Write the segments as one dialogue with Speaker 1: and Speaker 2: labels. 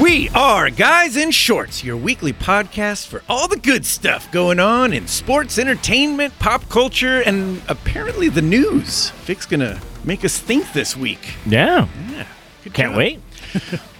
Speaker 1: We are Guys in Shorts, your weekly podcast for all the good stuff going on in sports, entertainment, pop culture, and apparently the news. Vic's gonna make us think this week.
Speaker 2: Yeah.
Speaker 1: Yeah, good
Speaker 2: Can't
Speaker 1: job.
Speaker 2: wait.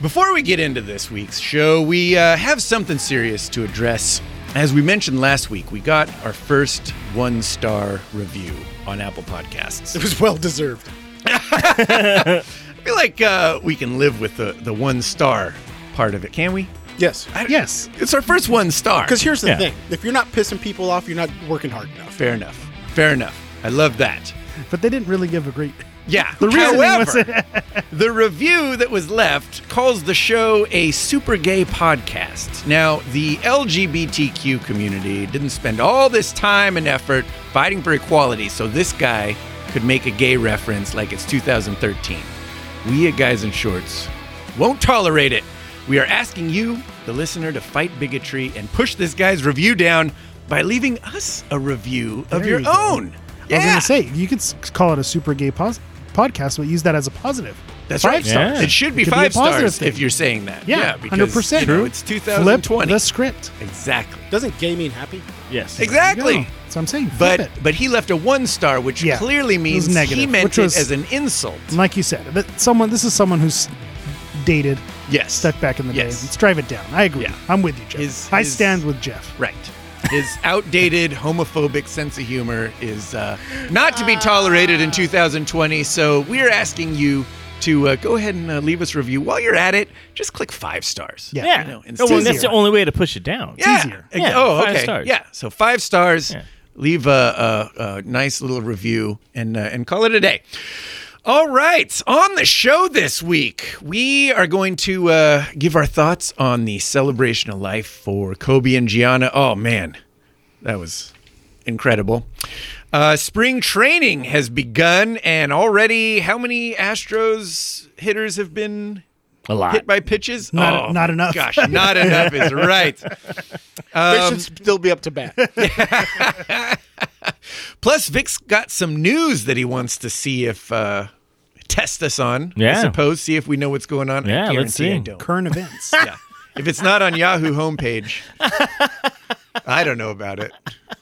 Speaker 1: Before we get into this week's show, we uh, have something serious to address. As we mentioned last week, we got our first one star review on Apple Podcasts.
Speaker 3: It was well deserved.
Speaker 1: I feel like uh, we can live with the, the one star part of it, can we?
Speaker 3: Yes.
Speaker 1: I-
Speaker 3: yes.
Speaker 1: It's our first one star.
Speaker 3: Because here's the
Speaker 2: Yeah.
Speaker 3: thing if you're not pissing people off, you're not working hard enough.
Speaker 1: Fair enough. Fair enough. I love that.
Speaker 4: but they didn't really give a great.
Speaker 1: Yeah.
Speaker 2: The reasoning was-
Speaker 1: However, the review that was left calls the show a super gay podcast. Now, the LGBTQ community didn't spend all this time and effort fighting for equality, so this guy could make a gay reference like it's 2013. We at Guys in Shorts won't tolerate it. We are asking you, the listener, to fight bigotry and push this guy's review down by leaving us a review of
Speaker 4: There
Speaker 1: your
Speaker 4: you go.
Speaker 1: own.
Speaker 4: I was
Speaker 1: Yeah.
Speaker 4: gonna say you could s- call it a super gay pos- podcast, but use that as a positive.
Speaker 1: That's
Speaker 4: Five
Speaker 1: right.
Speaker 4: stars.
Speaker 2: Yeah.
Speaker 1: It should be
Speaker 4: It could be a
Speaker 1: five
Speaker 4: positive
Speaker 1: stars
Speaker 4: thing.
Speaker 1: if you're saying that.
Speaker 4: Yeah,
Speaker 1: because
Speaker 4: 100%.
Speaker 1: you know,
Speaker 4: True.
Speaker 1: it's
Speaker 4: Flip
Speaker 1: 2020.
Speaker 4: the script.
Speaker 1: exactly.
Speaker 3: Doesn't gay mean happy?
Speaker 2: Yes.
Speaker 1: Exactly.
Speaker 4: So I'm saying flip
Speaker 1: But
Speaker 4: it.
Speaker 1: but he left a one star, which
Speaker 4: Yeah.
Speaker 1: clearly
Speaker 4: It was
Speaker 1: means he
Speaker 4: negative,
Speaker 1: meant
Speaker 4: which
Speaker 1: it
Speaker 4: was-
Speaker 1: as an insult.
Speaker 4: And like you said, that someone this is someone who's dated,
Speaker 1: Yes.
Speaker 4: stuck back in the day.
Speaker 1: Yes.
Speaker 4: Let's drive it down. I agree.
Speaker 1: Yeah.
Speaker 4: I'm with you, Jeff.
Speaker 1: His-
Speaker 4: I
Speaker 1: his-
Speaker 4: stand with Jeff.
Speaker 1: Right. His outdated homophobic sense of humor is uh, not to be tolerated in 2020. So we're asking you to uh, go ahead and uh, leave us a review. While you're at it, just click five stars.
Speaker 4: Yeah.
Speaker 2: Yeah.
Speaker 1: You know, and
Speaker 2: no, well,
Speaker 1: it's
Speaker 2: that's the
Speaker 4: easier.
Speaker 2: only way to push it down.
Speaker 1: yeah.
Speaker 4: easier.
Speaker 1: Ex-
Speaker 2: Yeah,
Speaker 1: Oh,
Speaker 2: five
Speaker 1: okay.
Speaker 2: stars.
Speaker 1: Yeah. So five stars.
Speaker 2: Yeah.
Speaker 1: Leave a, a, a nice little review and uh, and call it a day. All right. On the show this week, we are going to uh, give our thoughts on the celebration of life for Kobe and Gianna. Oh man, that was incredible. Uh, spring training has begun, and already, how many Astros hitters have been
Speaker 2: A lot.
Speaker 1: hit by pitches? Oh,
Speaker 4: Not- not enough.
Speaker 1: Gosh, not enough is right.
Speaker 3: they
Speaker 1: Um,
Speaker 3: should still be up to bat.
Speaker 1: Plus, Vic's got some news that he wants to see if uh, test us on. I
Speaker 2: Yeah.
Speaker 1: suppose see if we know what's going on. I
Speaker 2: Yeah, let's
Speaker 1: guarantee I
Speaker 2: see.
Speaker 1: don't.
Speaker 4: Current events.
Speaker 1: Yeah. If it's not on Yahoo homepage, I don't know about it.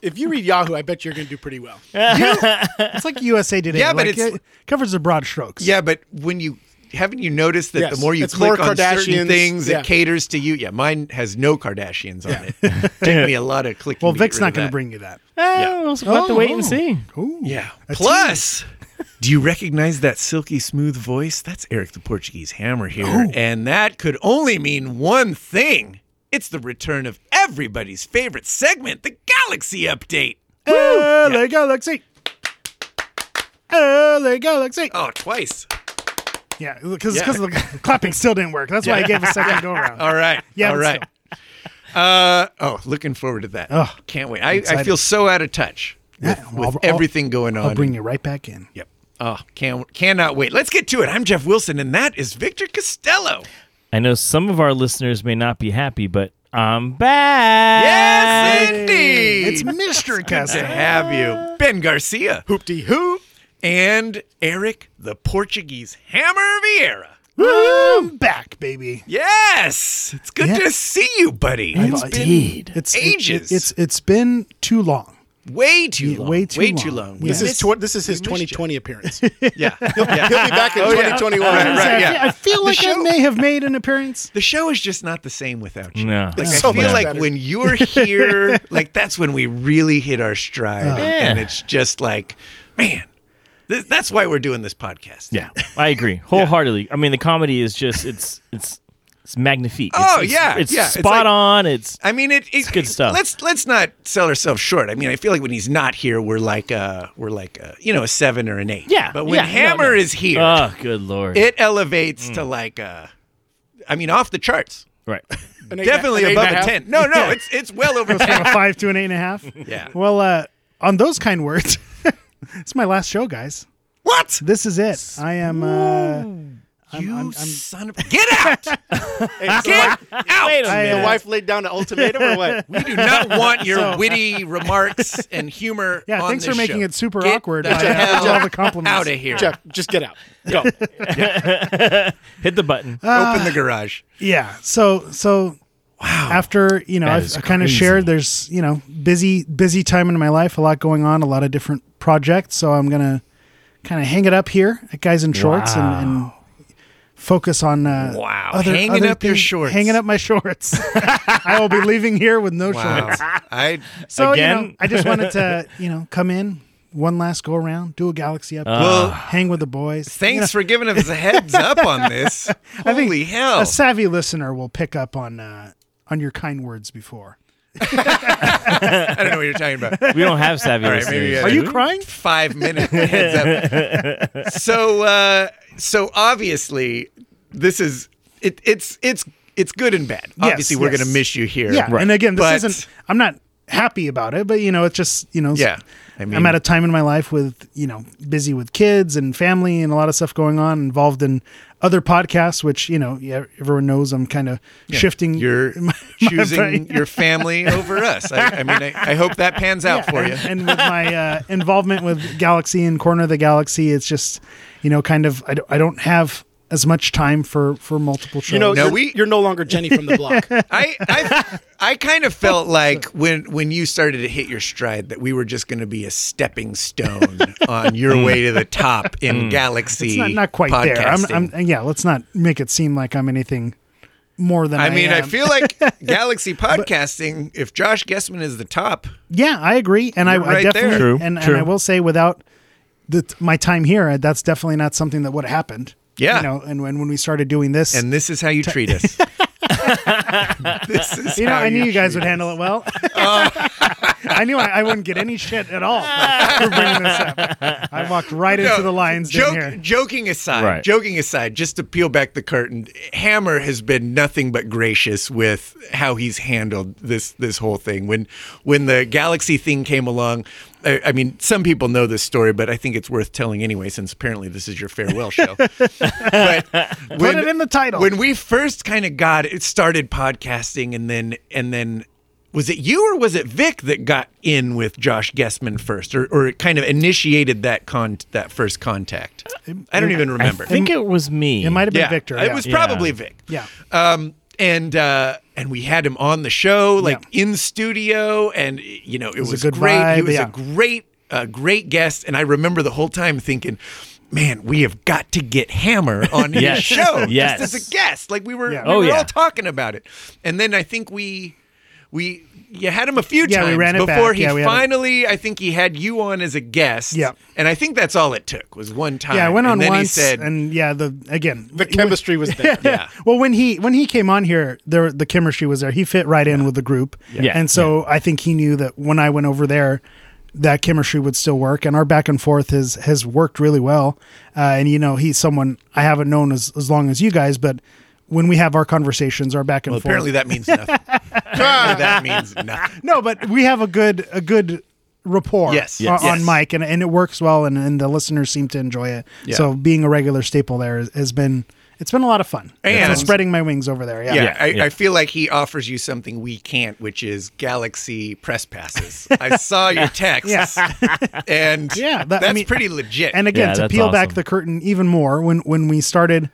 Speaker 3: if you read Yahoo, I bet you're going to do pretty well.
Speaker 4: it's like USA Today.
Speaker 1: Yeah, but
Speaker 4: Like,
Speaker 1: it's-
Speaker 4: it covers the broad strokes.
Speaker 1: Yeah, but when you haven't you noticed that
Speaker 3: Yes,
Speaker 1: the more you
Speaker 3: it's more
Speaker 1: click on certain
Speaker 3: Kardashians.
Speaker 1: things,
Speaker 3: Yeah.
Speaker 1: it caters to you. Yeah, mine has no Kardashians on it. Took me a lot of clicking.
Speaker 4: Well,
Speaker 1: to get
Speaker 4: Vic's
Speaker 1: rid of
Speaker 4: not going
Speaker 1: that.
Speaker 4: to bring you that.
Speaker 2: Oh, we'll just have to
Speaker 4: Oh,
Speaker 2: wait
Speaker 4: oh.
Speaker 2: and see.
Speaker 4: Ooh.
Speaker 1: Yeah.
Speaker 4: A
Speaker 1: Plus, do you recognize that silky smooth voice? That's Eric the Portuguese Hammer here. And that could only mean one thing it's the return of everybody's favorite segment, the Galaxy Update.
Speaker 4: team. LA Galaxy. LA Galaxy.
Speaker 1: Oh, twice.
Speaker 4: Yeah, because
Speaker 1: Yeah.
Speaker 4: the clapping still didn't work. That's why I gave a second go round.
Speaker 1: All right.
Speaker 4: Yeah,
Speaker 1: All
Speaker 4: but
Speaker 1: right. Uh, oh, looking forward to that.
Speaker 4: Oh,
Speaker 1: Can't wait. I, I
Speaker 4: excited.
Speaker 1: feel so out of touch with,
Speaker 4: Yeah,
Speaker 1: with
Speaker 4: I'll- I'll-
Speaker 1: everything going on.
Speaker 4: I'll bring you right back in.
Speaker 1: Yep. Oh, can, cannot wait. Let's get to it. I'm Jeff Wilson, and that is Victor Costello.
Speaker 2: I know some of our listeners may not be happy, but I'm back.
Speaker 1: Yes, indeed.
Speaker 4: It's Mr.
Speaker 1: to
Speaker 4: Castle.
Speaker 1: have you, Ben Garcia,
Speaker 3: Hoop dee hoop.
Speaker 1: and Eric the Portuguese Hammer Vieira.
Speaker 4: I'm back, baby.
Speaker 1: Yes, it's good
Speaker 4: Yeah.
Speaker 1: to see you, buddy. It's been
Speaker 2: Indeed.
Speaker 4: It's
Speaker 1: ages.
Speaker 4: It, it's it's been too long.
Speaker 1: way too
Speaker 4: Yeah,
Speaker 1: long.
Speaker 4: way too long. Yeah.
Speaker 3: This is,
Speaker 1: Miss-
Speaker 3: tw- this is his
Speaker 1: we missed you.
Speaker 3: 2020 appearance.
Speaker 1: Yeah, yeah.
Speaker 3: He'll be back in
Speaker 1: Oh, yeah.
Speaker 3: 2021.
Speaker 1: Right, right.
Speaker 4: I feel-
Speaker 1: yeah.
Speaker 4: I feel like I
Speaker 1: show-
Speaker 4: may have made an appearance.
Speaker 1: The show is just not the same without you.
Speaker 2: No.
Speaker 1: Like,
Speaker 2: It's
Speaker 1: I
Speaker 3: so
Speaker 1: feel
Speaker 3: much
Speaker 1: like
Speaker 3: better.
Speaker 1: when you're here, like that's when we really hit our stride,
Speaker 3: Uh-huh.
Speaker 1: and, and
Speaker 2: Yeah.
Speaker 1: it's just like, man, th- that's why we're doing this podcast.
Speaker 2: Yeah, I agree wholeheartedly. I mean, the comedy is just it's it's it's magnifique. It's-
Speaker 1: Oh,
Speaker 2: it's-
Speaker 1: yeah,
Speaker 2: it's
Speaker 1: yeah. It's
Speaker 2: spot
Speaker 1: like-
Speaker 2: on. It's
Speaker 1: I mean, it, it-
Speaker 2: good stuff.
Speaker 1: Let's let's not sell ourselves short. I mean, I feel like when he's not here, we're like uh we're like uh you know a seven or an eight.
Speaker 2: yeah.
Speaker 1: But when
Speaker 2: yeah, no,
Speaker 1: Hammer
Speaker 2: no. mm.
Speaker 1: is here,
Speaker 2: oh, good lord,
Speaker 1: it elevates to like uh, I mean, off the charts.
Speaker 2: right?
Speaker 3: An eight-
Speaker 1: Definitely
Speaker 3: an eight and
Speaker 1: above
Speaker 3: half.
Speaker 1: a ten. No, no, it's it's well over
Speaker 4: From
Speaker 1: ten.
Speaker 4: a five to an eight and a half.
Speaker 1: Yeah.
Speaker 4: Well, uh, on those kind words, it's my last show, guys.
Speaker 1: What?
Speaker 4: This is it. I am. Uh, I'm-
Speaker 1: you
Speaker 4: I'm- I'm-
Speaker 1: son of get out!
Speaker 3: Hey, so
Speaker 1: Get out!
Speaker 2: Wait a
Speaker 4: I,
Speaker 3: the
Speaker 4: uh,
Speaker 2: minute.
Speaker 3: wife laid down an ultimatum or what?
Speaker 1: We do not want your witty remarks and humor.
Speaker 4: Yeah,
Speaker 1: on
Speaker 4: thanks for
Speaker 1: this
Speaker 4: making
Speaker 1: show.
Speaker 4: it super
Speaker 1: Get
Speaker 4: awkward.
Speaker 1: the
Speaker 4: by, uh,
Speaker 1: hell
Speaker 4: all the compliments.
Speaker 1: out of here.
Speaker 3: Jeff, just get out. Go.
Speaker 2: Hit the button.
Speaker 1: Open the garage.
Speaker 4: Yeah. So so wow. After you know,
Speaker 2: That
Speaker 4: I've,
Speaker 2: is
Speaker 4: I kind of
Speaker 2: crazy.
Speaker 4: shared. There's you know, busy busy time in my life. A lot going on. A lot of different projects. So I'm gonna kind of hang it up here at guys in shorts and. and Focus on uh,
Speaker 1: Wow. Hanging up your shorts.
Speaker 4: Hanging up my shorts. I will be leaving here with no
Speaker 1: Wow.
Speaker 4: shorts.
Speaker 1: I
Speaker 4: So you know,
Speaker 2: Again?
Speaker 4: I just wanted to you know come in one last go around, do a galaxy up,
Speaker 1: Well,
Speaker 4: hang with the boys.
Speaker 1: thanks for giving us a heads up on this.
Speaker 4: I think
Speaker 1: Holy hell!
Speaker 4: A savvy listener will pick up on uh, on your kind words before.
Speaker 1: I don't know what you're talking about.
Speaker 2: we don't have savvy
Speaker 1: All right,
Speaker 2: listeners.
Speaker 1: maybe, uh,
Speaker 4: Are
Speaker 1: Are
Speaker 2: do
Speaker 4: you
Speaker 2: we?
Speaker 4: crying?
Speaker 1: Five minute heads up. So uh, so obviously this is it, it's it's it's good and bad. obviously we're
Speaker 4: yes.
Speaker 1: gonna miss you here.
Speaker 4: Yeah, and again, this
Speaker 1: But-
Speaker 4: isn't. I'm not happy about it, but you know, it's just you know.
Speaker 1: Yeah, I
Speaker 4: I
Speaker 1: mean-
Speaker 4: am at a time in my life with you know busy with kids and family and a lot of stuff going on, involved in other podcasts, which you know yeah, everyone knows I'm kind of shifting.
Speaker 1: You're
Speaker 4: my- my brain.
Speaker 1: choosing your family over us. I, I mean, I, I hope that pans out for you.
Speaker 4: and, and with my uh, involvement with Galaxy and Corner of the Galaxy, it's just you know kind of I don't, I don't have as much time for for multiple shows.
Speaker 3: You know,
Speaker 1: No,
Speaker 3: you're,
Speaker 1: we-
Speaker 3: you're no longer Jenny from the block.
Speaker 1: I, I I kind of felt like when when you started to hit your stride that we were just going to be a stepping stone on your way to the top in galaxy.
Speaker 4: Mm. it's not, not quite there. I'm,
Speaker 1: podcasting.
Speaker 4: I'm yeah. Let's not make it seem like I'm anything more than I,
Speaker 1: I mean, I
Speaker 4: am.
Speaker 1: feel like galaxy podcasting. if Josh Guessman is the top,
Speaker 4: yeah, I agree, and I,
Speaker 1: You're
Speaker 4: I
Speaker 1: right
Speaker 4: definitely
Speaker 1: there.
Speaker 2: True,
Speaker 4: and, and
Speaker 2: true.
Speaker 4: I will say without the, my time here, uh, that's definitely not something that would have happened.
Speaker 1: Yeah.
Speaker 4: you know, and when when we started doing this,
Speaker 1: and this is how you treat us. this is
Speaker 4: you know,
Speaker 1: how
Speaker 4: I knew you guys would
Speaker 1: treat us.
Speaker 4: handle it well.
Speaker 1: Oh.
Speaker 4: I knew I, I wouldn't get any shit at all for bringing this up. I walked right into
Speaker 1: No,
Speaker 4: the lions down
Speaker 1: joke-
Speaker 4: here.
Speaker 1: Joking aside,
Speaker 2: Right.
Speaker 1: joking aside, just to peel back the curtain, Hammer has been nothing but gracious with how he's handled this this whole thing. When when the Galaxy thing came along, I, I mean, some people know this story, but I think it's worth telling anyway, since apparently this is your farewell show. but when,
Speaker 4: Put it in the title.
Speaker 1: When we first kind of got it started podcasting, and then and then. Was it you or was it Vic that got in with Josh Guessman first, or, or it kind of initiated that con that first contact? I don't even remember.
Speaker 2: I think it was me.
Speaker 4: It might have been
Speaker 1: yeah,
Speaker 4: Victor.
Speaker 1: It
Speaker 4: yeah.
Speaker 1: was probably Vic.
Speaker 4: Yeah.
Speaker 1: Um, and uh, and we had him on the show, like
Speaker 4: Yeah.
Speaker 1: in studio, and you know it, was,
Speaker 4: a good
Speaker 1: great. he
Speaker 4: vibe,
Speaker 1: was
Speaker 4: yeah.
Speaker 1: a great, uh, great guest, and I remember the whole time thinking. Man, we have got to get Hammer on his
Speaker 2: Yes.
Speaker 1: show
Speaker 2: Yes.
Speaker 1: just as a guest. Like we were,
Speaker 4: Yeah.
Speaker 1: we
Speaker 2: Oh,
Speaker 1: were
Speaker 2: yeah.
Speaker 1: all talking about it. And then I think we, we, you had him a few
Speaker 4: Yeah, we
Speaker 1: times
Speaker 4: ran it back.
Speaker 1: before he
Speaker 4: Yeah, we had it-
Speaker 1: finally. I think he had you on as a guest.
Speaker 4: Yeah.
Speaker 1: and I think that's all it took was one time.
Speaker 4: Yeah, I went on
Speaker 1: and then
Speaker 4: once,
Speaker 1: He said,
Speaker 4: and yeah, the again.
Speaker 3: The chemistry was there.
Speaker 1: yeah.
Speaker 4: well, when he when he came on here, there the chemistry was there. He fit right in with the group,
Speaker 2: Yeah.
Speaker 4: and so I think he knew that when I went over there, that chemistry would still work, and our back and forth has has worked really well. Uh, and you know, he's someone I haven't known as as long as you guys, but when we have our conversations, our back and forth.
Speaker 1: Apparently that means nothing. Apparently that means nothing.
Speaker 4: no, but we have a good a good rapport
Speaker 1: Yes.
Speaker 4: o-
Speaker 1: Yes.
Speaker 4: on
Speaker 1: Yes.
Speaker 4: mic and, and it works well and, and the listeners seem to enjoy it
Speaker 1: Yeah.
Speaker 4: so being a regular staple there has, has been it's been a lot of fun It's been
Speaker 1: And-
Speaker 4: spreading my wings over there yeah,
Speaker 1: Yeah,
Speaker 2: Yeah,
Speaker 1: I,
Speaker 2: yeah.
Speaker 1: I feel like he offers you something we can't, which is Galaxy press passes. I saw your texts, and
Speaker 4: Yeah, that- I
Speaker 1: that's
Speaker 4: mean-
Speaker 1: pretty legit.
Speaker 4: and again
Speaker 2: Yeah,
Speaker 4: to
Speaker 2: that's
Speaker 4: peel back
Speaker 2: awesome.
Speaker 4: the curtain even more when when we started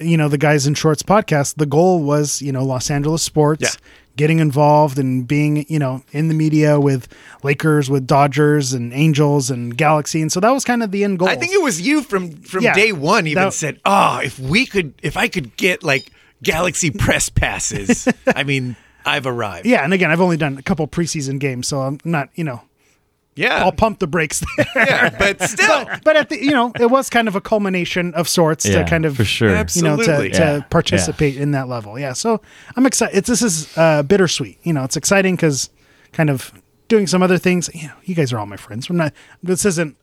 Speaker 4: you know the guys in shorts podcast the goal was you know los angeles sports
Speaker 1: Yeah.
Speaker 4: getting involved and being you know in the media with lakers with dodgers and angels and galaxy and so that was kind of the end goal
Speaker 1: I think it was you from from
Speaker 4: Yeah,
Speaker 1: day one. Even
Speaker 4: that-
Speaker 1: said, "Oh, if we could, if I could get like Galaxy press passes, I mean, I've arrived."
Speaker 4: Yeah, and again, I've only done a couple preseason games, so I'm not, you know,
Speaker 1: yeah,
Speaker 4: I'll pump the brakes there.
Speaker 1: yeah. But still,
Speaker 4: but at the, you know, it was kind of a culmination of sorts
Speaker 2: Yeah,
Speaker 4: to kind of
Speaker 2: for sure.
Speaker 4: you know, to,
Speaker 1: Absolutely.
Speaker 2: Yeah,
Speaker 4: to participate in that level. Yeah, so I'm excited. It's, this is uh, bittersweet. You know, it's exciting because kind of doing some other things. You know, you guys are all my friends. We're not. This isn't.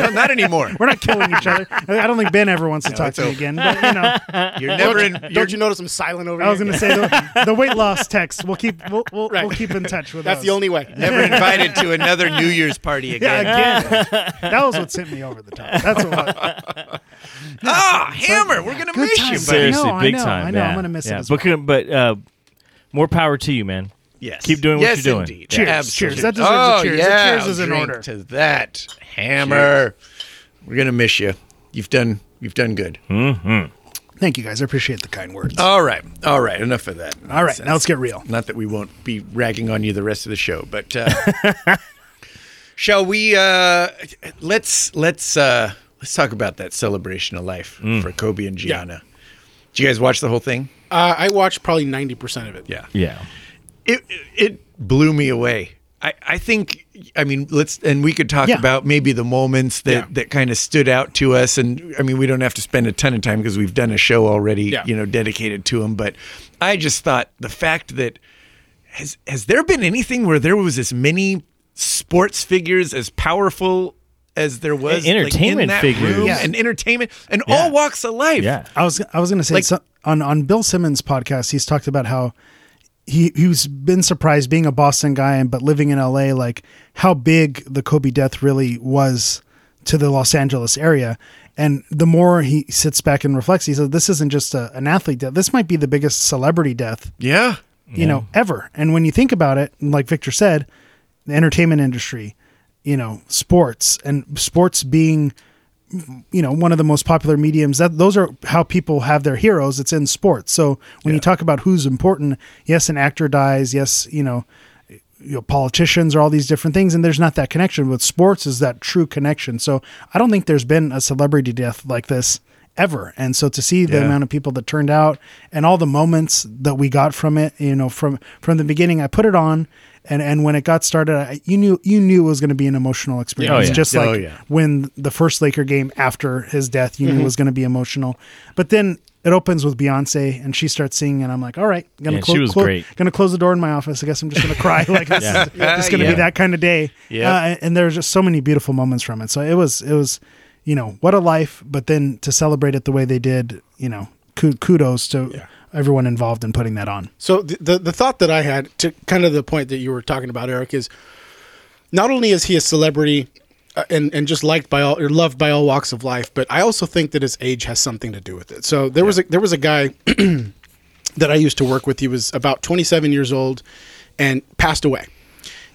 Speaker 1: No, not anymore.
Speaker 4: We're not killing each other. I don't think Ben ever wants to talk
Speaker 1: it's
Speaker 4: to me
Speaker 1: over.
Speaker 4: again. But you know,
Speaker 1: You're never in.
Speaker 3: Don't
Speaker 1: You're,
Speaker 3: you notice I'm silent over
Speaker 4: I was
Speaker 3: here?
Speaker 4: going to say the, the weight loss text. We'll keep we'll we'll,
Speaker 3: Right.
Speaker 4: we'll keep in touch with.
Speaker 3: That's
Speaker 4: those.
Speaker 3: the only way.
Speaker 1: never invited to another New Year's party
Speaker 4: Yeah,
Speaker 1: again.
Speaker 4: again, that was what sent me over the top. That's what.
Speaker 1: Ah, Hammer, we're gonna miss you, buddy.
Speaker 4: times.
Speaker 2: Seriously,
Speaker 4: I know, I
Speaker 2: big
Speaker 4: know,
Speaker 2: time.
Speaker 4: I know. I'm
Speaker 2: yeah,
Speaker 4: gonna miss it
Speaker 2: yeah.
Speaker 4: as
Speaker 2: But, couldn't- but uh, more power to you, man.
Speaker 1: Yes.
Speaker 2: Keep doing what
Speaker 1: Yes,
Speaker 2: you're doing.
Speaker 1: Indeed.
Speaker 4: Cheers,
Speaker 1: Absolutely.
Speaker 4: cheers. That deserves
Speaker 1: oh,
Speaker 4: a cheers. A
Speaker 1: Yeah,
Speaker 4: cheers is in
Speaker 1: drink
Speaker 4: order.
Speaker 1: To that hammer, we're gonna miss you. You've done. You've done good.
Speaker 2: Hmm.
Speaker 4: Thank you guys. I appreciate the kind words.
Speaker 1: All right. All right. Enough of that.
Speaker 4: All right, now let's get real.
Speaker 1: Not that we won't be ragging on you the rest of the show, but uh, shall we? Uh, let's let's uh, let's talk about that celebration of life
Speaker 2: Mm.
Speaker 1: for Kobe and Gianna. Did you guys watch the whole thing?
Speaker 3: Uh, I watched probably 90% of it.
Speaker 1: Yeah.
Speaker 2: Yeah.
Speaker 1: it it blew me away. I, I think I mean let's and we could talk
Speaker 4: Yeah.
Speaker 1: about maybe the moments that
Speaker 3: Yeah.
Speaker 1: that kind of stood out to us and I mean we don't have to spend a ton of time because we've done a show already
Speaker 3: Yeah.
Speaker 1: you know dedicated to them but I just thought the fact that has has there been anything where there was as many sports figures as powerful as there was like, in
Speaker 2: entertainment
Speaker 1: that
Speaker 2: figures.
Speaker 1: room
Speaker 2: Yeah.
Speaker 1: and entertainment and all walks of life
Speaker 2: Yeah.
Speaker 4: I was I was going to say
Speaker 1: Like-
Speaker 4: so- on on Bill Simmons' podcast, he's talked about how he he's been surprised being a Boston guy and but living in L.A. like how big the Kobe death really was to the Los Angeles area. And the more he sits back and reflects, he said, "This isn't just a, an athlete death. This might be the biggest celebrity death
Speaker 1: yeah
Speaker 4: you know, ever. And when you think about it, and like Victor said, the entertainment industry, you know, sports and sports being, you know, one of the most popular mediums that those are how people have their heroes. It's in sports. So when you talk about who's important, yes, an actor dies. Yes, you know, you know, politicians or all these different things. And there's not that connection with sports is that true connection. So I don't think there's been a celebrity death like this ever. And so to see the
Speaker 1: Yeah.
Speaker 4: amount of people that turned out and all the moments that we got from it, you know, from, from the beginning, I put it on and, and when it got started, I, you knew, you knew it was going to be an emotional experience.
Speaker 2: yeah. Mm-hmm.
Speaker 4: Just like
Speaker 1: Oh, yeah.
Speaker 4: when the first Laker game after his death, you knew it was going to be emotional, but then it opens with Beyonce and she starts singing and I'm like, all right, gonna
Speaker 2: Yeah,
Speaker 4: clo-
Speaker 2: she was
Speaker 4: clo-
Speaker 2: great.
Speaker 4: gonna close the door in my office. I guess I'm just gonna cry. Like this
Speaker 2: Yeah.
Speaker 4: is it's gonna
Speaker 1: Yeah.
Speaker 4: be that kind of day.
Speaker 1: Yeah.
Speaker 4: Uh, and- and there's just so many beautiful moments from it. So it was it was, you know, what a life. But then to celebrate it the way they did, you know, ku- kudos to everyone involved in putting that on.
Speaker 3: So the, the the thought that I had to kind of the point that you were talking about, Eric, is not only is he a celebrity uh, and and just liked by all or loved by all walks of life, but I also think that his age has something to do with it. So there was a there was a guy that I used to work with. He was about 27 years old and passed away.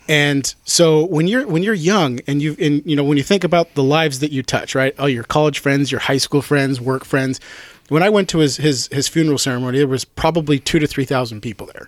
Speaker 3: And so when you're when you're young and you and you know when you think about the lives that you touch, right? All your college friends, your high school friends, work friends. When I went to his his his funeral ceremony, there was probably two to three thousand people there.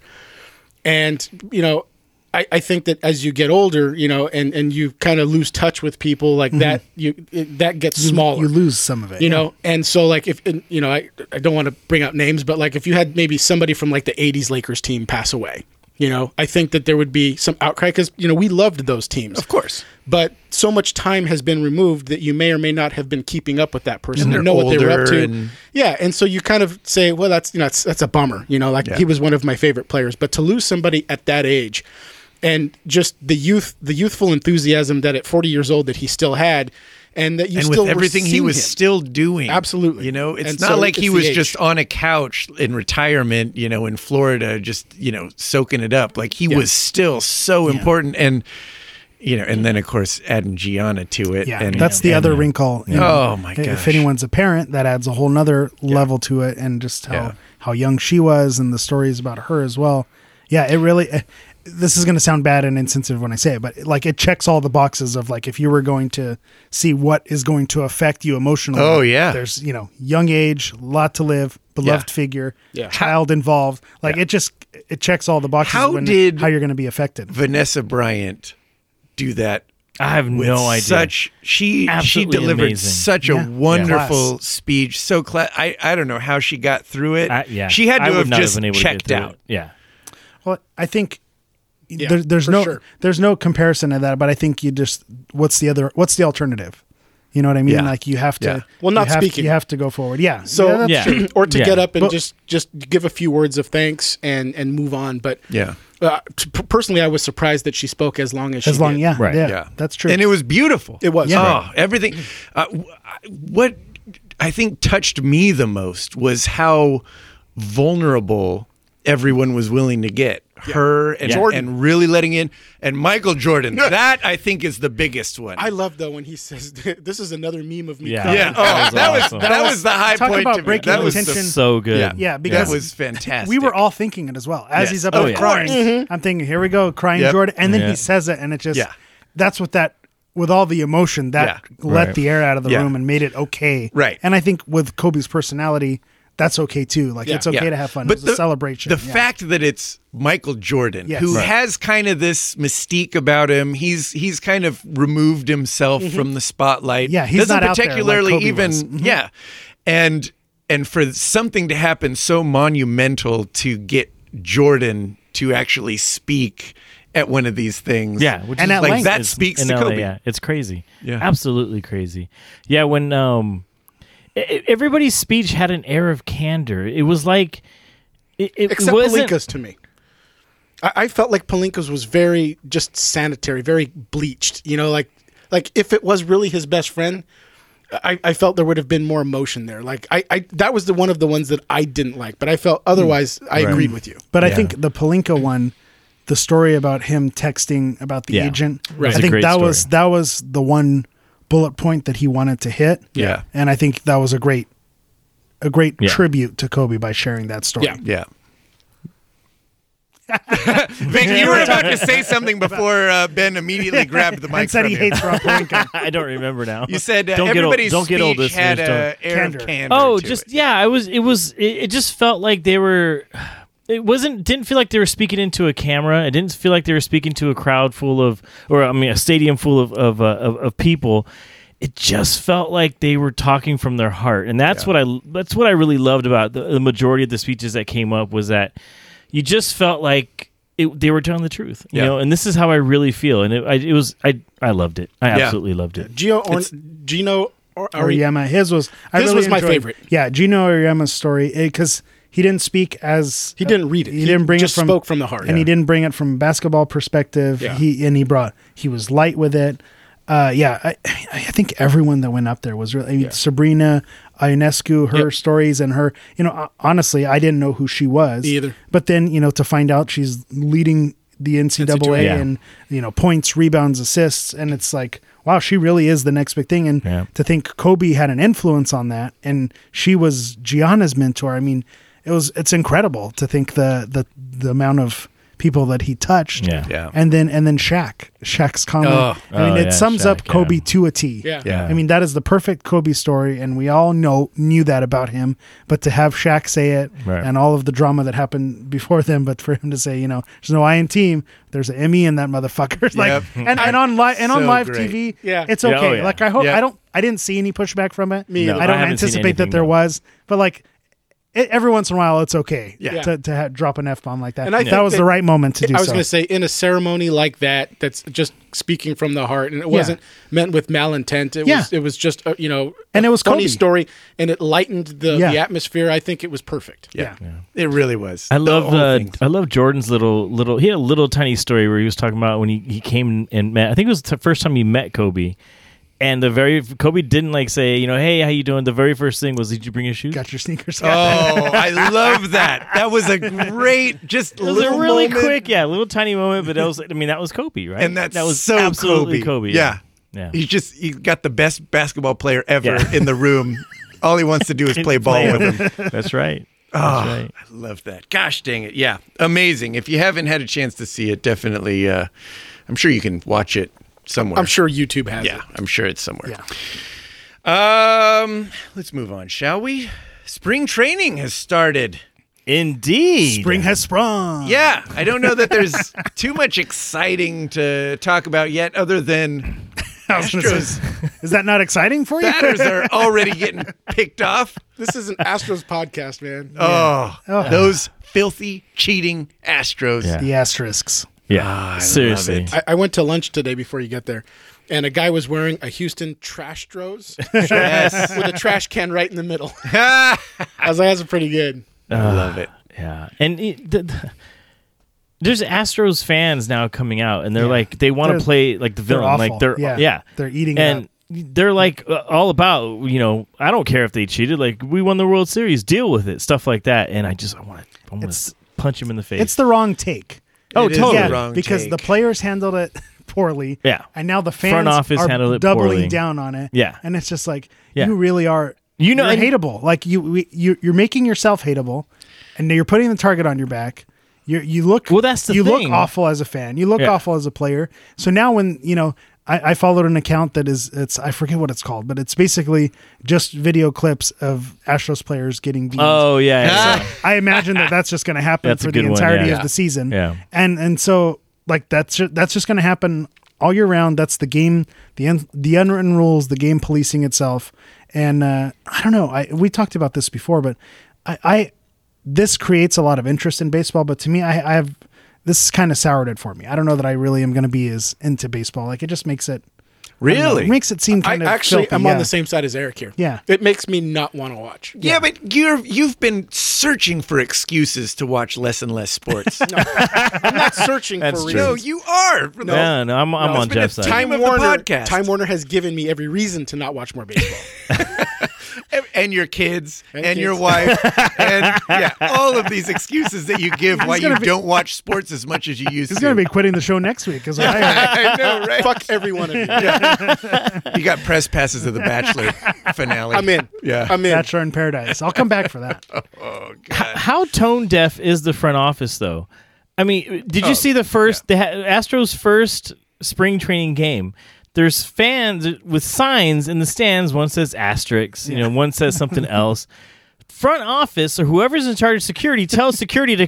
Speaker 3: And you know, I, I think that as you get older, you know, and and you kind of lose touch with people like that. You it, that gets smaller
Speaker 4: Mm-hmm. You lose some of it.
Speaker 3: you know and so like if and, you know I, I don't want to bring up names but like if you had maybe somebody from like the 80s lakers team pass away you know i think that there would be some outcry because you know we loved those teams
Speaker 1: of course
Speaker 3: but so much time has been removed that you may or may not have been keeping up with that person
Speaker 1: they're
Speaker 3: or know what they were up
Speaker 1: older
Speaker 3: to
Speaker 1: and-
Speaker 3: yeah and so you kind of say well that's you know that's, that's a bummer you know like he was one of my favorite players but to lose somebody at that age and just the youth the youthful enthusiasm that at 40 years old that he still had and that you
Speaker 1: and
Speaker 3: still
Speaker 1: with
Speaker 3: were
Speaker 1: everything he
Speaker 3: seeing
Speaker 1: was
Speaker 3: him.
Speaker 1: still doing.
Speaker 3: Absolutely.
Speaker 1: You know, it's
Speaker 3: And
Speaker 1: not
Speaker 3: so
Speaker 1: like he
Speaker 3: it's the
Speaker 1: was
Speaker 3: age.
Speaker 1: just on a couch in retirement, you know, in Florida, just, you know, soaking it up. Like he was still so important. And, you know, and then of course adding Gianna to it.
Speaker 4: Yeah,
Speaker 1: And
Speaker 4: that's the
Speaker 1: and-
Speaker 4: other wrinkle. you
Speaker 1: Oh, my
Speaker 4: If
Speaker 1: gosh.
Speaker 4: anyone's a parent, that adds a whole nother level to it, and just how
Speaker 1: Yeah.
Speaker 4: how young she was, and the stories about her as well. Yeah, it really. eh, This is going to sound bad and insensitive when I say it, but like it checks all the boxes of like if you were going to see what is going to affect you emotionally.
Speaker 1: Oh, yeah.
Speaker 4: there's you know young age, lot to live, beloved
Speaker 1: Yeah.
Speaker 4: figure,
Speaker 3: Yeah.
Speaker 4: child involved. Like it just it checks all the boxes.
Speaker 1: How
Speaker 4: when-
Speaker 1: did-
Speaker 4: how you're going to be affected?
Speaker 1: Vanessa Bryant do that.
Speaker 2: I have
Speaker 1: with
Speaker 2: no idea.
Speaker 1: Such she
Speaker 2: Absolutely
Speaker 1: she delivered
Speaker 2: amazing.
Speaker 1: such
Speaker 4: Yeah.
Speaker 1: a wonderful
Speaker 4: Class.
Speaker 1: speech. So cla I I don't know how she got through it.
Speaker 2: I, yeah.
Speaker 1: She had to
Speaker 2: I would
Speaker 1: have
Speaker 2: not
Speaker 1: just
Speaker 2: been able
Speaker 1: checked
Speaker 2: to get through
Speaker 1: out.
Speaker 2: It. Yeah.
Speaker 4: Well, I think there, there's
Speaker 3: for
Speaker 4: no
Speaker 3: sure.
Speaker 4: there's no comparison to that, but I think you just what's the other what's the alternative? You know what I mean?
Speaker 1: Yeah.
Speaker 4: Like you have to.
Speaker 1: Yeah.
Speaker 3: Well,
Speaker 4: you
Speaker 3: not
Speaker 4: have-
Speaker 3: speaking.
Speaker 4: You have to go forward. Yeah.
Speaker 3: So
Speaker 4: that's
Speaker 2: Yeah.
Speaker 4: true.
Speaker 3: or to
Speaker 2: Yeah.
Speaker 3: get up and
Speaker 4: But-
Speaker 3: just just give a few words of thanks and and move on. But
Speaker 1: Yeah.
Speaker 3: uh, t- p- personally, I was surprised that she spoke as long as she
Speaker 4: as long,
Speaker 3: did.
Speaker 4: yeah,
Speaker 2: Right.
Speaker 4: yeah,
Speaker 1: Yeah,
Speaker 4: that's true.
Speaker 1: And it was beautiful.
Speaker 3: It was,
Speaker 1: Yeah,
Speaker 3: right.
Speaker 1: everything. Uh, w- I- what I think touched me the most was how vulnerable everyone was willing to get her and,
Speaker 3: Jordan.
Speaker 1: and really letting in and Michael Jordan. that I think is the biggest one.
Speaker 3: I love though when he says, "This is another meme of me."
Speaker 2: Yeah.
Speaker 3: crying."
Speaker 1: yeah, oh,
Speaker 2: That
Speaker 1: that
Speaker 2: was
Speaker 1: was that was,
Speaker 2: awesome.
Speaker 1: the high
Speaker 4: Talk
Speaker 1: point.
Speaker 4: about
Speaker 1: to me.
Speaker 4: breaking
Speaker 1: that was
Speaker 4: tension.
Speaker 1: so-
Speaker 2: so good.
Speaker 1: Yeah,
Speaker 4: Yeah, because-
Speaker 1: that was fantastic.
Speaker 4: we were all thinking it as well. As
Speaker 1: Yes.
Speaker 4: he's up
Speaker 1: Oh,
Speaker 4: there
Speaker 1: yeah.
Speaker 4: crying, I'm thinking, here we go, crying
Speaker 1: Yep.
Speaker 4: Jordan, and then
Speaker 2: Mm-hmm. Yeah.
Speaker 4: he says it, and it just
Speaker 1: Yeah.
Speaker 4: that's what that with all the emotion that
Speaker 1: Yeah.
Speaker 4: let
Speaker 2: Right.
Speaker 4: the air out of the
Speaker 1: Yeah.
Speaker 4: room and made it okay.
Speaker 1: Right.
Speaker 4: And I think with Kobe's personality, that's okay too. Like
Speaker 3: Yeah.
Speaker 4: it's okay
Speaker 1: Yeah.
Speaker 4: to have fun.
Speaker 1: But
Speaker 4: But it's a celebration.
Speaker 1: The
Speaker 4: Yeah.
Speaker 1: fact that it's Michael Jordan,
Speaker 4: Yes.
Speaker 1: who
Speaker 4: Right.
Speaker 1: has kind of this mystique about him, he's he's kind of removed himself from the spotlight.
Speaker 4: Mm-hmm. Yeah, he's
Speaker 1: doesn't
Speaker 4: not out there like
Speaker 1: particularly
Speaker 4: Kobe
Speaker 1: even
Speaker 4: was. Mm-hmm.
Speaker 1: yeah, and and for something to happen so monumental to get Jordan to actually speak at one of these things,
Speaker 2: Yeah, which
Speaker 4: And
Speaker 2: is
Speaker 4: at
Speaker 1: like
Speaker 4: length.
Speaker 1: that
Speaker 2: is
Speaker 1: speaks
Speaker 2: in
Speaker 1: to
Speaker 2: LA,
Speaker 1: Kobe.
Speaker 2: Yeah, it's crazy.
Speaker 1: Yeah.
Speaker 2: absolutely crazy. Yeah, when um, e- e- everybody's speech had an air of candor. It was like it, it
Speaker 3: except
Speaker 2: wasn't.
Speaker 3: Palinka's to me. I, I felt like Palinka's was very just sanitary, very bleached. You know, like like if it was really his best friend, I, I felt there would have been more emotion there. Like I, I that was the one of the ones that I didn't like, but I felt otherwise I agreed with you.
Speaker 4: But I think the Palinka one, the story about him texting about the
Speaker 2: Yeah.
Speaker 4: agent,
Speaker 2: Right. It's
Speaker 4: I
Speaker 2: a
Speaker 4: think
Speaker 2: great
Speaker 4: that was
Speaker 2: story.
Speaker 4: that was the one bullet point that he wanted to hit.
Speaker 1: Yeah.
Speaker 4: And I think that was a great a great
Speaker 2: Yeah.
Speaker 4: tribute to Kobe by sharing that story.
Speaker 3: Yeah.
Speaker 1: yeah. Vic, you were about to say something before uh, Ben immediately grabbed the mic
Speaker 4: and said
Speaker 1: from
Speaker 4: he
Speaker 1: you.
Speaker 4: hates Rob Palinka.
Speaker 2: I don't remember now.
Speaker 1: You said uh,
Speaker 2: don't get old.
Speaker 1: everybody's
Speaker 2: Don't get old.
Speaker 1: speech had
Speaker 2: listeners, don't.
Speaker 1: a air of
Speaker 4: Candor.
Speaker 1: candor.
Speaker 2: Oh,
Speaker 1: to
Speaker 2: just
Speaker 1: it.
Speaker 2: yeah. I was. It was. It, it just felt like they were. It wasn't. Didn't feel like they were speaking into a camera. It didn't feel like they were speaking to a crowd full of, or I mean, a stadium full of of uh, of, of people. It just felt like they were talking from their heart, and that's what I. That's what I really loved about the, the majority of the speeches that came up was that you just felt like. It, they were telling the truth, you
Speaker 1: Yeah.
Speaker 2: know, and this is how I really feel, and it, I, it was I I loved it. I
Speaker 1: Yeah.
Speaker 2: absolutely loved it.
Speaker 3: Gio or, Gino or,
Speaker 4: Oh, Oriyama, his was I
Speaker 3: His
Speaker 4: really
Speaker 3: was my
Speaker 4: enjoyed-
Speaker 3: favorite.
Speaker 4: Yeah, Gino Oriyama's story because he didn't speak as
Speaker 3: He didn't read it.
Speaker 4: He, didn't bring
Speaker 3: just
Speaker 4: it from
Speaker 3: spoke from the heart.
Speaker 4: and he didn't bring it from a basketball perspective.
Speaker 3: Yeah.
Speaker 4: He and he brought he was light with it. Uh, yeah, I, I think everyone that went up there was really I mean, Sabrina Ionescu, her
Speaker 3: Yep.
Speaker 4: stories and her. You know, uh, honestly, I didn't know who she was
Speaker 3: Me either.
Speaker 4: But then you know to find out she's leading the NCAA
Speaker 2: Yeah.
Speaker 4: and you know points, rebounds, assists, and it's like wow, she really is the next big thing. And
Speaker 2: Yeah.
Speaker 4: to think Kobe had an influence on that, and she was Gianna's mentor. I mean, it was it's incredible to think the the the amount of people that he touched.
Speaker 2: Yeah.
Speaker 1: Yeah.
Speaker 4: And then and then Shaq, Shaq's comment.
Speaker 1: Oh.
Speaker 4: I mean,
Speaker 2: Oh,
Speaker 4: it
Speaker 2: yeah,
Speaker 4: sums up
Speaker 2: Shaq,
Speaker 4: Kobe
Speaker 2: yeah.
Speaker 4: to a T.
Speaker 3: Yeah.
Speaker 1: Yeah.
Speaker 4: I mean, that is the perfect Kobe story, and we all know knew that about him. But to have Shaq say it,
Speaker 2: Right.
Speaker 4: and all of the drama that happened before them, but for him to say, you know, there's no I in team, there's an Emmy in that motherfucker, like,
Speaker 1: Yep.
Speaker 4: and, and on live and on
Speaker 1: So
Speaker 4: live
Speaker 1: great.
Speaker 4: TV,
Speaker 3: Yeah.
Speaker 4: it's
Speaker 2: Yeah,
Speaker 4: okay.
Speaker 2: oh, yeah.
Speaker 4: Like I hope
Speaker 1: Yeah.
Speaker 4: I don't, I didn't see any pushback from it.
Speaker 3: Me No, either.
Speaker 4: I don't
Speaker 2: I haven't seen
Speaker 4: anticipate that
Speaker 2: anything,
Speaker 4: there
Speaker 2: no.
Speaker 4: was, but like. It, every once in a while, it's okay
Speaker 1: Yeah.
Speaker 4: to, to ha- drop an f bomb like that.
Speaker 3: And I
Speaker 4: that
Speaker 3: think
Speaker 4: was
Speaker 3: that-
Speaker 4: the right moment to do
Speaker 3: I was
Speaker 4: so.
Speaker 3: going to say in a ceremony like that, that's just speaking from the heart, and it wasn't meant with malintent. It
Speaker 4: Yeah.
Speaker 3: was it was just uh, you know,
Speaker 4: And
Speaker 3: a
Speaker 4: it was
Speaker 3: funny
Speaker 4: Kobe.
Speaker 3: story, and it lightened the,
Speaker 4: Yeah.
Speaker 3: the atmosphere. I think it was perfect.
Speaker 1: yeah. It really was.
Speaker 2: I
Speaker 1: The
Speaker 2: love
Speaker 1: whole
Speaker 2: uh,
Speaker 1: thing.
Speaker 2: I love Jordan's little little. He had a little tiny story where he was talking about when he, he came and met. I think it was the first time he met Kobe, and the very Kobe didn't like say you know hey how you doing. The very first thing was did you bring your shoes?
Speaker 4: Got your sneakers.
Speaker 1: Oh, I love that. That was a great, just
Speaker 2: It was
Speaker 1: little
Speaker 2: a really
Speaker 1: moment.
Speaker 2: quick, yeah, little tiny moment, but that was I mean that was Kobe, right?
Speaker 1: and that's
Speaker 2: that was
Speaker 1: so
Speaker 2: absolutely Kobe.
Speaker 1: Yeah.
Speaker 2: yeah.
Speaker 1: He's just he got the best basketball player ever
Speaker 2: Yeah.
Speaker 1: in the room. All he wants to do is play ball with him.
Speaker 2: That's right.
Speaker 1: Ah,
Speaker 2: That's right.
Speaker 1: I love that. Gosh dang it. Yeah. Amazing. If you haven't had a chance to see it, definitely uh I'm sure you can watch it somewhere.
Speaker 3: I'm sure YouTube has
Speaker 1: Yeah,
Speaker 3: it.
Speaker 1: I'm sure it's somewhere. Yeah. Um let's move on, shall we? Spring training has started.
Speaker 2: Indeed,
Speaker 4: Spring has sprung.
Speaker 1: Yeah, I don't know that there's too much exciting to talk about yet, other than
Speaker 4: I was gonna
Speaker 1: Astros
Speaker 4: say, is that not exciting for you?
Speaker 1: batters are already getting picked off.
Speaker 3: This is an Astros podcast, man.
Speaker 1: Oh, those filthy, cheating Astros. Ah,
Speaker 2: Yeah.
Speaker 4: the asterisks.
Speaker 2: Yeah,
Speaker 1: I love
Speaker 2: seriously.
Speaker 1: it.
Speaker 3: I, I went to lunch today before you got there, and a guy was wearing a Houston Trash Stros
Speaker 1: Yes.
Speaker 3: with a trash can right in the middle.
Speaker 1: I
Speaker 3: I was like, that's pretty good.
Speaker 1: love it.
Speaker 2: Yeah, and it, the, the- there's Astros fans now coming out, and they're like they want
Speaker 4: They're-
Speaker 2: to play like the
Speaker 4: they're
Speaker 2: villain, like
Speaker 4: awful.
Speaker 2: they're
Speaker 4: Yeah.
Speaker 2: yeah,
Speaker 4: They're eating it
Speaker 2: and
Speaker 4: up.
Speaker 2: they're like uh, all about you know I don't care if they cheated, like we won the World Series, deal with it, stuff like that, and I just I want to I want
Speaker 4: It's-
Speaker 2: to punch him in the face.
Speaker 4: It's the wrong take.
Speaker 2: oh
Speaker 1: it is
Speaker 2: totally
Speaker 1: the
Speaker 4: yeah,
Speaker 1: wrong
Speaker 4: because the
Speaker 1: take.
Speaker 4: players handled it poorly.
Speaker 2: Yeah.
Speaker 4: and now the fans
Speaker 2: Front office
Speaker 4: are
Speaker 2: handled it
Speaker 4: doubling
Speaker 2: poorly.
Speaker 4: down on it.
Speaker 2: Yeah.
Speaker 4: and it's just like
Speaker 2: Yeah.
Speaker 4: you really are.
Speaker 2: You know-
Speaker 4: you're
Speaker 2: and-
Speaker 4: hateable. Like you, we, you, you're making yourself hateable, and you're putting the target on your back. You, you look
Speaker 2: Well, that's the
Speaker 4: you look
Speaker 2: thing.
Speaker 4: awful as a fan. You look
Speaker 2: Yeah.
Speaker 4: awful as a player. So now when you know. I, I followed an account that is it's I forget what it's called, but it's basically just video clips of Astros players getting beat.
Speaker 2: oh yeah, yeah, yeah.
Speaker 4: I imagine that that's just going to happen
Speaker 2: That's a
Speaker 4: for the
Speaker 2: good one,
Speaker 4: entirety
Speaker 2: yeah.
Speaker 4: of the season.
Speaker 2: Yeah.
Speaker 4: And and so like that's ju- that's just going to happen all year round. That's the game, the un, the unwritten rules, the game policing itself. And uh, I don't know. I we talked about this before, but I, I this creates a lot of interest in baseball. But to me, I, I have this kind of soured it for me. I don't know that I really am going to be as into baseball. Like it just makes it I don't know,
Speaker 1: Really?
Speaker 4: it makes it seem kind
Speaker 3: I
Speaker 4: of
Speaker 3: actually,
Speaker 4: filthy,
Speaker 3: I'm
Speaker 4: yeah.
Speaker 3: on the same side as Eric here.
Speaker 4: Yeah.
Speaker 3: It makes me not want to watch.
Speaker 1: Yeah, but you're you've been searching for excuses to watch less and less sports.
Speaker 3: I'm not searching
Speaker 2: That's
Speaker 3: for
Speaker 2: true.
Speaker 1: no,
Speaker 3: reasons.
Speaker 1: you are. No,
Speaker 2: no, no, I'm I'm
Speaker 1: it's
Speaker 2: on
Speaker 1: been a
Speaker 2: Jeff's side.
Speaker 1: time-
Speaker 3: Time
Speaker 1: of the
Speaker 3: Warner,
Speaker 1: podcast.
Speaker 3: Time Warner has given me every reason to not watch more baseball.
Speaker 1: and, and your kids and,
Speaker 3: And
Speaker 1: your
Speaker 3: kids.
Speaker 1: wife and yeah, all of these excuses that you give why you
Speaker 4: gonna be-
Speaker 1: don't watch sports as much as you used
Speaker 4: He's
Speaker 1: to.
Speaker 4: going to be quitting the show next week because
Speaker 1: I know, right?
Speaker 3: Fuck every one of you.
Speaker 1: You got press passes of the Bachelor finale.
Speaker 3: I'm in.
Speaker 1: Yeah.
Speaker 3: I'm in.
Speaker 4: Bachelor in Paradise. I'll come back for that.
Speaker 1: oh god.
Speaker 2: How tone deaf is the front office, though? I mean, did you see the first the the Astros' first spring training game? There's fans with signs in the stands. One says asterisks, you know. One says something else. Front office or whoever's in charge of security tells security to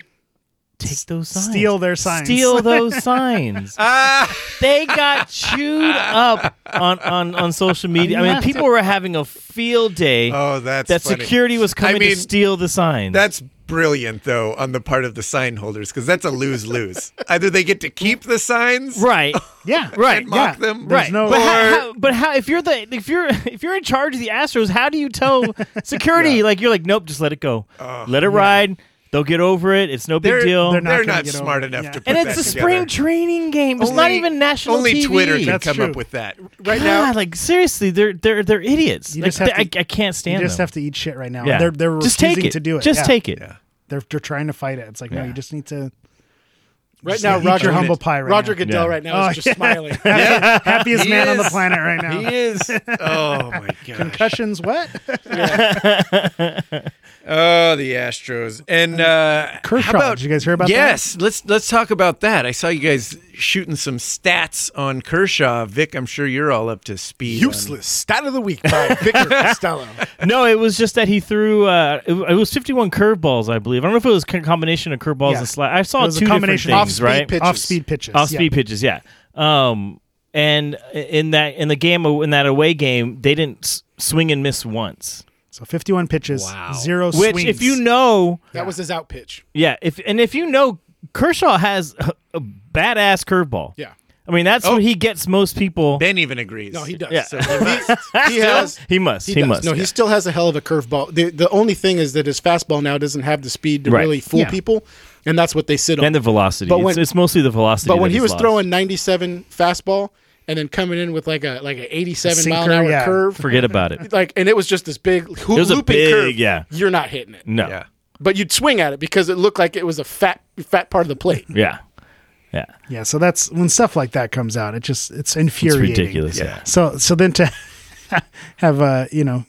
Speaker 2: take those signs,
Speaker 4: steal their signs.
Speaker 2: steal those signs. they got chewed up on on on social media. I mean, people were having a field day.
Speaker 1: Oh, that's
Speaker 2: that
Speaker 1: funny.
Speaker 2: security was coming
Speaker 1: mean,
Speaker 2: to steal the signs.
Speaker 1: That's brilliant though on the part of the sign holders because that's a lose lose. Either they get to keep the signs
Speaker 2: right.
Speaker 4: Yeah.
Speaker 2: Right,
Speaker 1: and mock
Speaker 4: yeah.
Speaker 1: them.
Speaker 4: There's
Speaker 2: right.
Speaker 4: no-
Speaker 2: but,
Speaker 1: Or-
Speaker 2: how, how- but how if you're the if you're if you're in charge of the Astros, how do you tell security like you're like nope, just let it go, let it ride. They'll get over it. It's no big
Speaker 1: They're,
Speaker 2: deal.
Speaker 1: they're
Speaker 4: They're
Speaker 1: not,
Speaker 4: not gonna get
Speaker 1: smart
Speaker 4: over it.
Speaker 1: enough
Speaker 4: Yeah.
Speaker 1: to put
Speaker 2: and it's
Speaker 1: that
Speaker 2: a
Speaker 1: together.
Speaker 2: spring training game. It's not
Speaker 1: Only-
Speaker 2: even national.
Speaker 1: Only
Speaker 2: TV.
Speaker 1: Twitter can
Speaker 4: That's
Speaker 1: come
Speaker 4: true.
Speaker 1: up with that.
Speaker 3: Right now,
Speaker 2: God, like seriously, they're they're they're idiots.
Speaker 4: You
Speaker 2: Like,
Speaker 4: just have
Speaker 2: they- I,
Speaker 4: to-
Speaker 2: I can't
Speaker 4: You
Speaker 2: stand
Speaker 4: just
Speaker 2: them.
Speaker 4: have to eat shit right now.
Speaker 2: yeah.
Speaker 4: They're they're
Speaker 2: just
Speaker 4: refusing
Speaker 2: take it.
Speaker 4: to do it.
Speaker 2: Just
Speaker 4: Yeah.
Speaker 2: take it.
Speaker 4: They're they're trying to fight it. It's like no, you just need to
Speaker 3: right now,
Speaker 4: eat your
Speaker 3: Roger
Speaker 4: humble pie right
Speaker 3: Roger
Speaker 4: now.
Speaker 3: Goodell
Speaker 2: Yeah.
Speaker 3: right now
Speaker 4: Oh,
Speaker 3: is just
Speaker 4: yeah.
Speaker 3: smiling.
Speaker 4: happiest
Speaker 1: He
Speaker 4: man on the
Speaker 1: is.
Speaker 4: planet right now.
Speaker 1: He is. Oh my god.
Speaker 4: Concussions, what?
Speaker 1: Oh, the Astros. And uh
Speaker 4: Kershaw,
Speaker 1: how about
Speaker 4: did you guys hear about that?
Speaker 1: Yes, let's let's talk about that. I saw you guys shooting some stats on Kershaw. Vic, I'm sure you're all up to speed. on-
Speaker 3: Useless. Stat of the week by Victor Costello.
Speaker 2: No, it was just that he threw. Uh, it, it was fifty-one curveballs, I believe. I don't know if it was a combination of curveballs
Speaker 4: Yeah.
Speaker 2: and slide. I saw
Speaker 4: It was a
Speaker 2: two
Speaker 4: combination of
Speaker 2: different things,
Speaker 3: off-speed
Speaker 2: right?
Speaker 3: pitches.
Speaker 4: Off speed pitches.
Speaker 2: off speed pitches yeah um and in that in the game uh, in that away game they didn't s- swing and miss once
Speaker 4: Yeah. So fifty one pitches,
Speaker 1: Wow.
Speaker 4: zero
Speaker 2: which
Speaker 4: swings.
Speaker 2: if you know
Speaker 3: That was his out pitch.
Speaker 2: yeah if and if you know kershaw has a, a badass curveball
Speaker 3: Yeah.
Speaker 2: i mean that's what he gets most people
Speaker 1: Ben even agrees.
Speaker 3: No, he does.
Speaker 2: Yeah.
Speaker 3: So he, he has.
Speaker 2: he must he,
Speaker 3: does.
Speaker 2: must
Speaker 3: No, he still has a hell of a curveball. The the only thing is that his fastball now doesn't have the speed to
Speaker 2: Right.
Speaker 3: really fool
Speaker 4: Yeah.
Speaker 3: people, and that's what they sit on.
Speaker 2: and the velocity
Speaker 3: But
Speaker 2: it's,
Speaker 3: when-
Speaker 2: it's mostly the velocity
Speaker 3: but when
Speaker 2: that
Speaker 3: he
Speaker 2: he's
Speaker 3: was
Speaker 2: lost.
Speaker 3: throwing 97 fastball and then coming in with like a like an 87 mile an
Speaker 4: Sinker,
Speaker 3: hour
Speaker 4: yeah.
Speaker 3: curve,
Speaker 2: forget about it
Speaker 3: like, and it was just this big hoo-
Speaker 2: It was a
Speaker 3: looping
Speaker 2: big-
Speaker 3: curve.
Speaker 2: yeah.
Speaker 3: you're not hitting it.
Speaker 2: no
Speaker 1: Yeah.
Speaker 3: But you'd swing at it because it looked like it was a fat fat part of the plate.
Speaker 2: yeah, yeah.
Speaker 4: Yeah, so that's when stuff like that comes out. It just it's
Speaker 2: it's
Speaker 4: infuriating.
Speaker 2: ridiculous
Speaker 1: Yeah.
Speaker 4: So so then to have uh, you know,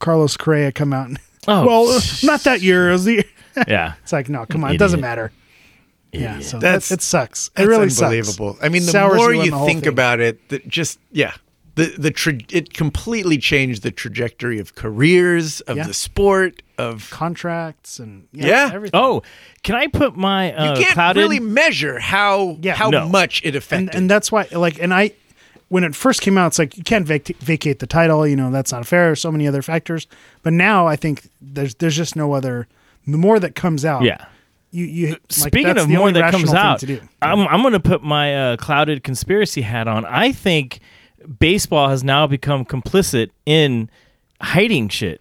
Speaker 4: Carlos Correa come out and
Speaker 2: Oh,
Speaker 4: well, uh, not that year. It was the
Speaker 2: yeah, yeah.
Speaker 4: It's like, no, come on, it doesn't
Speaker 2: Idiot.
Speaker 4: matter. Yeah, so
Speaker 1: That's-
Speaker 4: that's, it sucks. It
Speaker 1: That's
Speaker 4: really
Speaker 1: unbelievable.
Speaker 4: Sucks.
Speaker 1: I mean, the
Speaker 4: Sours
Speaker 1: more
Speaker 4: on
Speaker 1: you
Speaker 4: the whole
Speaker 1: think
Speaker 4: thing.
Speaker 1: about it, that just yeah, the the tra- it completely changed the trajectory of careers of
Speaker 4: Yeah.
Speaker 1: the sport of.
Speaker 4: contracts and yeah,
Speaker 1: Yeah.
Speaker 4: everything.
Speaker 2: Oh, can I put my
Speaker 1: You
Speaker 2: uh,
Speaker 1: can't
Speaker 2: clouded?
Speaker 1: really measure how
Speaker 4: Yeah.
Speaker 1: how
Speaker 2: No.
Speaker 1: much it affected.
Speaker 4: and and that's why like and I when it first came out, it's like you can't vac- vacate the title. You know that's not fair. So many other factors. But now I think there's there's just no other. The more that comes out,
Speaker 2: Yeah.
Speaker 4: You you like,
Speaker 2: Speaking
Speaker 4: that's
Speaker 2: of
Speaker 4: the
Speaker 2: more
Speaker 4: only
Speaker 2: that comes
Speaker 4: rational thing
Speaker 2: out,
Speaker 4: to do.
Speaker 2: I'm, I'm going to put my uh, clouded conspiracy hat on. I think baseball has now become complicit in hiding shit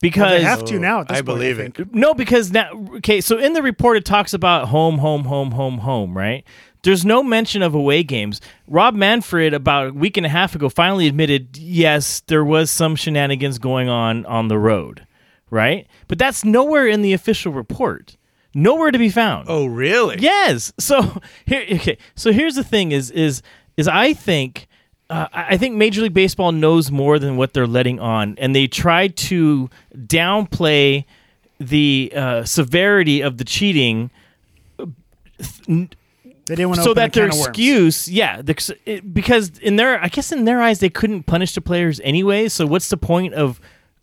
Speaker 2: because
Speaker 4: they have to now. At this
Speaker 1: Oh, I
Speaker 4: point,
Speaker 1: believe
Speaker 4: think.
Speaker 1: it.
Speaker 2: no, because now, okay, so in the report it talks about home, home, home, home, home, right? There's no mention of away games. Rob Manfred, about a week and a half ago, finally admitted, yes, there was some shenanigans going on on the road, right? But that's nowhere in the official report. Nowhere to be found.
Speaker 1: Oh, really?
Speaker 2: Yes. So here, okay. So here's the thing: is is is I think uh, I I think Major League Baseball knows more than what they're letting on, and they try to downplay the uh, severity of the cheating
Speaker 4: They didn't want to
Speaker 2: so
Speaker 4: open
Speaker 2: that
Speaker 4: a
Speaker 2: their
Speaker 4: can of worms.
Speaker 2: excuse, yeah, the, it, because in their, I guess in their eyes, they couldn't punish the players anyway. So what's the point of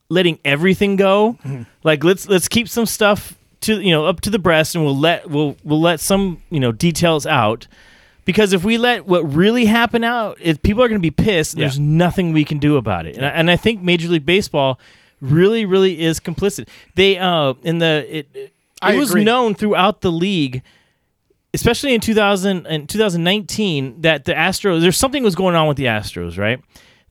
Speaker 2: letting everything go?
Speaker 4: Mm-hmm.
Speaker 2: Like let's let's keep some stuff to you know up to the breast, and we'll let we'll we'll let some you know details out. Because if we let what really happened out, it, people are going to be pissed. And
Speaker 1: Yeah.
Speaker 2: There's nothing we can do about it, and I, and I think Major League Baseball really, really is complicit. They uh in the it, it
Speaker 3: I
Speaker 2: was
Speaker 3: agree.
Speaker 2: known throughout the league especially in 2000 and 2019 that the Astros there's something was going on with the Astros, right?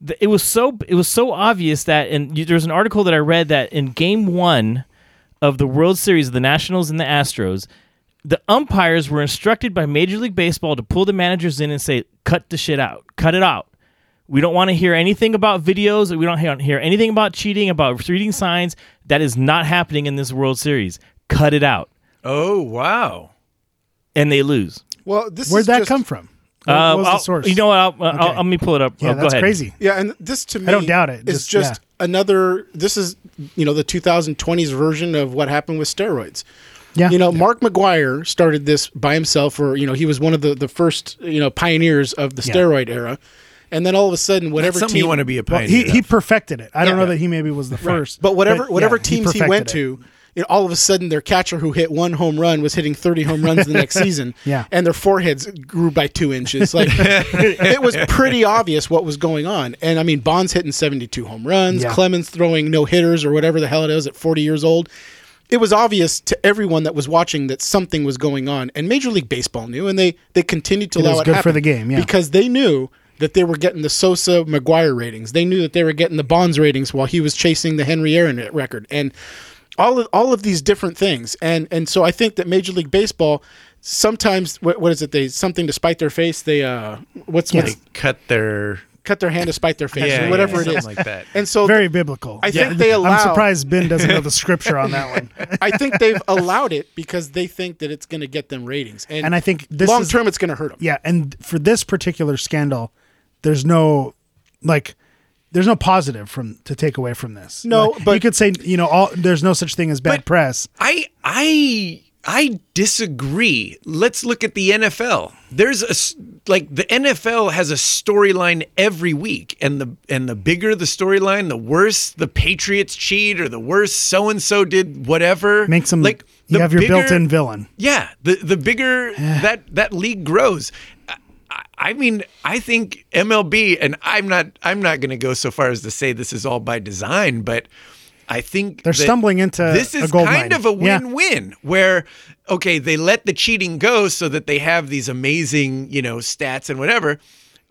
Speaker 2: The- It was so it was so obvious that and you, there's an article that I read that in game 1 of the World Series of the Nationals and the Astros, the umpires were instructed by Major League Baseball to pull the managers in and say cut the shit out. Cut it out. We don't want to hear anything about videos. We don't hear- hear anything about cheating, about reading signs. That is not happening in this World Series. Cut it out.
Speaker 1: Oh, wow.
Speaker 2: And they lose.
Speaker 3: Well, this
Speaker 4: Where'd
Speaker 3: is
Speaker 4: that
Speaker 3: just-
Speaker 4: come from? What
Speaker 2: Uh,
Speaker 4: was
Speaker 2: I'll-
Speaker 4: the source?
Speaker 2: You know what? I'll, I'll, I'll-
Speaker 4: Okay.
Speaker 2: let me pull it up.
Speaker 4: yeah,
Speaker 2: Oh, go
Speaker 4: that's
Speaker 2: ahead.
Speaker 4: crazy.
Speaker 3: Yeah, and this to me,
Speaker 4: don't doubt it,
Speaker 3: It's
Speaker 4: just-
Speaker 3: just
Speaker 4: yeah.
Speaker 3: another. This is you know the 2020s version of what happened with steroids.
Speaker 4: Yeah,
Speaker 3: You know, Mark McGuire started this by himself, or you know, he was one of the the first you know pioneers of the steroid era, and then all of a sudden,
Speaker 1: That's
Speaker 3: whatever
Speaker 1: something
Speaker 3: team
Speaker 1: you want to be a
Speaker 4: Well,
Speaker 1: pioneer.
Speaker 4: he, he
Speaker 1: of.
Speaker 4: perfected it. I don't
Speaker 3: Yeah.
Speaker 4: know that he maybe was the first,
Speaker 3: But whatever
Speaker 4: yeah,
Speaker 3: whatever teams he, went
Speaker 4: perfected it.
Speaker 3: to, you know, all of a sudden their catcher who hit one home run was hitting 30 home runs the next season.
Speaker 4: Yeah.
Speaker 3: And their foreheads grew by two inches. Like it was pretty obvious what was going on. And I mean, Bonds hitting 72 home runs,
Speaker 4: Yeah.
Speaker 3: Clemens throwing no hitters or whatever the hell it is at 40 years old. It was obvious to everyone that was watching that something was going on, and Major League Baseball knew, and they they continued to
Speaker 4: It
Speaker 3: allow
Speaker 4: was
Speaker 3: it
Speaker 4: good for
Speaker 3: happen
Speaker 4: the game, yeah.
Speaker 3: because because they knew that they were getting the Sosa McGuire ratings. They knew that they were getting the Bonds ratings while he was chasing the Henry Aaron record and all of, all of these different things. And and so I think that Major League Baseball sometimes what, what is it they something to spite their face they uh what's
Speaker 1: They
Speaker 3: what's
Speaker 1: cut their.
Speaker 3: cut their hand to spite their face
Speaker 1: Yeah,
Speaker 3: or whatever
Speaker 1: yeah,
Speaker 3: it
Speaker 1: something
Speaker 3: is
Speaker 1: like that.
Speaker 3: And so
Speaker 4: Very biblical.
Speaker 3: I think they allow
Speaker 4: I'm surprised Ben doesn't know the scripture on that one.
Speaker 3: I think they've allowed it because they think that it's going to get them ratings. And,
Speaker 4: And I think this
Speaker 3: long
Speaker 4: is-
Speaker 3: term it's going to hurt them.
Speaker 4: Yeah, and for this particular scandal, there's no like there's no positive from to take away from this.
Speaker 3: No,
Speaker 4: Like,
Speaker 3: but-
Speaker 4: you could say you know all there's no such thing as bad press.
Speaker 1: I I I disagree. Let's look at the NFL. There's a s- like the NFL has a storyline every week, and the and the bigger the storyline, the worse the Patriots cheat or the worse so and so did whatever.
Speaker 4: Makes them
Speaker 1: like
Speaker 4: you
Speaker 1: the
Speaker 4: have your
Speaker 1: bigger-
Speaker 4: built-in villain.
Speaker 1: Yeah, the the bigger that that league grows. I- I- I mean, I think MLB, and I'm not I'm not going to go so far as to say this is all by design, but I think
Speaker 4: They're
Speaker 1: that
Speaker 4: stumbling into
Speaker 1: this
Speaker 4: a
Speaker 1: is
Speaker 4: gold
Speaker 1: kind
Speaker 4: mine.
Speaker 1: of a
Speaker 4: Yeah.
Speaker 1: win-win where okay they let the cheating go so that they have these amazing you know stats and whatever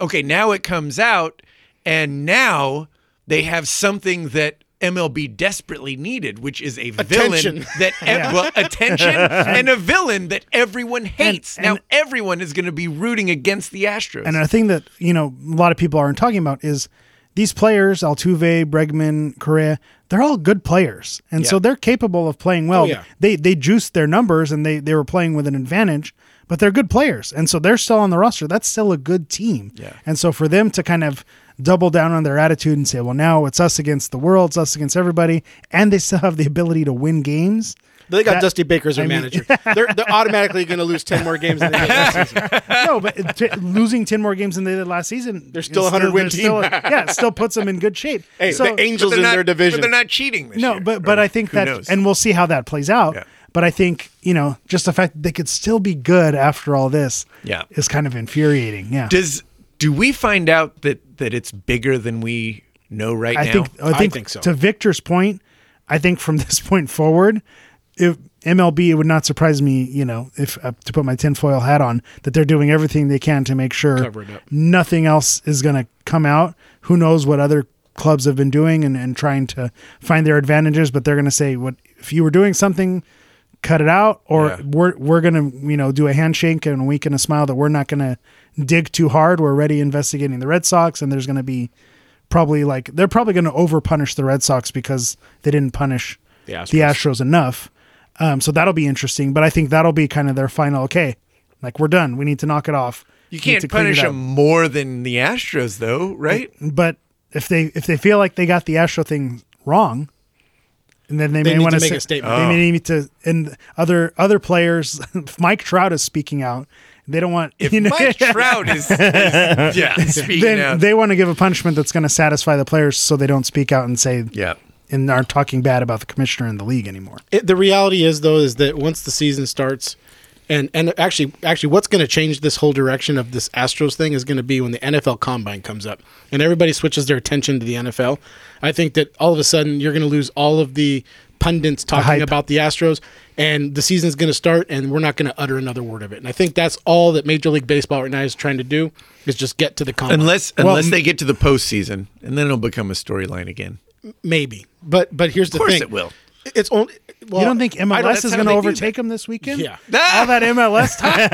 Speaker 1: okay now it comes out and now they have something that MLB desperately needed, which is a
Speaker 3: Attention.
Speaker 1: villain that ev- well, attention and a villain that everyone hates. now
Speaker 4: and-
Speaker 1: everyone is going to be rooting against the Astros.
Speaker 4: And a thing that you know a lot of people aren't talking about is these players Altuve, Bregman, Correa. They're all good players, and so
Speaker 1: Yeah. Oh,
Speaker 4: they're capable of playing well.
Speaker 3: yeah.
Speaker 4: They they juiced their numbers and they they were playing with an advantage, but they're good players, and so they're still on the roster. That's still a good team.
Speaker 1: Yeah.
Speaker 4: And so for them to kind of double down on their attitude and say, well, now it's us against the world, it's us against everybody, and they still have the ability to win games.
Speaker 3: They got
Speaker 4: That-
Speaker 3: Dusty Baker as their manager. they're, they're automatically going to lose 10 more games than they did last season.
Speaker 4: no, but it- t- losing ten more games than they did last season,
Speaker 3: They're still a
Speaker 4: is
Speaker 3: 100-win
Speaker 4: they're still- yeah, it still puts them in good shape.
Speaker 3: Hey,
Speaker 4: So-
Speaker 3: the
Speaker 1: But
Speaker 3: Angels
Speaker 1: they're
Speaker 3: in
Speaker 1: not-
Speaker 3: their division.
Speaker 1: But they're not cheating this
Speaker 4: no,
Speaker 1: year.
Speaker 4: but but
Speaker 1: Or
Speaker 4: I think
Speaker 1: who
Speaker 4: that,
Speaker 1: knows?
Speaker 4: and we'll see how that plays out.
Speaker 1: Yeah.
Speaker 4: But I think you know, just the fact that they could still be good after all this,
Speaker 1: Yeah.
Speaker 4: is kind of infuriating. Yeah,
Speaker 1: Does do we find out that that it's bigger than we know right
Speaker 4: I
Speaker 1: now?
Speaker 4: think I think,
Speaker 3: think so.
Speaker 4: to Victor's point, I think from this point forward, if MLB, it would not surprise me, you know, if uh, to put my tinfoil hat on, that they're doing everything they can to make sure
Speaker 3: Cover it up.
Speaker 4: nothing else is going to come out. Who knows what other clubs have been doing and, and trying to find their advantages, but they're going to say, what if you were doing something, cut it out, or
Speaker 1: Yeah.
Speaker 4: we're, we're going to, you know, do a handshake and a wink and a smile that we're not going to dig too hard. We're already investigating the Red Sox, and there's going to be probably like, they're probably going to over punish the Red Sox because they didn't punish
Speaker 1: The Astros.
Speaker 4: the Astros enough. Um, so that'll be interesting, but I think that'll be kind of their final. Okay, like we're done. We need to knock it off.
Speaker 1: You
Speaker 4: Need
Speaker 1: can't
Speaker 4: to clean it
Speaker 1: punish
Speaker 4: up."
Speaker 1: them more than the Astros, though, right?
Speaker 4: But if they if they feel like they got the Astro thing wrong, and then they,
Speaker 3: They
Speaker 4: may
Speaker 3: need
Speaker 4: want
Speaker 3: to make a statement.
Speaker 4: They
Speaker 1: Oh.
Speaker 4: may need to. And other other players, if Mike Trout is speaking out. They don't want
Speaker 1: If
Speaker 4: you know.
Speaker 1: Mike Trout is, is- yeah, speaking
Speaker 4: Then
Speaker 1: of,
Speaker 4: they want to give a punishment that's going to satisfy the players, so they don't speak out and say
Speaker 1: yeah,
Speaker 4: and aren't talking bad about the commissioner and the league anymore.
Speaker 3: It, the reality is though is that once the season starts and and actually actually what's going to change this whole direction of this Astros thing is going to be when the NFL combine comes up and everybody switches their attention to the NFL. I think that all of a sudden you're going to lose all of the pundits
Speaker 4: hype.
Speaker 3: talking about the Astros and the season's going to start and we're not going to utter another word of it. And I think that's all that Major League Baseball right now is trying to do is just get to the combine.
Speaker 1: unless
Speaker 4: Well,
Speaker 1: unless
Speaker 4: m-
Speaker 1: they get to the postseason, and then it'll become a storyline again.
Speaker 3: maybe. But but here's the
Speaker 1: course
Speaker 3: thing.
Speaker 1: it will.
Speaker 3: It's only well,
Speaker 4: You don't think
Speaker 3: I don't-
Speaker 4: MLS
Speaker 1: that's
Speaker 4: is
Speaker 1: how
Speaker 4: going to
Speaker 1: they do
Speaker 4: overtake them this weekend?
Speaker 3: Yeah.
Speaker 4: all that MLS time.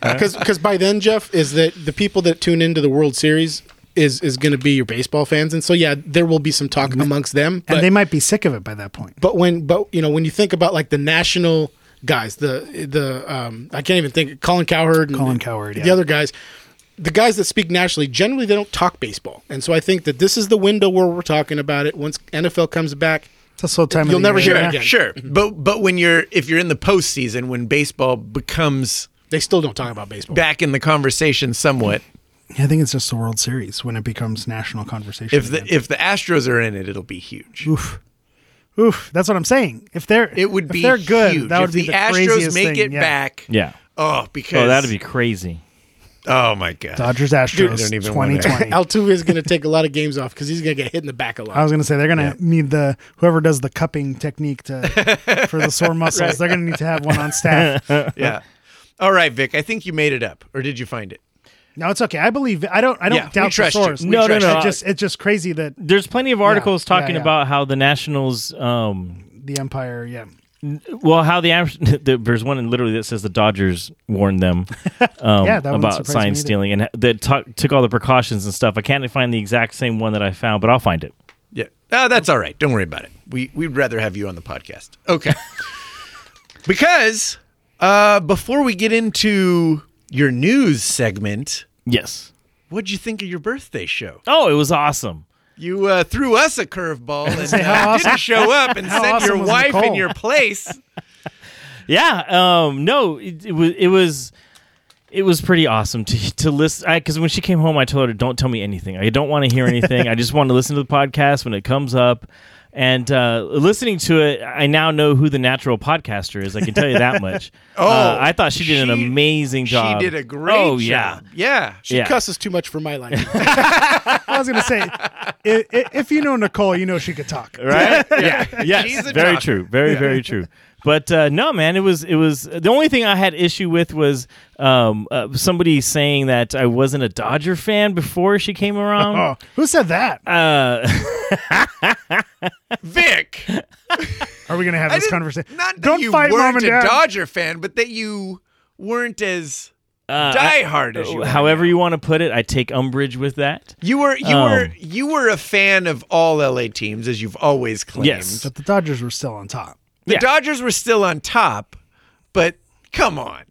Speaker 3: because because by then Jeff is that the people that tune into the World Series is is going to be your baseball fans, and so yeah, there will be some talk amongst them. But,
Speaker 4: and they might be sick of it by that point.
Speaker 3: but when but you know when you think about like the national guys, the the um I can't even think Colin Cowherd, and
Speaker 4: Colin Cowherd,
Speaker 3: the
Speaker 4: yeah.
Speaker 3: other guys. The guys that speak nationally generally they don't talk baseball, and so I think that this is the window where we're talking about it. Once NFL comes back,
Speaker 4: It's a slow time. of
Speaker 3: You'll
Speaker 4: the
Speaker 3: never
Speaker 4: year,
Speaker 3: hear it
Speaker 4: yeah.
Speaker 3: again.
Speaker 1: Sure, Mm-hmm. but but when you're if you're in the postseason, when baseball becomes
Speaker 3: they still don't talk about baseball.
Speaker 1: back in the conversation somewhat,
Speaker 4: I think it's just the World Series when it becomes national conversation.
Speaker 1: if the
Speaker 4: again.
Speaker 1: if the Astros are in it, it'll be huge.
Speaker 4: Oof, that's what I'm saying. If they're
Speaker 1: It would
Speaker 4: if
Speaker 1: be
Speaker 4: they're good.
Speaker 1: Huge.
Speaker 4: That would
Speaker 1: if
Speaker 4: be
Speaker 1: the,
Speaker 4: the,
Speaker 1: Astros
Speaker 4: craziest
Speaker 1: make
Speaker 4: thing.
Speaker 1: it
Speaker 4: yeah.
Speaker 1: back.
Speaker 2: Yeah.
Speaker 1: Oh, because
Speaker 2: Oh, that'd be crazy.
Speaker 1: oh my god.
Speaker 4: Dodgers
Speaker 1: I
Speaker 4: Astros
Speaker 1: don't even wanna-
Speaker 4: 2020.
Speaker 3: Altuve is going to take a lot of games off because he's going to get hit in the back a lot.
Speaker 4: I was gonna say they're gonna need the whoever does the cupping technique to for the sore muscles. They're gonna need to have one on staff.
Speaker 1: Yeah. All right, Vic. I think you made it up, or did you find it?
Speaker 4: No, it's okay. I believe. I don't. I don't
Speaker 1: Yeah, we
Speaker 4: doubt the
Speaker 1: trust you.
Speaker 4: source.
Speaker 1: We
Speaker 2: No, no, trust no. you.
Speaker 4: It just it's just crazy that
Speaker 2: There's plenty of articles
Speaker 4: yeah,
Speaker 2: talking
Speaker 4: yeah.
Speaker 2: about how the Nationals um,
Speaker 4: the Empire. Yeah,
Speaker 2: Well, how the Am- the- there's one literally that says the Dodgers warned them um,
Speaker 4: Yeah, that wouldn't
Speaker 2: about
Speaker 4: surprise me
Speaker 2: sign
Speaker 4: either.
Speaker 2: stealing and that took took all the precautions and stuff. I can't find the exact same one that I found, but I'll find it.
Speaker 1: Yeah. Oh, that's all right. Don't worry about it. We we'd rather have you on the podcast. Okay. because uh, before we get into your news segment,
Speaker 2: Yes.
Speaker 1: what'd you think of your birthday show?
Speaker 2: Oh, it was awesome.
Speaker 1: You uh, threw us a curveball and uh,
Speaker 4: how
Speaker 1: didn't
Speaker 4: awesome-
Speaker 1: show up and
Speaker 4: how
Speaker 1: sent
Speaker 4: awesome
Speaker 1: your
Speaker 4: was
Speaker 1: wife in
Speaker 4: Nicole?
Speaker 1: your place.
Speaker 2: Yeah. Um. No. It, it was. It was. It was pretty awesome to to listen because when she came home, I told her, "Don't tell me anything. I don't want to hear anything. I just want to listen to the podcast when it comes up." And uh, listening to it, I now know who the natural podcaster is. I can tell you that much.
Speaker 1: Oh,
Speaker 2: Uh, I thought she did an
Speaker 1: she-
Speaker 2: amazing job.
Speaker 1: She did a great
Speaker 2: Oh
Speaker 1: job.
Speaker 2: yeah,
Speaker 1: Yeah.
Speaker 3: She
Speaker 2: yeah.
Speaker 3: cusses too much for my liking.
Speaker 4: I was gonna say i- i- if you know Nicole, you know she could talk.
Speaker 2: right? yeah,
Speaker 1: She's
Speaker 2: yes,
Speaker 1: a
Speaker 2: very
Speaker 1: talker.
Speaker 2: true, very very true. But uh, no, man, it was it was the only thing I had issue with was um, uh, somebody saying that I wasn't a Dodger fan before she came around.
Speaker 4: Oh, who said that?
Speaker 2: uh,
Speaker 1: Vic.
Speaker 4: Are we gonna have
Speaker 1: I
Speaker 4: this
Speaker 1: didn't-
Speaker 4: conversation?
Speaker 1: Not that
Speaker 4: Don't
Speaker 1: you
Speaker 4: fight
Speaker 1: weren't
Speaker 4: mom and
Speaker 1: a
Speaker 4: dad.
Speaker 1: Dodger fan, but that you weren't as
Speaker 2: uh,
Speaker 1: diehard as you.
Speaker 2: I-
Speaker 1: are
Speaker 2: however
Speaker 1: now.
Speaker 2: you want to put it, I take umbrage with that.
Speaker 1: you were, you
Speaker 2: Um,
Speaker 1: were, you were a fan of all LA teams, as you've always claimed.
Speaker 2: Yes.
Speaker 4: But the Dodgers were still on top.
Speaker 1: The
Speaker 2: Yeah.
Speaker 1: Dodgers were still on top, but come on.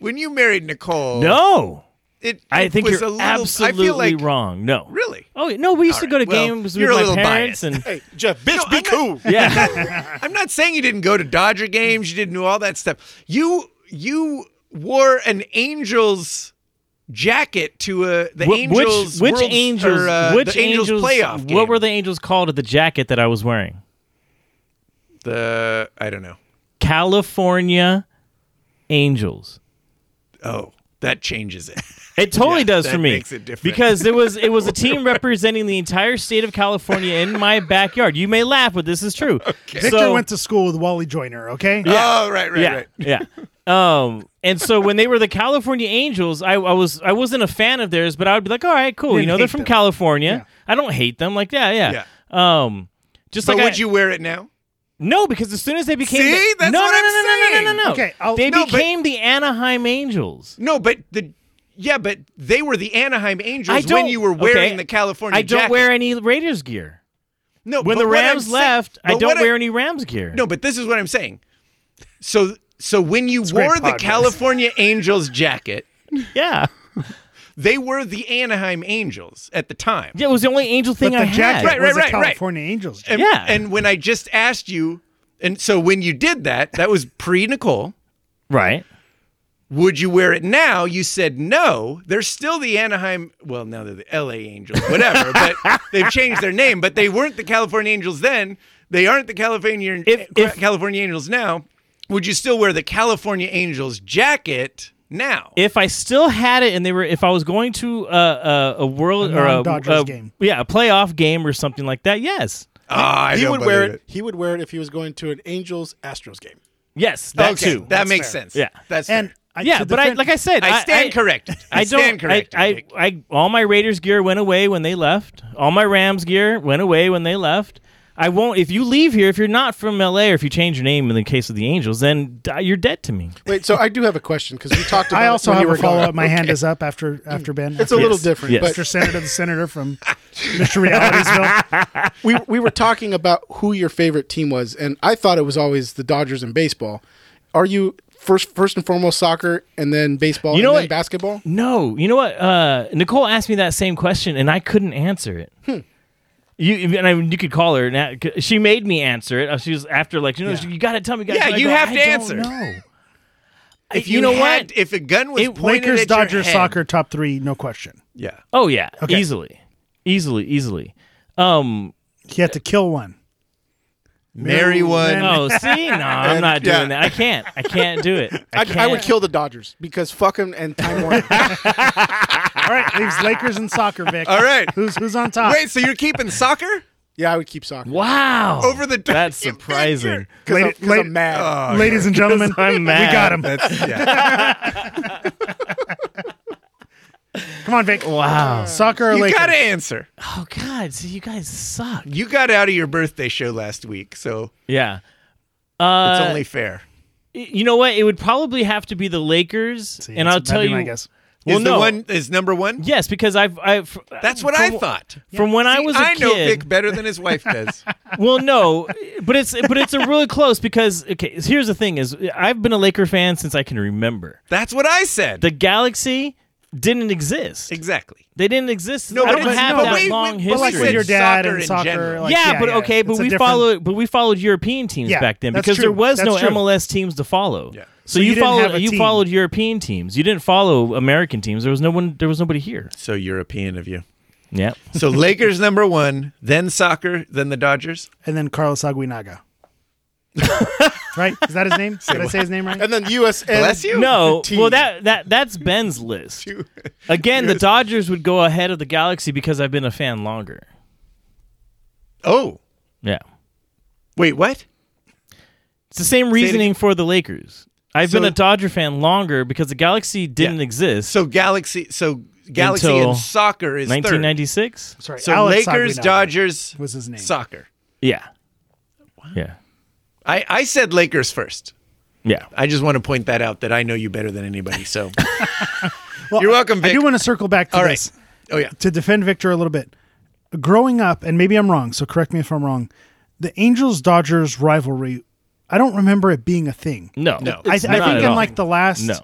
Speaker 1: When you married Nicole,
Speaker 2: No,
Speaker 1: it,
Speaker 2: I
Speaker 1: it
Speaker 2: think
Speaker 1: was
Speaker 2: you're
Speaker 1: a little, I
Speaker 2: absolutely
Speaker 1: feel like,
Speaker 2: wrong. No,
Speaker 1: Really?
Speaker 2: Oh no, we used to go to
Speaker 1: right, well,
Speaker 2: games
Speaker 1: you're a
Speaker 2: with
Speaker 1: little
Speaker 2: my parents
Speaker 1: biased.
Speaker 2: and
Speaker 3: hey, Jeff, bitch,
Speaker 1: No,
Speaker 3: be
Speaker 1: I'm not-
Speaker 3: cool.
Speaker 2: yeah.
Speaker 1: I'm not saying you didn't go to Dodger games, you didn't do all that stuff. You you wore an Angels jacket to a the
Speaker 2: Wh-
Speaker 1: Angels
Speaker 2: which, which
Speaker 1: World-
Speaker 2: angels
Speaker 1: or, uh,
Speaker 2: which
Speaker 1: the Angels, playoff game.
Speaker 2: what were the angels called at the jacket that i was wearing
Speaker 1: the I don't know.
Speaker 2: california angels
Speaker 1: Oh. that changes it.
Speaker 2: It totally
Speaker 1: Yeah,
Speaker 2: does
Speaker 1: that
Speaker 2: for me
Speaker 1: makes it different.
Speaker 2: because there was it was a team representing the entire state of California in my backyard. You may laugh, but this is true.
Speaker 4: Victor
Speaker 2: So-
Speaker 4: went to school with Wally Joyner, okay?
Speaker 1: Oh, right, right, right.
Speaker 2: yeah, yeah. Um, and so when they were the California Angels, I, I was I wasn't a fan of theirs, but I would be like, all right, cool. You
Speaker 4: didn't
Speaker 2: know, they're
Speaker 4: hate
Speaker 2: from
Speaker 4: them.
Speaker 2: California. I don't hate them. Like, yeah, yeah. Um, just
Speaker 1: But
Speaker 2: like
Speaker 1: would
Speaker 2: I,
Speaker 1: you wear it now?
Speaker 2: no, because as soon as they became
Speaker 1: See?
Speaker 2: the,
Speaker 1: That's
Speaker 2: no,
Speaker 1: what
Speaker 2: no,
Speaker 1: I'm
Speaker 2: no, no, no, no,
Speaker 1: saying.
Speaker 2: no, no,
Speaker 4: Okay, I'll-
Speaker 2: they
Speaker 1: No, but-
Speaker 2: became the Anaheim Angels.
Speaker 1: No, but the yeah, but they were the Anaheim
Speaker 2: I
Speaker 1: Angels
Speaker 2: don't
Speaker 1: when you were wearing
Speaker 2: okay,
Speaker 1: the California.
Speaker 2: I don't
Speaker 1: jacket.
Speaker 2: wear any Raiders gear.
Speaker 1: no.
Speaker 2: When
Speaker 1: but
Speaker 2: the
Speaker 1: what I'm
Speaker 2: Rams
Speaker 1: saying-
Speaker 2: left, I
Speaker 1: but
Speaker 2: don't
Speaker 1: what
Speaker 2: wear any Rams gear.
Speaker 1: No, but this is what I'm saying. So so when you
Speaker 4: great
Speaker 1: wore the
Speaker 4: podcast.
Speaker 1: California Angels jacket,
Speaker 2: Yeah.
Speaker 1: they were the Anaheim Angels at the time.
Speaker 2: Yeah, it was the only angel
Speaker 4: But
Speaker 2: thing I
Speaker 4: the
Speaker 2: had.
Speaker 4: jacket
Speaker 1: Right, right,
Speaker 4: was
Speaker 1: right, right.
Speaker 4: a California Angels jacket.
Speaker 1: And,
Speaker 2: Yeah.
Speaker 1: And when I just asked you, and so when you did that, that was pre Nicole.
Speaker 2: Right.
Speaker 1: Would you wear it now? You said no. They're still the Anaheim. Well, now they're the LA Angels, whatever. but they've changed their name. But they weren't the California Angels then. They aren't the California
Speaker 2: If- if-
Speaker 1: California Angels now. Would you still wear the California Angels jacket now?
Speaker 2: If I still had it, and they were, if I was going to uh, uh, a world
Speaker 4: A
Speaker 2: or a
Speaker 4: non-Dodgers
Speaker 2: a-
Speaker 4: game.
Speaker 2: yeah, a playoff game or something like that, yes,
Speaker 1: Ah, I
Speaker 3: he
Speaker 1: don't
Speaker 3: would wear
Speaker 1: believe
Speaker 3: it. He would wear it if he was going to an Angels Astros game.
Speaker 2: yes, that
Speaker 1: Okay,
Speaker 2: too.
Speaker 1: that makes
Speaker 4: fair.
Speaker 1: sense.
Speaker 2: Yeah.
Speaker 1: that's
Speaker 4: And
Speaker 1: fair.
Speaker 4: I,
Speaker 2: yeah,
Speaker 4: to
Speaker 2: but I,
Speaker 4: defend-
Speaker 2: like I said,
Speaker 1: I stand corrected. I,
Speaker 2: I don't.
Speaker 1: stand corrected.
Speaker 2: I,
Speaker 1: Nick.
Speaker 2: I, I, all my Raiders gear went away when they left. All my Rams gear went away when they left. I won't. If you leave here, if you're not from LA, or if you change your name in the case of the Angels, then die, you're dead to me.
Speaker 3: Wait, so I do have a question because we talked about
Speaker 4: I
Speaker 3: it
Speaker 4: also
Speaker 3: when you were
Speaker 4: have a
Speaker 3: gone.
Speaker 4: follow up. My hand is up after after Ben.
Speaker 3: It's a little
Speaker 2: Yes.
Speaker 3: different,
Speaker 2: Yes.
Speaker 3: but
Speaker 4: Mr. Senator, the senator from Mr. Realitysville.
Speaker 3: we we were talking about who your favorite team was, and I thought it was always the Dodgers and baseball. Are you first first and foremost soccer, and then baseball,
Speaker 2: You know
Speaker 3: and then
Speaker 2: what?
Speaker 3: basketball?
Speaker 2: No, you know what? Uh, Nicole asked me that same question, and I couldn't answer it. You and I, you could call her. And a- she made me answer it. Uh, She was after like you know you got to tell me. You gotta
Speaker 1: Yeah,
Speaker 2: tell me." I
Speaker 1: you
Speaker 2: go,
Speaker 1: have
Speaker 2: "I
Speaker 1: to
Speaker 2: don't
Speaker 1: answer."
Speaker 2: know."
Speaker 1: if
Speaker 2: you know
Speaker 1: had-
Speaker 2: what?
Speaker 1: If a gun was
Speaker 2: It-
Speaker 1: pointed
Speaker 4: Lakers,
Speaker 1: at your
Speaker 4: Dodgers,
Speaker 1: head-
Speaker 4: soccer, top three, no question.
Speaker 1: Yeah.
Speaker 2: Oh yeah, easily, easily, easily. Um.
Speaker 4: He had to kill one.
Speaker 1: Marry one.
Speaker 2: Oh, see, no, I'm not doing that. I can't. I can't do it. I,
Speaker 3: I,
Speaker 2: can't.
Speaker 3: I would kill the Dodgers because fuck them and Time Warner.
Speaker 4: All right, leaves Lakers and soccer, Vic.
Speaker 1: All right.
Speaker 4: Who's who's on top?
Speaker 1: Wait, so you're keeping soccer
Speaker 3: yeah, I would keep soccer.
Speaker 2: Wow.
Speaker 1: over the
Speaker 2: That's surprising.
Speaker 3: Because
Speaker 4: Lady-
Speaker 3: I'm, 'cause
Speaker 4: lady-
Speaker 3: I'm mad.
Speaker 1: uh,
Speaker 4: Ladies and gentlemen,
Speaker 2: I'm mad.
Speaker 4: we got him.
Speaker 1: That's yeah.
Speaker 4: Come on, Vic.
Speaker 2: Wow.
Speaker 4: Soccer or
Speaker 1: you
Speaker 4: Lakers?
Speaker 1: got to answer.
Speaker 2: Oh God, see, you guys suck.
Speaker 1: You got out of your birthday show last week, so
Speaker 2: Yeah.
Speaker 1: it's
Speaker 2: Uh,
Speaker 1: only fair.
Speaker 2: y- you know what? It would probably have to be the Lakers,
Speaker 4: See,
Speaker 2: and
Speaker 4: that's-
Speaker 2: I'll
Speaker 4: that'd
Speaker 2: tell
Speaker 4: be
Speaker 2: you.
Speaker 4: my guess.
Speaker 2: Well,
Speaker 1: is
Speaker 2: no.
Speaker 1: the one is number one.
Speaker 2: Yes, because I've. I've
Speaker 1: That's what I
Speaker 2: from-
Speaker 1: thought.
Speaker 2: From when I
Speaker 1: See,
Speaker 2: was a
Speaker 1: I
Speaker 2: kid.
Speaker 1: know Vic better than his wife does.
Speaker 2: well, no, but it's but it's a really close because okay. so Here's the thing: is I've been a Laker fan since I can remember.
Speaker 1: That's what I said.
Speaker 2: The Galaxy didn't exist.
Speaker 1: exactly.
Speaker 2: They didn't exist.
Speaker 1: No,
Speaker 2: I
Speaker 1: but
Speaker 2: don't
Speaker 1: it's-
Speaker 2: have
Speaker 1: but
Speaker 2: that
Speaker 1: wait,
Speaker 2: long
Speaker 1: wait,
Speaker 2: history.
Speaker 1: but
Speaker 4: But like
Speaker 1: Said
Speaker 4: with your dad
Speaker 1: soccer
Speaker 4: and
Speaker 1: in
Speaker 4: soccer.
Speaker 1: general.
Speaker 4: Like,
Speaker 2: yeah, but okay,
Speaker 4: It's
Speaker 2: but
Speaker 4: a
Speaker 2: we
Speaker 4: different-
Speaker 2: followed, but we followed European teams
Speaker 4: Yeah,
Speaker 2: back then
Speaker 4: that's
Speaker 2: because there
Speaker 4: true.
Speaker 2: was no
Speaker 4: That's true.
Speaker 2: MLS teams to follow.
Speaker 1: Yeah.
Speaker 2: So,
Speaker 4: you
Speaker 2: you,
Speaker 4: didn't have
Speaker 2: followed
Speaker 4: a
Speaker 2: you
Speaker 4: team.
Speaker 2: followed European teams. You didn't follow American teams. There was no one. There was nobody here.
Speaker 1: So European of you.
Speaker 2: Yeah.
Speaker 1: So Lakers number one, then soccer, then the Dodgers.
Speaker 4: And then Carlos Aguinaga. right? Is that his name? Did I say his name right?
Speaker 3: And then USN.
Speaker 1: Bless you.
Speaker 2: No.
Speaker 3: Team.
Speaker 2: Well, that that that's Ben's list. Again, the Dodgers would go ahead of the Galaxy because I've been a fan longer.
Speaker 1: Oh,
Speaker 2: Yeah.
Speaker 1: wait, what?
Speaker 2: It's the same reasoning for the Lakers. I've been
Speaker 1: So-
Speaker 2: a Dodger fan longer because the Galaxy didn't exist.
Speaker 1: So Galaxy. So Galaxy
Speaker 2: Until
Speaker 1: and soccer is third.
Speaker 2: 1996.
Speaker 4: Sorry,
Speaker 1: So
Speaker 4: Alex
Speaker 1: Lakers,
Speaker 4: Aguinaga
Speaker 1: Dodgers,
Speaker 4: was his name.
Speaker 1: soccer.
Speaker 2: Yeah. Yeah.
Speaker 1: I, I said Lakers first.
Speaker 2: Yeah.
Speaker 1: I just want to point that out that I know you better than anybody. So you're welcome, Vic.
Speaker 4: I do want to circle back to
Speaker 1: All right.
Speaker 4: this
Speaker 1: Oh yeah.
Speaker 4: to defend Victor a little bit. Growing up, and maybe I'm wrong, so correct me if I'm wrong. The Angels Dodgers rivalry, I don't remember it being a thing.
Speaker 2: No.
Speaker 1: No.
Speaker 4: I, I
Speaker 2: It's
Speaker 4: think
Speaker 2: not at
Speaker 4: in
Speaker 2: all.
Speaker 4: like the last
Speaker 2: No.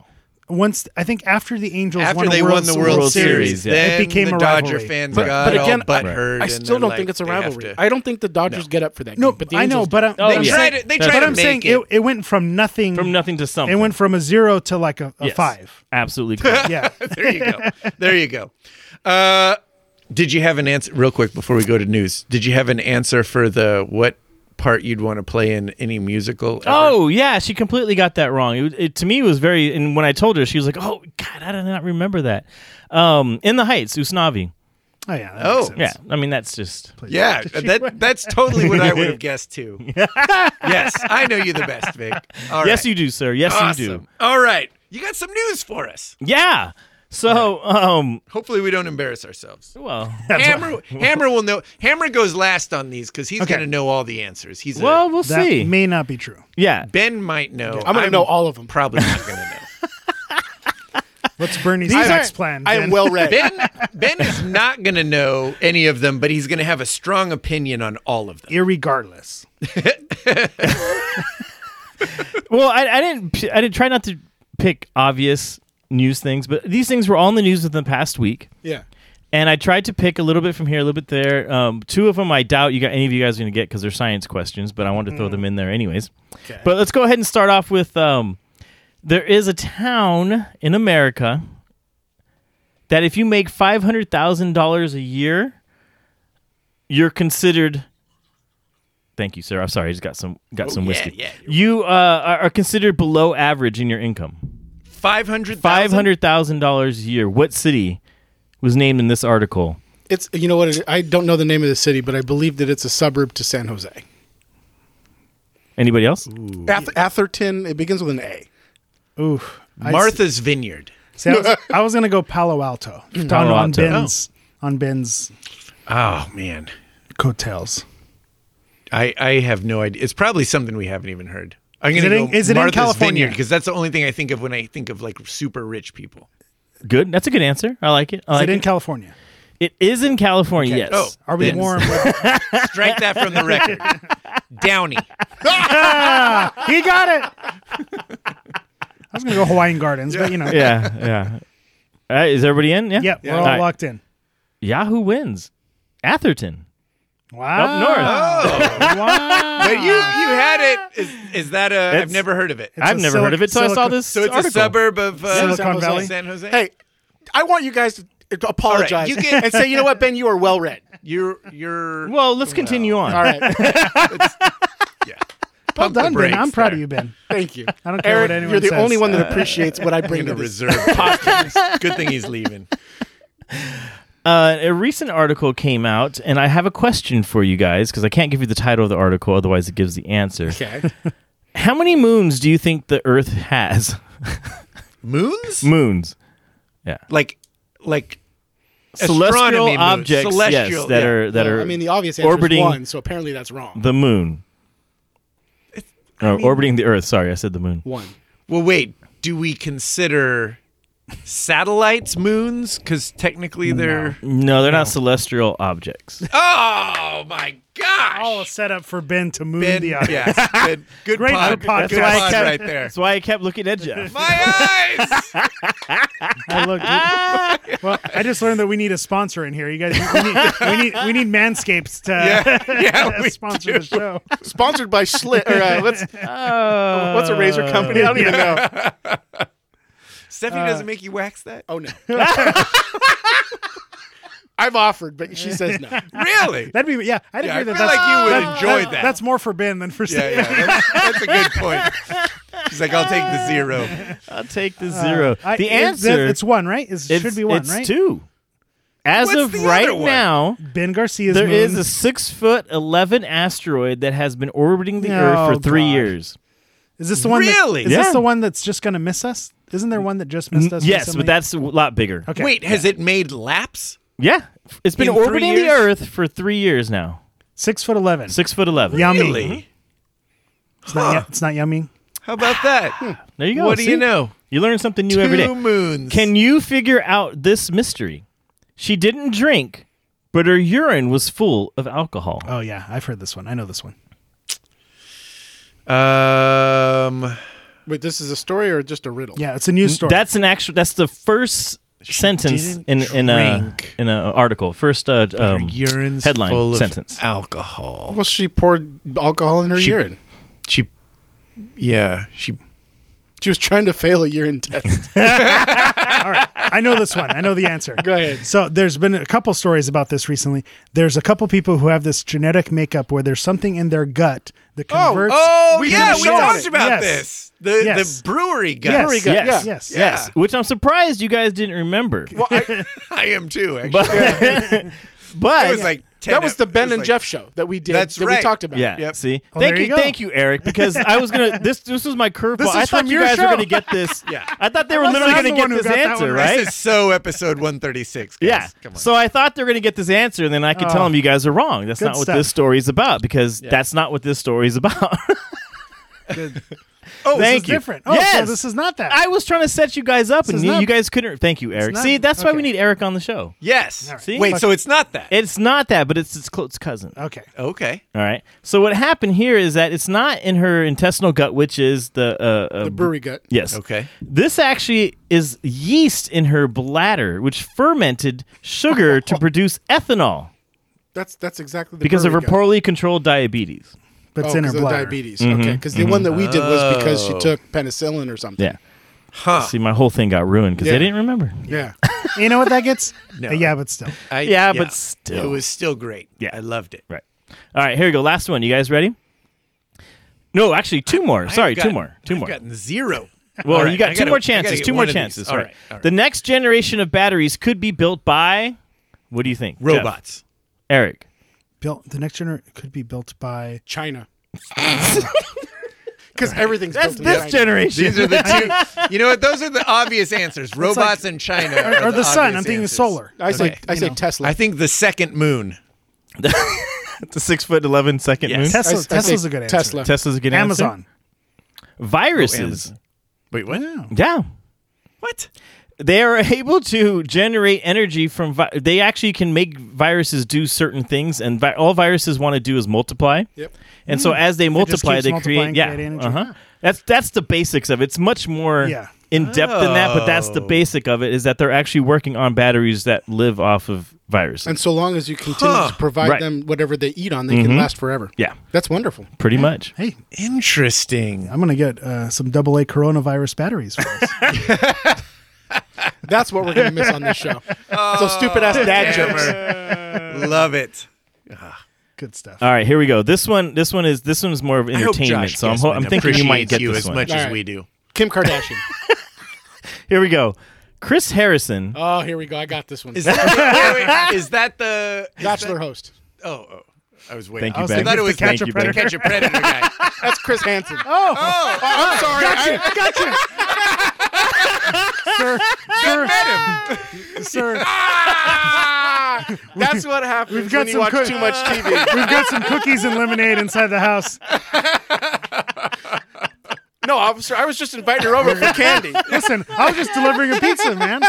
Speaker 4: once I think after the Angels
Speaker 1: After
Speaker 4: won a
Speaker 1: they
Speaker 4: World
Speaker 1: won the World,
Speaker 2: World
Speaker 1: Series,
Speaker 2: Series, yeah.
Speaker 1: then
Speaker 4: it became
Speaker 1: the
Speaker 4: a
Speaker 1: Dodger
Speaker 4: rivalry.
Speaker 1: fans
Speaker 3: But-
Speaker 1: got
Speaker 3: but again,
Speaker 1: all
Speaker 3: I-
Speaker 1: butthurt.
Speaker 3: I
Speaker 1: and
Speaker 3: still
Speaker 1: they're
Speaker 3: don't
Speaker 1: like,
Speaker 3: think it's a
Speaker 1: they have
Speaker 3: rivalry.
Speaker 1: to-
Speaker 3: I don't think the Dodgers get up for that.
Speaker 4: No,
Speaker 3: game, but the
Speaker 4: I know,
Speaker 3: Angels
Speaker 4: but
Speaker 3: do.
Speaker 4: uh, I,
Speaker 2: Oh,
Speaker 4: but I'm
Speaker 1: they
Speaker 2: yeah.
Speaker 1: tried
Speaker 4: saying,
Speaker 1: to, they
Speaker 2: But
Speaker 1: tried
Speaker 4: but
Speaker 1: to
Speaker 4: I'm
Speaker 1: make
Speaker 4: saying
Speaker 1: it.
Speaker 4: it, it went from nothing.
Speaker 2: From nothing to something.
Speaker 4: It went from a zero to like a, a
Speaker 2: Yes.
Speaker 4: five.
Speaker 2: Absolutely. Correct.
Speaker 4: Yeah.
Speaker 1: there you go. There you go. Uh, did you have an answer real quick before we go to news? Did you have an answer for the what part you'd want to play in any musical? ever?
Speaker 2: Oh yeah, she completely got that wrong. It, it, to me, it was very. And when I told her, she was like, "Oh God, I how did I not remember that? Um, in the Heights, Usnavi.
Speaker 4: Oh yeah. that
Speaker 1: Oh.
Speaker 4: makes sense.
Speaker 2: Yeah, I mean that's just
Speaker 1: Yeah, that that's totally what I would have guessed too. yes, I know you the best, Vic. All right.
Speaker 2: yes, you do, sir. Yes,
Speaker 1: awesome.
Speaker 2: you do.
Speaker 1: All right, you got some news for us.
Speaker 2: Yeah. So, um,
Speaker 1: Hopefully, we don't embarrass ourselves.
Speaker 2: well,
Speaker 1: Hammer, Hammer will know. Hammer goes last on these because he's going to know all the answers. He's a-
Speaker 2: well, we'll
Speaker 4: That
Speaker 2: see.
Speaker 4: may not be true.
Speaker 2: yeah,
Speaker 1: Ben might know.
Speaker 3: I'm gonna know all of 'em.
Speaker 1: Probably not going to know.
Speaker 4: What's Bernie's
Speaker 3: These
Speaker 4: tax
Speaker 3: are-
Speaker 4: plan?
Speaker 3: I am
Speaker 4: Ben?
Speaker 3: well read.
Speaker 1: Ben Ben is not going to know any of them, but he's going to have a strong opinion on all of them.
Speaker 4: irregardless.
Speaker 2: Well, I, I didn't. p- I did try not to pick obvious news things, but these things were all in the news within the past week,
Speaker 3: yeah.
Speaker 2: and I tried to pick a little bit from here, a little bit there. Um, two of them I doubt you got any of you guys are going to get because they're science questions, but I wanted to throw
Speaker 1: Mm.
Speaker 2: them in there anyways. But let's go ahead and start off with um, there is a town in America that if you make five hundred thousand dollars a year, you're considered. Thank you, sir. I'm sorry, I just got some got some
Speaker 1: Oh, yeah,
Speaker 2: whiskey.
Speaker 1: yeah, you're-
Speaker 2: you uh, are are considered below average in your income.
Speaker 1: Five hundred.
Speaker 2: Five hundred thousand dollars a year. What city was named in this article?
Speaker 3: It's you know what? It, I don't know the name of the city, but I believe that it's a suburb to San Jose.
Speaker 2: Anybody else?
Speaker 3: Ath- Atherton. It begins with an A.
Speaker 4: Oof. I
Speaker 1: Martha's Vineyard.
Speaker 4: s- see, I, was, I was gonna go Palo Alto. Down on
Speaker 2: Alto.
Speaker 4: Ben's on Ben's
Speaker 1: Oh man,
Speaker 4: coattails.
Speaker 1: I I have no idea. It's probably something we haven't even heard. I'm going
Speaker 4: it
Speaker 1: to go
Speaker 4: in- is it in
Speaker 1: Martha's
Speaker 4: California?
Speaker 1: Vineyard because that's the only thing I think of when I think of like super rich people.
Speaker 2: Good. That's a good answer. I like it. I
Speaker 4: Is
Speaker 2: like
Speaker 4: it in
Speaker 2: it.
Speaker 4: California?
Speaker 2: it is in California. Yes.
Speaker 1: Oh,
Speaker 4: Are we
Speaker 1: then
Speaker 4: warm? with-
Speaker 1: Strike that from the record. Downey.
Speaker 4: he got it. I was gonna go Hawaiian Gardens, but you know, yeah,
Speaker 2: yeah, yeah. All right, is everybody in? Yeah.
Speaker 4: we're all
Speaker 2: All right.
Speaker 4: locked in.
Speaker 2: Yahoo wins. Atherton.
Speaker 4: Wow.
Speaker 2: north.
Speaker 1: Oh,
Speaker 4: Wow.
Speaker 1: but you you had it. Is, is that a? I've
Speaker 2: It's-
Speaker 1: never heard of it.
Speaker 4: It's
Speaker 2: I've
Speaker 4: a
Speaker 2: never
Speaker 4: silic-
Speaker 2: heard of it till I saw
Speaker 4: silicon-
Speaker 2: this.
Speaker 1: So it's
Speaker 2: article.
Speaker 1: a suburb of uh,
Speaker 4: Silicon
Speaker 1: San Jose.
Speaker 4: Valley?
Speaker 1: San Jose.
Speaker 3: Hey, I want you guys to, to apologize
Speaker 1: you can-
Speaker 3: and say, you know what, Ben, you are well read.
Speaker 1: you're you're
Speaker 2: Well, let's continue on.
Speaker 3: All right,
Speaker 1: yeah.
Speaker 4: Well
Speaker 1: Pump the
Speaker 4: done, Ben. I'm
Speaker 1: brakes
Speaker 4: proud
Speaker 1: there.
Speaker 4: of you, Ben.
Speaker 3: thank you.
Speaker 4: I don't care
Speaker 3: Eric,
Speaker 4: what anyone
Speaker 3: you're the
Speaker 4: says.
Speaker 3: only one that appreciates what I bring
Speaker 1: In
Speaker 3: to
Speaker 1: a
Speaker 3: this.
Speaker 1: reserve podcast. Good thing he's leaving.
Speaker 2: Uh, a recent article came out, and I have a question for you guys because I can't give you the title of the article, otherwise it gives the answer.
Speaker 3: Okay.
Speaker 2: How many moons do you think the Earth has?
Speaker 1: Moons?
Speaker 2: moons.
Speaker 1: Like like
Speaker 2: Celestial
Speaker 1: moons.
Speaker 2: objects.
Speaker 1: Celestial,
Speaker 2: yes, that
Speaker 1: yeah.
Speaker 2: are that
Speaker 3: Well,
Speaker 2: are.
Speaker 3: I mean, the obvious answer
Speaker 2: orbiting-
Speaker 3: is one, so apparently that's wrong.
Speaker 2: the moon. No, orbiting the Earth. Sorry, I said the moon.
Speaker 3: One.
Speaker 1: Well, wait. Do we consider satellites moons? Because technically they're.
Speaker 2: No, they're not celestial objects.
Speaker 1: Oh my gosh!
Speaker 4: All set up for Ben to move
Speaker 1: Ben,
Speaker 4: the audience.
Speaker 1: yes, good, good
Speaker 4: Great
Speaker 1: pod,
Speaker 4: for podcast.
Speaker 1: good
Speaker 4: That's why I
Speaker 1: pod
Speaker 2: kept-
Speaker 1: right there.
Speaker 2: That's why I kept looking at Jeff.
Speaker 1: My eyes.
Speaker 4: Uh, I looked. well, I just learned that we need a sponsor in here. You guys, we need we need, we need Manscapes to
Speaker 1: Yeah, yeah, we
Speaker 4: sponsor the show.
Speaker 3: Sponsored by Schlitt. Or, uh, what's,
Speaker 2: Uh,
Speaker 3: what's a razor company? I don't even know.
Speaker 1: Stephanie doesn't make you wax that.
Speaker 3: Oh, no. I've offered, but she says no.
Speaker 1: Really?
Speaker 4: That'd be yeah. I'd
Speaker 1: Yeah, I
Speaker 4: agree
Speaker 1: feel
Speaker 4: that that's,
Speaker 1: like you would
Speaker 4: that-
Speaker 1: enjoy that.
Speaker 4: That's more for Ben than for
Speaker 1: yeah,
Speaker 4: Steve.
Speaker 1: yeah. That's, that's a good point. She's like, I'll take the zero.
Speaker 2: I'll take the zero.
Speaker 4: I-
Speaker 2: the
Speaker 4: it-
Speaker 2: answer
Speaker 4: it's one, right? It
Speaker 2: it's-
Speaker 4: should be one,
Speaker 2: it's
Speaker 4: right?
Speaker 2: two. As
Speaker 1: What's
Speaker 2: of
Speaker 1: the
Speaker 2: right
Speaker 1: other one?
Speaker 2: now,
Speaker 4: Ben Garcia's
Speaker 2: there
Speaker 4: moon.
Speaker 2: is a six foot eleven asteroid that has been orbiting the Earth
Speaker 4: Oh,
Speaker 2: for three
Speaker 4: God.
Speaker 2: years.
Speaker 4: Is this the one? that-
Speaker 1: Really?
Speaker 4: is
Speaker 2: Yeah.
Speaker 4: this the one that's just going to miss us? Isn't there one that just missed us?
Speaker 2: Yes,
Speaker 4: recently?
Speaker 2: but that's a lot bigger.
Speaker 4: Okay.
Speaker 1: Wait, has it made laps?
Speaker 2: Yeah, it's been
Speaker 1: In three
Speaker 2: orbiting the
Speaker 1: years?
Speaker 2: Earth for three years now.
Speaker 4: six foot eleven.
Speaker 2: Six foot eleven.
Speaker 4: Yummy.
Speaker 1: Really?
Speaker 4: It's, not, y- it's not yummy.
Speaker 1: How about that?
Speaker 2: There you go.
Speaker 1: what do
Speaker 2: See?
Speaker 1: you know?
Speaker 2: You learn something new
Speaker 1: Two
Speaker 2: every day.
Speaker 1: moons.
Speaker 2: Can you figure out this mystery? She didn't drink, but her urine was full of alcohol.
Speaker 1: Uh,
Speaker 4: Oh yeah, I've heard this one. I know this one.
Speaker 1: um.
Speaker 3: Wait, this is a story or just a riddle?
Speaker 4: Yeah, it's a news story.
Speaker 2: That's an actual. That's the first sentence in
Speaker 1: didn't
Speaker 2: in a
Speaker 1: drink.
Speaker 2: in an article. First uh, um,
Speaker 1: Urine's
Speaker 2: headline
Speaker 1: full of
Speaker 2: sentence.
Speaker 1: alcohol.
Speaker 3: Well, she poured alcohol in her
Speaker 1: She-
Speaker 3: urine.
Speaker 1: She, yeah, she
Speaker 3: She was trying to fail a urine test.
Speaker 4: All right. I know this one. I know the answer.
Speaker 3: Go ahead.
Speaker 4: So there's been a couple stories about this recently. There's a couple people who have this genetic makeup where there's something in their gut that converts.
Speaker 1: Oh,
Speaker 3: We
Speaker 1: yeah,
Speaker 3: can
Speaker 1: we
Speaker 3: show
Speaker 1: talked
Speaker 3: it.
Speaker 1: about
Speaker 4: Yes.
Speaker 1: this. The
Speaker 4: Yes.
Speaker 1: the brewery guy.
Speaker 4: Yes.
Speaker 3: Brewery gut.
Speaker 2: Yes.
Speaker 3: Yeah.
Speaker 4: Yes.
Speaker 1: Yeah.
Speaker 2: Yes. Which I'm surprised you guys didn't remember.
Speaker 1: Well, I, I am too, actually.
Speaker 2: But, but
Speaker 1: it was like 10
Speaker 3: that was the Ben
Speaker 1: it was
Speaker 3: and
Speaker 1: like-
Speaker 3: Jeff show that we did.
Speaker 1: That's
Speaker 3: that
Speaker 1: right.
Speaker 3: We talked about.
Speaker 2: Yeah.
Speaker 1: Yep.
Speaker 2: See.
Speaker 4: Well,
Speaker 2: thank
Speaker 4: there
Speaker 2: you,
Speaker 4: you go.
Speaker 2: thank you, Eric, because I was gonna. This this was my curveball.
Speaker 4: This is
Speaker 2: I thought
Speaker 4: from
Speaker 2: you
Speaker 4: your
Speaker 2: guys were
Speaker 4: show.
Speaker 2: gonna get this.
Speaker 1: Yeah.
Speaker 2: I thought they were literally
Speaker 4: I'm
Speaker 2: gonna
Speaker 4: the
Speaker 2: get
Speaker 4: one who
Speaker 2: this
Speaker 4: got that
Speaker 2: answer,
Speaker 4: one
Speaker 2: right?
Speaker 1: This is so episode 136. Guys.
Speaker 2: yeah.
Speaker 1: Come on.
Speaker 2: So I thought they were gonna get this answer, and then I could tell
Speaker 4: Oh.
Speaker 2: them you guys are wrong. That's
Speaker 4: Good
Speaker 2: not what
Speaker 4: stuff.
Speaker 2: this story is about because that's not what this story is about.
Speaker 1: oh,
Speaker 2: thank
Speaker 4: It's
Speaker 2: you.
Speaker 4: different. Oh,
Speaker 2: yes.
Speaker 4: so this is not that.
Speaker 2: I was trying to set you guys up, and
Speaker 4: is
Speaker 2: you,
Speaker 4: not-
Speaker 2: you guys couldn't. Thank you, Eric.
Speaker 4: not-
Speaker 2: See, that's why we
Speaker 4: okay.
Speaker 2: need Eric on the show.
Speaker 1: yes.
Speaker 2: See?
Speaker 1: Wait, so it's not that.
Speaker 2: It's not that, but it's its close cousin.
Speaker 4: okay.
Speaker 1: okay.
Speaker 2: All right. So what happened here is that it's not in her intestinal gut, which is the uh, uh,
Speaker 3: The brewery gut.
Speaker 2: Yes.
Speaker 1: Okay.
Speaker 2: This actually is yeast in her bladder, which fermented sugar to produce ethanol
Speaker 3: That's that's exactly the
Speaker 2: because of her
Speaker 3: brewery gut.
Speaker 2: poorly controlled diabetes.
Speaker 4: But
Speaker 3: Oh,
Speaker 4: it's in her
Speaker 3: 'cause of
Speaker 4: blood.
Speaker 3: diabetes. Okay, because the one that we did was because she took penicillin or something.
Speaker 2: Yeah.
Speaker 1: Huh.
Speaker 2: See, my whole thing got ruined because
Speaker 3: Yeah.
Speaker 2: they didn't remember.
Speaker 3: Yeah.
Speaker 4: You know what that gets? Uh,
Speaker 1: No.
Speaker 4: Yeah, but still.
Speaker 1: I-
Speaker 2: Yeah, but still.
Speaker 1: It was still great.
Speaker 2: Yeah.
Speaker 1: I loved it.
Speaker 2: Right. All right. Here we go. Last one. You guys ready? No, actually, two more.
Speaker 1: I've
Speaker 2: Sorry,
Speaker 1: gotten-
Speaker 2: two more. 2
Speaker 1: I've
Speaker 2: more.
Speaker 1: gotten zero.
Speaker 2: Well,
Speaker 1: All right,
Speaker 2: you got
Speaker 1: I
Speaker 2: 2
Speaker 1: gotta-
Speaker 2: more
Speaker 1: I gotta
Speaker 2: chances.
Speaker 1: get
Speaker 2: Two
Speaker 1: one
Speaker 2: more
Speaker 1: of these.
Speaker 2: chances.
Speaker 1: All
Speaker 2: right.
Speaker 1: right. all right.
Speaker 2: The next generation of batteries could be built by. What do you think? Jeff?
Speaker 1: robots.
Speaker 2: Eric.
Speaker 4: Built the next generation could be built by
Speaker 3: China. Because everything's
Speaker 2: That's
Speaker 3: built in
Speaker 2: this
Speaker 3: China.
Speaker 2: generation.
Speaker 1: These are the two. You know what? Those are the obvious answers. Robots and China. Are,
Speaker 4: or the sun. I'm thinking
Speaker 1: obvious answers.
Speaker 4: solar.
Speaker 3: I say
Speaker 1: Okay.
Speaker 3: I say
Speaker 4: know.
Speaker 3: Tesla.
Speaker 1: I think the second moon.
Speaker 2: the six foot eleven second
Speaker 1: Yes.
Speaker 2: moon.
Speaker 1: Tes-
Speaker 3: I-
Speaker 4: Tesla,
Speaker 3: I say
Speaker 4: Tesla's a good answer.
Speaker 3: Tesla.
Speaker 2: Tesla's a good answer.
Speaker 4: Amazon.
Speaker 2: Viruses.
Speaker 1: Wait, what?
Speaker 2: Yeah.
Speaker 1: What?
Speaker 2: They are able to generate energy from. Vi- they actually can make viruses do certain things, and vi- all viruses want to do is multiply.
Speaker 3: Yep.
Speaker 2: And
Speaker 4: Mm.
Speaker 2: so as they multiply,
Speaker 4: keeps
Speaker 2: they
Speaker 4: multiplying,
Speaker 2: create. Yeah.
Speaker 4: create energy.
Speaker 2: uh-huh. That's that's the basics of it. It's much more
Speaker 4: Yeah.
Speaker 2: in depth than that, but that's the
Speaker 1: Oh.
Speaker 2: basic of it. Is that they're actually working on batteries that live off of viruses.
Speaker 3: And so long as you continue
Speaker 1: Huh.
Speaker 3: to provide
Speaker 2: Right.
Speaker 3: them whatever they eat on, they can last forever.
Speaker 2: Yeah.
Speaker 3: That's wonderful.
Speaker 2: Pretty much.
Speaker 4: Hey,
Speaker 1: Interesting.
Speaker 4: I'm gonna get uh, some double A coronavirus batteries for us.
Speaker 3: That's what we're going to miss on this show. so stupid ass dad jokes.
Speaker 1: Hammer. Love it.
Speaker 4: good stuff.
Speaker 2: All right, here we go. This one, this one is this one's more of
Speaker 1: I hope
Speaker 2: entertainment.
Speaker 1: Josh
Speaker 2: so I'm,
Speaker 1: Guessman
Speaker 2: ho- I'm thinking you might
Speaker 1: appreciates
Speaker 2: get
Speaker 1: you
Speaker 2: this
Speaker 1: as
Speaker 2: one.
Speaker 1: much
Speaker 3: All
Speaker 1: as
Speaker 3: right.
Speaker 1: we do.
Speaker 3: Kim Kardashian.
Speaker 2: Here we go. Chris Harrison.
Speaker 3: Oh, here we go. I got this one.
Speaker 1: Is that, wait, wait, wait. Is that the?
Speaker 3: Bachelor host.
Speaker 1: Oh, oh, I was waiting.
Speaker 2: Thank you,
Speaker 1: I was
Speaker 2: Ben.
Speaker 1: I thought it was
Speaker 2: Thank you,
Speaker 1: the
Speaker 2: Ben.
Speaker 1: catch a predator guy.
Speaker 3: That's Chris Hansen.
Speaker 4: Oh,
Speaker 3: I'm sorry. I,
Speaker 4: gotcha, sir,
Speaker 1: Met him.
Speaker 4: sir.
Speaker 3: that's what happens
Speaker 4: We've got
Speaker 3: when you
Speaker 4: some
Speaker 3: watch
Speaker 4: coo-
Speaker 3: too much TV.
Speaker 4: We've got some cookies and lemonade inside the house.
Speaker 3: No, I was, I was just inviting her over for candy.
Speaker 4: Listen, I was just delivering a pizza, man.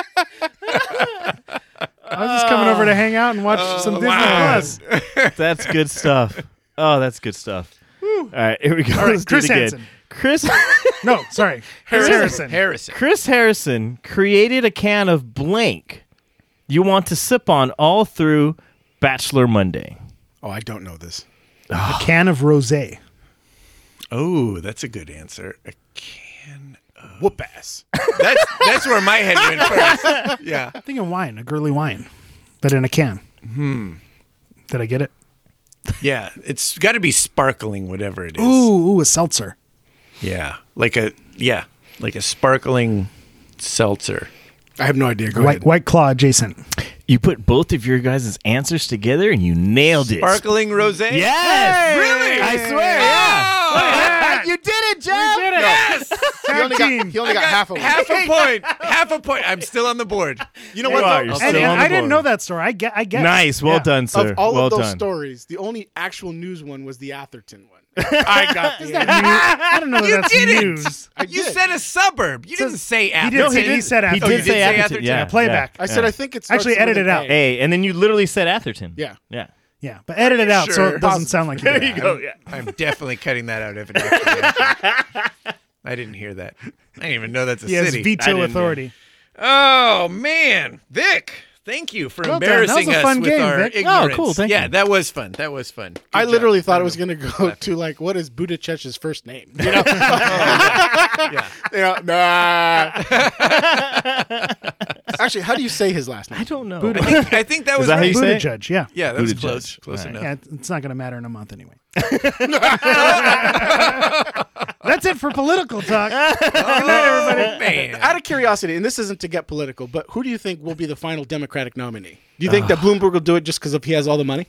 Speaker 4: I was just coming over to hang out and watch
Speaker 3: Oh,
Speaker 4: some Disney
Speaker 1: wow.
Speaker 4: Plus.
Speaker 2: That's good stuff. Oh, that's good stuff. All right, here we go.
Speaker 4: right,
Speaker 2: Let's do
Speaker 4: Chris
Speaker 2: it again.
Speaker 4: Hansen.
Speaker 2: Chris
Speaker 4: No, sorry, Chris Harrison.
Speaker 1: Harrison.
Speaker 2: Chris Harrison created a can of blank you want to sip on all through Bachelor Monday.
Speaker 3: Oh, I don't know this.
Speaker 4: A can of rosé.
Speaker 1: Oh, that's a good answer. A can.
Speaker 3: Whoop ass.
Speaker 1: That's that's where my head went first. Yeah.
Speaker 4: I'm thinking wine, a girly wine, but in a can. Hmm. Did I get it?
Speaker 1: Yeah, it's got to be sparkling, whatever it is.
Speaker 4: Ooh, ooh, a seltzer.
Speaker 1: Yeah, like a yeah, like a sparkling seltzer.
Speaker 3: I have no idea. Go
Speaker 4: White, white claw adjacent.
Speaker 2: You put both of your guys' answers together and you nailed it.
Speaker 1: Sparkling rosé.
Speaker 2: Yes!
Speaker 1: Really?
Speaker 2: I swear, yeah.
Speaker 3: Oh!
Speaker 2: You did it, Jeff!
Speaker 1: Yes.
Speaker 3: He only got,
Speaker 4: team.
Speaker 3: he only got half of it.
Speaker 1: Half a point. Half a point. I'm still on the board.
Speaker 3: You know
Speaker 2: You are,
Speaker 3: what?
Speaker 2: you're
Speaker 3: Though?
Speaker 4: And,
Speaker 2: Still
Speaker 4: and
Speaker 2: on the
Speaker 4: I didn't
Speaker 2: board.
Speaker 4: know that story. I get. I guess.
Speaker 2: Nice, well
Speaker 4: Yeah.
Speaker 2: done, sir.
Speaker 3: Of all
Speaker 2: well
Speaker 3: of those
Speaker 2: done.
Speaker 3: stories, the only actual news one was the Atherton one. I got the
Speaker 4: New- I don't know.
Speaker 1: You
Speaker 4: that that's
Speaker 1: did it!
Speaker 4: news.
Speaker 3: I
Speaker 1: You
Speaker 3: did.
Speaker 1: said a suburb. You didn't say
Speaker 4: He
Speaker 1: Atherton.
Speaker 4: did. say, he said
Speaker 2: He
Speaker 4: Atherton.
Speaker 1: you
Speaker 2: did say Atherton.
Speaker 1: Atherton.
Speaker 2: Yeah, yeah.
Speaker 4: Playback.
Speaker 3: I said
Speaker 2: Yeah.
Speaker 3: I think it's
Speaker 4: Actually, edit it out.
Speaker 2: Hey, and then you literally said Atherton.
Speaker 3: Yeah.
Speaker 2: Yeah.
Speaker 4: Yeah, but edit it out so
Speaker 1: Sure.
Speaker 4: it doesn't sound like there you
Speaker 1: Oh yeah. I'm definitely cutting that out if it. actually happened. I didn't hear that. I didn't even know that's a
Speaker 4: He has
Speaker 1: city.
Speaker 4: veto authority.
Speaker 1: Oh man, Vic, Thank you for
Speaker 4: Well done. That was
Speaker 1: embarrassing
Speaker 4: a
Speaker 1: us
Speaker 4: fun
Speaker 1: with
Speaker 4: game,
Speaker 1: our
Speaker 4: Vic. Oh,
Speaker 1: ignorance.
Speaker 2: cool. Thank
Speaker 1: yeah,
Speaker 2: you.
Speaker 1: that was fun. That was fun. Good
Speaker 3: I
Speaker 1: job.
Speaker 3: literally thought it was going to
Speaker 1: Good
Speaker 3: go
Speaker 1: job.
Speaker 3: to like, what is Buddha Chech's first name? You know, You know, nah. Actually, how do you say his last name?
Speaker 2: I don't know.
Speaker 1: I think, I think that was
Speaker 2: that how
Speaker 1: right.
Speaker 2: you say it?
Speaker 4: Buddha judge, yeah.
Speaker 1: Yeah, that was
Speaker 2: Buttigieg.
Speaker 1: close. Close
Speaker 2: All right.
Speaker 1: enough.
Speaker 4: Yeah, it's not going to matter in a month anyway. That's it for political talk.
Speaker 1: Oh, man.
Speaker 3: Out of curiosity, and this isn't to get political, but who do you think will be the final Democratic nominee? Do you think that Bloomberg will do it just because he has all the money?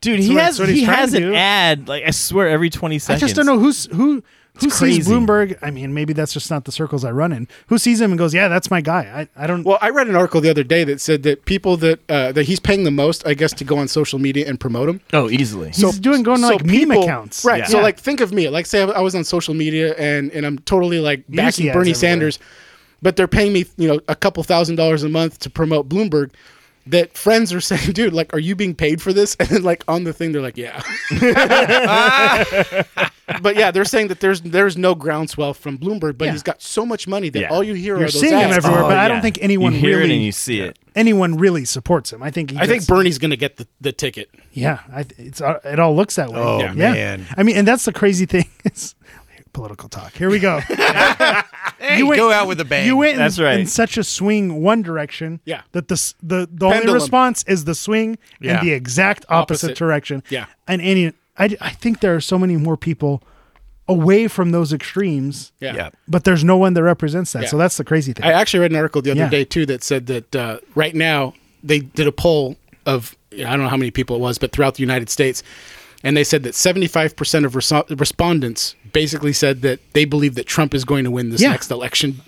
Speaker 2: Dude, he
Speaker 4: what-
Speaker 2: has
Speaker 4: that's what he's
Speaker 2: he
Speaker 4: trying
Speaker 2: has
Speaker 4: to
Speaker 2: an
Speaker 4: do.
Speaker 2: ad. Like I swear, every twenty
Speaker 4: I
Speaker 2: seconds.
Speaker 4: just don't know who's who. Who
Speaker 2: It's
Speaker 4: sees
Speaker 2: crazy.
Speaker 4: Bloomberg? I mean, maybe that's just not the circles I run in. Who sees him and goes, "Yeah, that's my guy." I, I don't.
Speaker 3: Well, I read an article the other day that said that people that uh, that he's paying the most, I guess, to go on social media and promote him.
Speaker 2: Oh, easily.
Speaker 4: he's doing going to like meme accounts,
Speaker 3: right?
Speaker 2: Yeah.
Speaker 3: So
Speaker 2: Yeah.
Speaker 3: like, think of me. Like, say I was on social media and and I'm totally like
Speaker 4: You see
Speaker 3: backing
Speaker 4: ads
Speaker 3: Bernie
Speaker 4: everywhere.
Speaker 3: Sanders, but they're paying me you know a couple thousand dollars a month to promote Bloomberg. That friends are saying, dude, like, are you being paid for this? And then, like, on the thing, they're like, yeah. but yeah, they're saying that there's there's no groundswell from Bloomberg, but
Speaker 4: Yeah.
Speaker 3: he's got so much money that
Speaker 2: Yeah.
Speaker 3: all you hear
Speaker 4: You're
Speaker 3: are those
Speaker 4: seeing him
Speaker 3: ads.
Speaker 4: everywhere. but I don't think anyone
Speaker 2: you hear
Speaker 4: really-
Speaker 2: it and you see it.
Speaker 4: Anyone really supports him? I think. He
Speaker 3: I think
Speaker 4: gets-
Speaker 3: Bernie's gonna get the, the ticket.
Speaker 4: Yeah, I, th- it's uh, it all looks that way.
Speaker 1: Oh,
Speaker 4: yeah.
Speaker 1: man.
Speaker 4: I mean, and that's the crazy thing is political talk. Here we go.
Speaker 1: Hey,
Speaker 4: You went-
Speaker 1: go out with a bang.
Speaker 4: you went
Speaker 2: That's
Speaker 4: in,
Speaker 2: right.
Speaker 4: in such a swing one direction
Speaker 3: Yeah.
Speaker 4: that the s- the, the only
Speaker 3: Pendulum.
Speaker 4: response is the swing
Speaker 1: Yeah.
Speaker 4: in the exact opposite,
Speaker 3: Opposite.
Speaker 4: direction.
Speaker 3: Yeah.
Speaker 4: And any I, I think there are so many more people away from those extremes.
Speaker 3: Yeah.
Speaker 1: Yeah.
Speaker 4: But there's no one that represents that.
Speaker 3: Yeah.
Speaker 4: So that's the crazy thing.
Speaker 3: I actually read an article the other
Speaker 4: Yeah.
Speaker 3: day too that said that uh, right now they did a poll of you know, I don't know how many people it was, but throughout the United States, and they said that seventy five percent of reso- respondents basically said that they believe that Trump is going to win this
Speaker 4: Yeah.
Speaker 3: next election.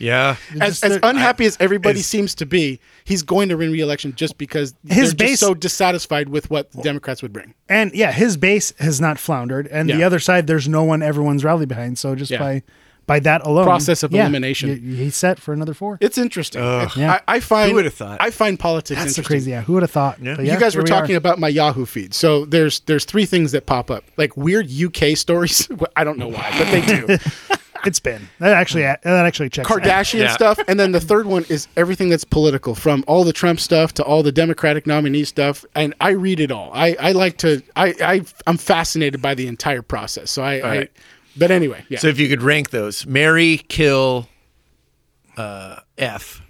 Speaker 1: Yeah.
Speaker 3: As,
Speaker 4: Just
Speaker 3: as
Speaker 4: that-
Speaker 3: unhappy as everybody seems to be, he's going to win re-election just because
Speaker 4: His
Speaker 3: they're
Speaker 4: base-
Speaker 3: just so dissatisfied with what the Democrats would bring.
Speaker 4: and yeah, his base has not floundered, and the
Speaker 3: Yeah.
Speaker 4: other side, there's no one everyone's rallied behind. So just
Speaker 3: Yeah.
Speaker 4: by by that alone,
Speaker 3: Process of elimination.
Speaker 4: y- y- he's set for another four.
Speaker 3: It's interesting.
Speaker 4: Yeah.
Speaker 3: I, I find
Speaker 1: Who would've thought?
Speaker 3: I find politics
Speaker 4: That's the
Speaker 3: interesting.
Speaker 4: crazy. Yeah, who would have thought?
Speaker 1: Yeah.
Speaker 4: But
Speaker 3: you guys
Speaker 4: here
Speaker 3: were
Speaker 4: we
Speaker 3: talking
Speaker 4: are.
Speaker 3: about my Yahoo feed. So there's there's three things that pop up, like weird UK stories. Well, I don't know why, but they do.
Speaker 4: It's been that actually that actually checks. out.
Speaker 3: Kardashian
Speaker 1: Yeah.
Speaker 3: stuff, and then the third one is everything that's political, from all the Trump stuff to all the Democratic nominee stuff. And I read it all. I, I like to. I, I I'm fascinated by the entire process. So I. I
Speaker 1: right.
Speaker 3: but anyway, yeah.
Speaker 1: So if you could rank those, Mary, Kill, uh, F,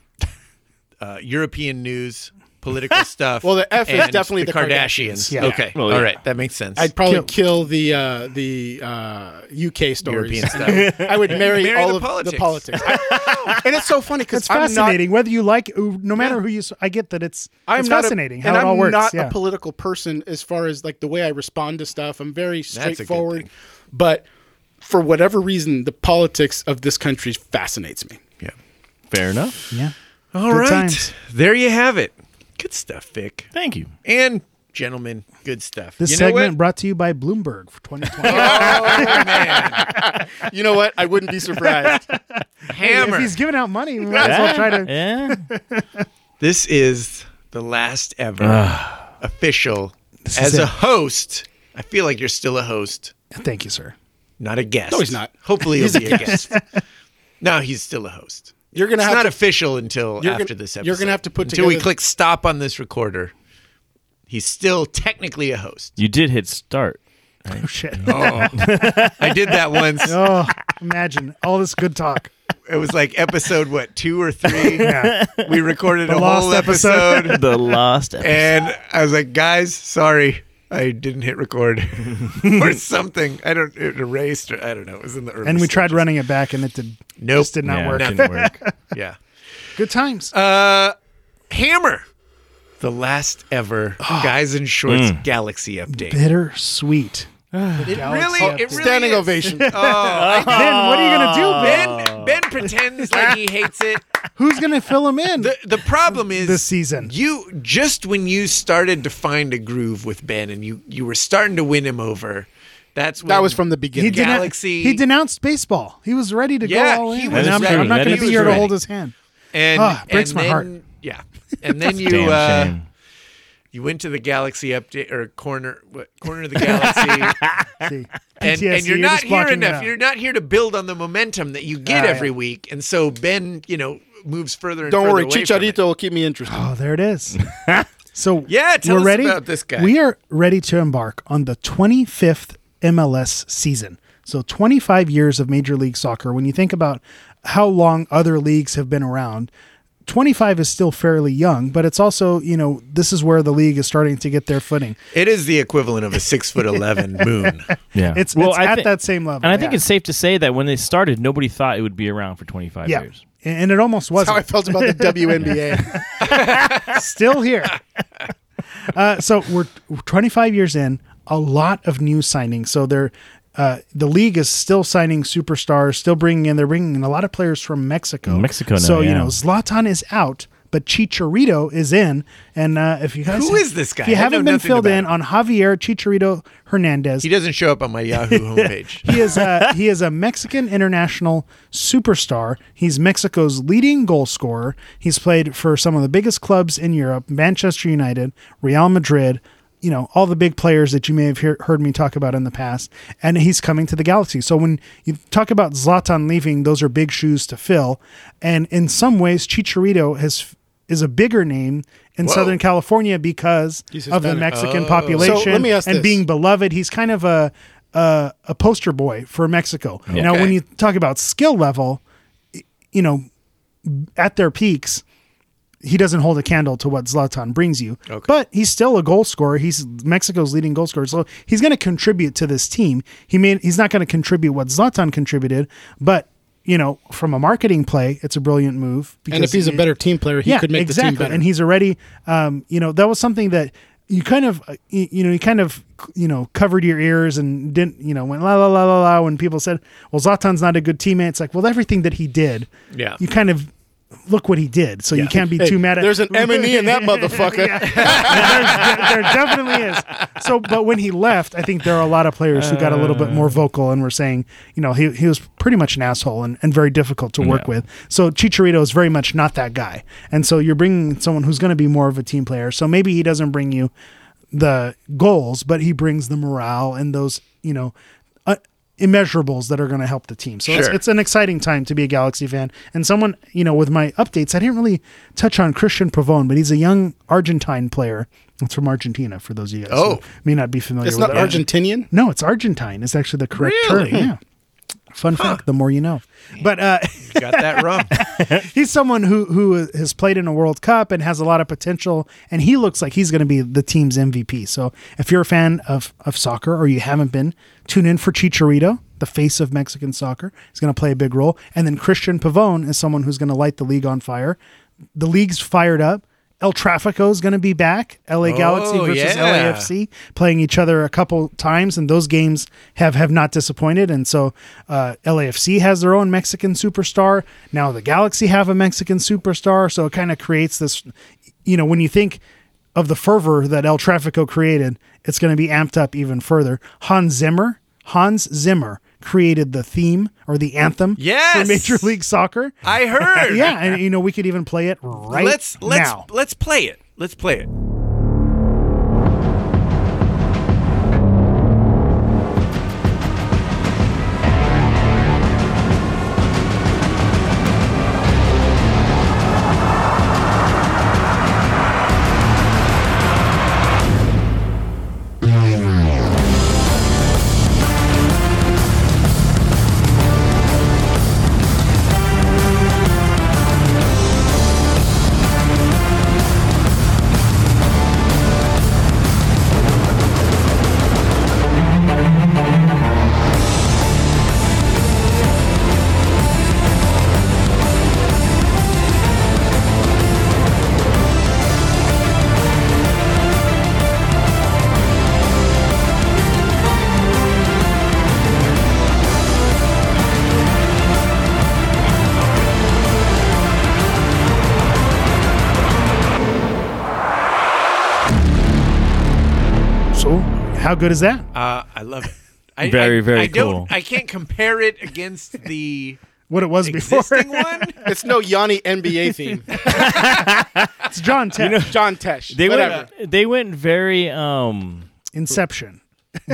Speaker 1: uh, European news, political stuff.
Speaker 3: Well, the F is
Speaker 1: and
Speaker 3: definitely the
Speaker 1: Kardashians.
Speaker 3: Kardashians.
Speaker 4: Yeah.
Speaker 1: Okay.
Speaker 2: Well, yeah.
Speaker 1: All right. That makes sense.
Speaker 3: I'd probably
Speaker 4: Kill-
Speaker 3: kill, the uh, the uh, UK stories.
Speaker 1: European stuff.
Speaker 3: I would marry,
Speaker 1: Marry
Speaker 3: all
Speaker 1: the
Speaker 3: of
Speaker 1: politics.
Speaker 3: the politics, and it's so funny because
Speaker 4: It's fascinating whether you like uh, no matter who you. s- I get that it's it's
Speaker 3: not a-
Speaker 4: fascinating how
Speaker 3: and
Speaker 4: it
Speaker 3: I'm
Speaker 4: all works.
Speaker 3: not
Speaker 4: yeah.
Speaker 3: a political person as far as like the way I respond to stuff. I'm very
Speaker 1: a good
Speaker 3: straightforward,
Speaker 1: thing.
Speaker 3: but for whatever reason, the politics of this country fascinates me.
Speaker 1: yeah.
Speaker 2: Fair enough.
Speaker 4: yeah.
Speaker 1: All
Speaker 4: Good
Speaker 1: right.
Speaker 4: times.
Speaker 1: There you have it. Good stuff, Vic.
Speaker 2: Thank you.
Speaker 1: And gentlemen, good stuff.
Speaker 4: This
Speaker 1: you know
Speaker 4: segment
Speaker 1: what? Oh,
Speaker 4: brought to you by Bloomberg for 2020.
Speaker 3: You know what? I wouldn't be surprised.
Speaker 1: Hammer.
Speaker 4: If he's giving out money, we might as well try to.
Speaker 2: Yeah.
Speaker 1: This is the last ever official.
Speaker 4: is
Speaker 1: As
Speaker 4: it.
Speaker 1: a host, I feel like you're still a host,
Speaker 4: Thank you, sir.
Speaker 1: not a guest.
Speaker 3: No, he's not.
Speaker 1: Hopefully, he'll be a guest. no, he's still a host.
Speaker 3: You're gonna
Speaker 1: It's
Speaker 3: have
Speaker 1: not
Speaker 3: to-
Speaker 1: official until
Speaker 3: You're
Speaker 1: after
Speaker 3: gonna-
Speaker 1: this episode.
Speaker 3: you're gonna have to put
Speaker 1: until we
Speaker 3: together-
Speaker 1: click stop on this recorder. He's still technically a host.
Speaker 2: You did hit start.
Speaker 4: Oh shit.
Speaker 1: I did that once.
Speaker 4: oh, imagine all this good talk.
Speaker 1: It was like episode what two or three.
Speaker 4: Yeah.
Speaker 1: We recorded a
Speaker 4: lost
Speaker 1: whole
Speaker 4: episode.
Speaker 1: episode.
Speaker 2: The last episode.
Speaker 1: and I was like, guys, sorry, I didn't hit record or something. I don't it erased. Or, I don't know. It was in the early
Speaker 4: And we tried
Speaker 1: stages.
Speaker 4: running it back, and it did
Speaker 1: Nope.
Speaker 4: just did not
Speaker 2: Yeah,
Speaker 4: work.
Speaker 2: it didn't work.
Speaker 1: Yeah,
Speaker 4: Good times.
Speaker 1: Hammer, Ah. the last ever guys in shorts galaxy update.
Speaker 4: Bittersweet.
Speaker 1: Mm. It really, it really
Speaker 3: Standing
Speaker 1: is.
Speaker 3: ovation.
Speaker 4: ben, what are you gonna do, Ben?
Speaker 1: Ben, ben pretends like he hates it.
Speaker 4: Oh. Who's gonna fill him in?
Speaker 1: The, the problem is
Speaker 4: This season.
Speaker 1: You just when you started to find a groove with Ben and you you were starting to win him over. That's when
Speaker 3: that was from the
Speaker 4: he
Speaker 3: beginning.
Speaker 1: did-
Speaker 4: denou-
Speaker 1: Galaxy.
Speaker 4: he denounced baseball. He was ready to
Speaker 1: Yeah,
Speaker 4: go all in.
Speaker 1: he
Speaker 4: And
Speaker 1: was
Speaker 4: I'm,
Speaker 2: ready.
Speaker 4: I'm not
Speaker 2: That
Speaker 4: going
Speaker 2: is
Speaker 4: to be here
Speaker 2: true.
Speaker 4: to hold his hand.
Speaker 1: and
Speaker 4: Ah, breaks
Speaker 1: and
Speaker 4: my
Speaker 1: then,
Speaker 4: heart.
Speaker 1: Yeah, and then you
Speaker 2: Damn
Speaker 1: uh,
Speaker 2: shame.
Speaker 1: You went to the Galaxy update or corner what, corner of the Galaxy,
Speaker 4: See,
Speaker 1: and,
Speaker 4: PTSD,
Speaker 1: and you're not
Speaker 4: just
Speaker 1: here
Speaker 4: blocking it
Speaker 1: enough.
Speaker 4: out.
Speaker 1: You're not here to build on the momentum that you get
Speaker 4: Ah,
Speaker 1: every
Speaker 4: yeah.
Speaker 1: week, and so Ben, you know, moves further. And
Speaker 3: Don't
Speaker 1: further
Speaker 3: worry,
Speaker 1: away from it.
Speaker 3: Chicharito will keep me interested.
Speaker 4: Oh, there it is. so
Speaker 1: Yeah, tell
Speaker 4: we're
Speaker 1: us
Speaker 4: ready.
Speaker 1: about this guy.
Speaker 4: We are ready to embark on the 25th MLS season. So 25 years of Major League Soccer. When you think about how long other leagues have been around, 25 is still fairly young, but it's also, you know, this is where the league is starting to get their footing.
Speaker 1: It is the equivalent of a six foot eleven moon.
Speaker 2: Yeah,
Speaker 4: It's, it's at
Speaker 2: thi-
Speaker 4: that same level.
Speaker 2: And I think
Speaker 4: yeah.
Speaker 2: it's safe to say that when they started, nobody thought it would be around for 25
Speaker 4: yeah.
Speaker 2: years.
Speaker 4: And it almost
Speaker 3: That's how
Speaker 4: wasn't.
Speaker 3: I felt about the WNBA.
Speaker 4: still here. Uh, so we're 25 years in, a lot of new signings. So they're uh, the league is still signing superstars, still bringing in. They're bringing in a lot of players from Mexico.
Speaker 2: Mexico now,
Speaker 4: so you
Speaker 2: yeah.
Speaker 4: know Zlatan is out, but Chicharito is in. And uh, if you guys
Speaker 1: Who
Speaker 4: have-
Speaker 1: is this guy?
Speaker 4: If you
Speaker 1: I know
Speaker 4: haven't been
Speaker 1: nothing
Speaker 4: filled
Speaker 1: about
Speaker 4: in
Speaker 1: him.
Speaker 4: on Javier Chicharito Hernandez,
Speaker 1: he doesn't show up on my Yahoo homepage.
Speaker 4: he is a he is a Mexican international superstar. He's Mexico's leading goal scorer. He's played for some of the biggest clubs in Europe: Manchester United, Real Madrid. You know all the big players that you may have hear, heard me talk about in the past, and he's coming to the Galaxy. So when you talk about Zlatan leaving, those are big shoes to fill, and in some ways, Chicharito has is a bigger name in
Speaker 1: Whoa.
Speaker 4: Southern California because
Speaker 3: He's
Speaker 4: of the
Speaker 3: Hispanic. Oh.
Speaker 4: Mexican population
Speaker 3: So let me ask
Speaker 4: and
Speaker 3: this.
Speaker 4: being beloved. He's kind of a a, a poster boy for Mexico. Now, when you talk about skill level, y- you know, at their peaks, he doesn't hold a candle to what Zlatan brings you. But he's still a goal scorer. He's Mexico's leading goal scorer, so he's going to contribute to this team. He may he's not going to contribute what Zlatan contributed, but you know, from a marketing play, it's a brilliant move.
Speaker 3: and if he's a
Speaker 4: it-
Speaker 3: better team player, he could make
Speaker 4: exactly.
Speaker 3: the team better.
Speaker 4: And he's already, um, you know, that was something that you kind of, uh, you, you know, you kind of, you know, covered your ears and didn't, you know, went la la la la la when people said, well, Zlatan's not a good teammate. It's like, well, everything that he did,
Speaker 1: Yeah.
Speaker 4: you kind of look what he did. So you can't be
Speaker 3: Hey,
Speaker 4: too mad at
Speaker 3: There's an M and E in that motherfucker.
Speaker 4: Yeah, there, there definitely is. So, but when he left, I think there are a lot of players who got a little bit more vocal and were saying, you know, he, he was pretty much an asshole and, and very difficult to work
Speaker 2: Yeah.
Speaker 4: with. So Chicharito is very much not that guy. And so you're bringing someone who's going to be more of a team player. So maybe he doesn't bring you the goals, but he brings the morale and those, you know, uh, immeasurables that are going to help the team. So
Speaker 1: Sure.
Speaker 4: it's, it's an exciting time to be a Galaxy fan. And someone, you know, with my updates, I didn't really touch on Christian Pavone, but he's a young Argentine player. It's from Argentina, for those of you guys
Speaker 1: Oh.
Speaker 4: who may not be familiar
Speaker 3: it's
Speaker 4: with
Speaker 3: not
Speaker 4: that.
Speaker 3: Argentinian.
Speaker 4: No, it's Argentine. It's actually the correct
Speaker 1: Really?
Speaker 4: term. Yeah. Fun fact, the more you know. But uh,
Speaker 1: Got that wrong.
Speaker 4: he's someone who who has played in a World Cup and has a lot of potential, and he looks like he's going to be the team's MVP. So if you're a fan of of soccer or you haven't been, tune in for Chicharito, the face of Mexican soccer. He's going to play a big role, and then Christian Pavone is someone who's going to light the league on fire. The league's fired up. El Trafico is going to be back. LA Galaxy
Speaker 1: Oh,
Speaker 4: versus
Speaker 1: yeah.
Speaker 4: LAFC playing each other a couple times, and those games have have not disappointed. And so uh, LAFC has their own Mexican superstar. Now the Galaxy have a Mexican superstar, so it kind of creates this. You know, when you think of the fervor that El Trafico created, it's going to be amped up even further. Hans Zimmer, Hans Zimmer created the theme or the anthem
Speaker 1: Yes!
Speaker 4: for Major League Soccer.
Speaker 1: I heard.
Speaker 4: yeah, and you know we could even play it right
Speaker 1: let's let's
Speaker 4: now.
Speaker 1: let's play it. Let's play it.
Speaker 4: So, how good is that?
Speaker 1: Uh, I love it. I,
Speaker 2: Very,
Speaker 1: I,
Speaker 2: very
Speaker 1: I don't-
Speaker 2: cool.
Speaker 1: I can't compare it against the
Speaker 4: what it was before.
Speaker 1: Existing one?
Speaker 3: It's no Yanni NBA theme.
Speaker 4: it's John Tech.
Speaker 3: John Tesh.
Speaker 2: They
Speaker 3: whatever.
Speaker 2: went. They went very. Um.
Speaker 4: Inception.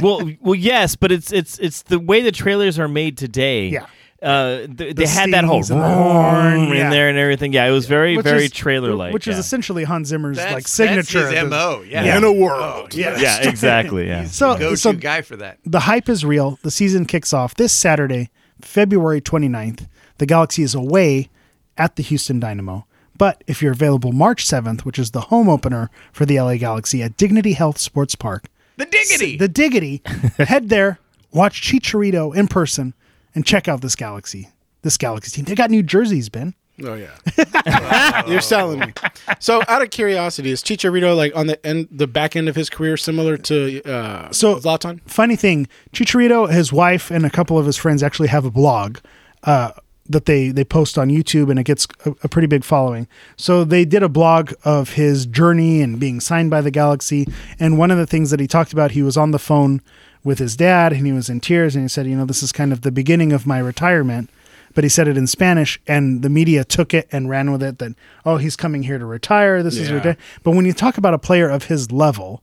Speaker 2: Well. Well. Yes, but it's it's it's the way the trailers are made today.
Speaker 4: Yeah.
Speaker 2: Uh, th- they had that whole
Speaker 4: stings and the horn,
Speaker 2: roar in
Speaker 4: yeah.
Speaker 2: there and everything. Yeah, it was very,
Speaker 4: Which
Speaker 2: very
Speaker 4: is-
Speaker 2: trailer like.
Speaker 4: Which
Speaker 2: yeah.
Speaker 4: is essentially Hans Zimmer's
Speaker 1: That's,
Speaker 4: like signature.
Speaker 1: That's his MO. Yeah.
Speaker 4: Yeah. In a
Speaker 3: Oh,
Speaker 1: world. yeah.
Speaker 2: Yeah, exactly. Yeah.
Speaker 4: So,
Speaker 1: Go-to
Speaker 4: so
Speaker 1: guy for that.
Speaker 4: the hype is real. The season kicks off this Saturday, February 29th. The Galaxy is away at the Houston Dynamo. But if you're available March 7th, which is the home opener for the LA Galaxy at Dignity Health Sports Park,
Speaker 1: The diggity.
Speaker 4: the Diggity, head there, watch Chicharito in person, and check out this Galaxy. This Galaxy team. They got new jerseys, Ben.
Speaker 3: Oh yeah, you're selling me. So, out of curiosity, is Chicharito like on the end, the back end of his career, similar to uh,
Speaker 4: So-
Speaker 3: Zlatan?
Speaker 4: funny thing, Chicharito, his wife, and a couple of his friends actually have a blog uh, that they they post on YouTube, and it gets a, a pretty big following. So they did a blog of his journey and being signed by the Galaxy. And one of the things that he talked about, he was on the phone with his dad, and he was in tears, and he said, "You know, this is kind of the beginning of my retirement." But he said it in Spanish, and the media took it and ran with it. That oh, he's coming here to retire. This is
Speaker 3: Yeah.
Speaker 4: retire. But when you talk about a player of his level,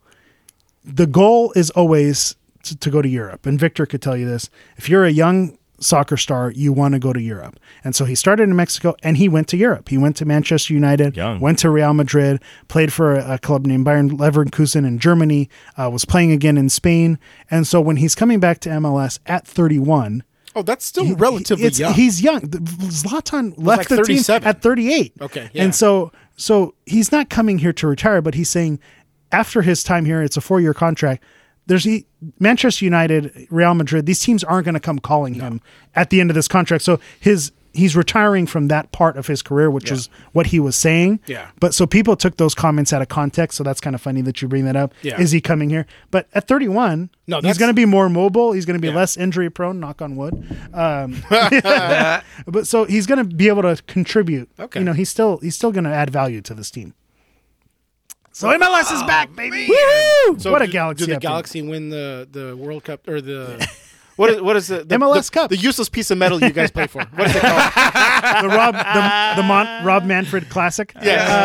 Speaker 4: the goal is always to, to go to Europe. And Victor could tell you this. If you're a young soccer star, you want to go to Europe. And so he started in Mexico and he went to Europe. He went to Manchester United,
Speaker 2: Young.
Speaker 4: went to Real Madrid, played for a, a club named Bayern Leverkusen in Germany, uh, was playing again in Spain. And so when he's coming back to MLS at 31,
Speaker 3: Oh, that's still relatively
Speaker 4: it's-
Speaker 3: young.
Speaker 4: He's young. The- Zlatan left
Speaker 3: like
Speaker 4: the team
Speaker 3: 37.
Speaker 4: at 38.
Speaker 3: Okay, yeah.
Speaker 4: And so so he's not coming here to retire, but he's saying after his time here, it's a four year contract. There's he, Manchester United, Real Madrid. These teams aren't going to come calling him at the end of this contract. So his he's retiring from that part of his career, which is what he was saying.
Speaker 3: Yeah.
Speaker 4: But so people took those comments out of context. So that's kind of funny that you bring that up.
Speaker 3: Yeah.
Speaker 4: Is he coming here? But at 31,
Speaker 3: No,
Speaker 4: he's
Speaker 3: that's-
Speaker 4: going to be more mobile. He's going to be
Speaker 3: Yeah.
Speaker 4: less injury prone. Knock on wood. Um, but so he's going to be able to contribute.
Speaker 3: Okay.
Speaker 4: You know, he's still he's still going to add value to this team. So MLS is back, baby. Woohoo!
Speaker 3: So
Speaker 4: what a
Speaker 3: do-
Speaker 4: galaxy!
Speaker 3: Do the
Speaker 4: update.
Speaker 3: Galaxy win the the World Cup or the what is what is the, the
Speaker 4: MLS
Speaker 3: the-
Speaker 4: Cup.
Speaker 3: The useless piece of metal you guys play for. What is it called?
Speaker 4: the Rob the, the Mon, Rob Manfred Classic.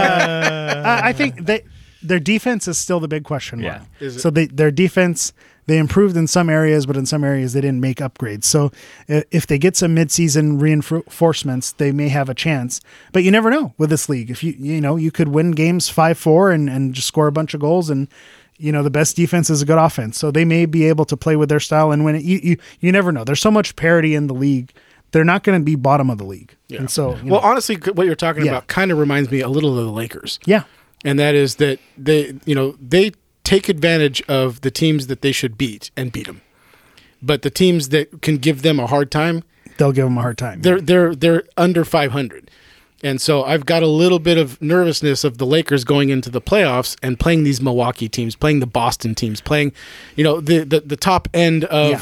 Speaker 4: Uh, I I think they their defense is still the big question mark.
Speaker 2: Yeah.
Speaker 3: Is it-
Speaker 4: So they, their defense they improved in some areas, but in some areas they didn't make upgrades. So i- if they get some midseason reinforcements, they may have a chance. But you never know with this league. If you you know you could win games five four and and just score a bunch of goals and. You know the best defense is a good offense, so they may be able to play with their style and win it. You you, you never know. There's so much parity in the league; they're not going to be bottom of the league. And so, you know,
Speaker 3: well, honestly, what you're talking
Speaker 4: Yeah.
Speaker 3: about kind of reminds me a little of the Lakers.
Speaker 4: yeah,
Speaker 3: and that is that they you know they take advantage of the teams that they should beat and beat them but the teams that can give them a hard time
Speaker 4: they'll give them a hard time.
Speaker 3: they're they're they're under 500 and so i've got a little bit of nervousness of the lakers going into the playoffs and playing these milwaukee teams playing the boston teams playing you know the the, the top end of
Speaker 4: Yeah.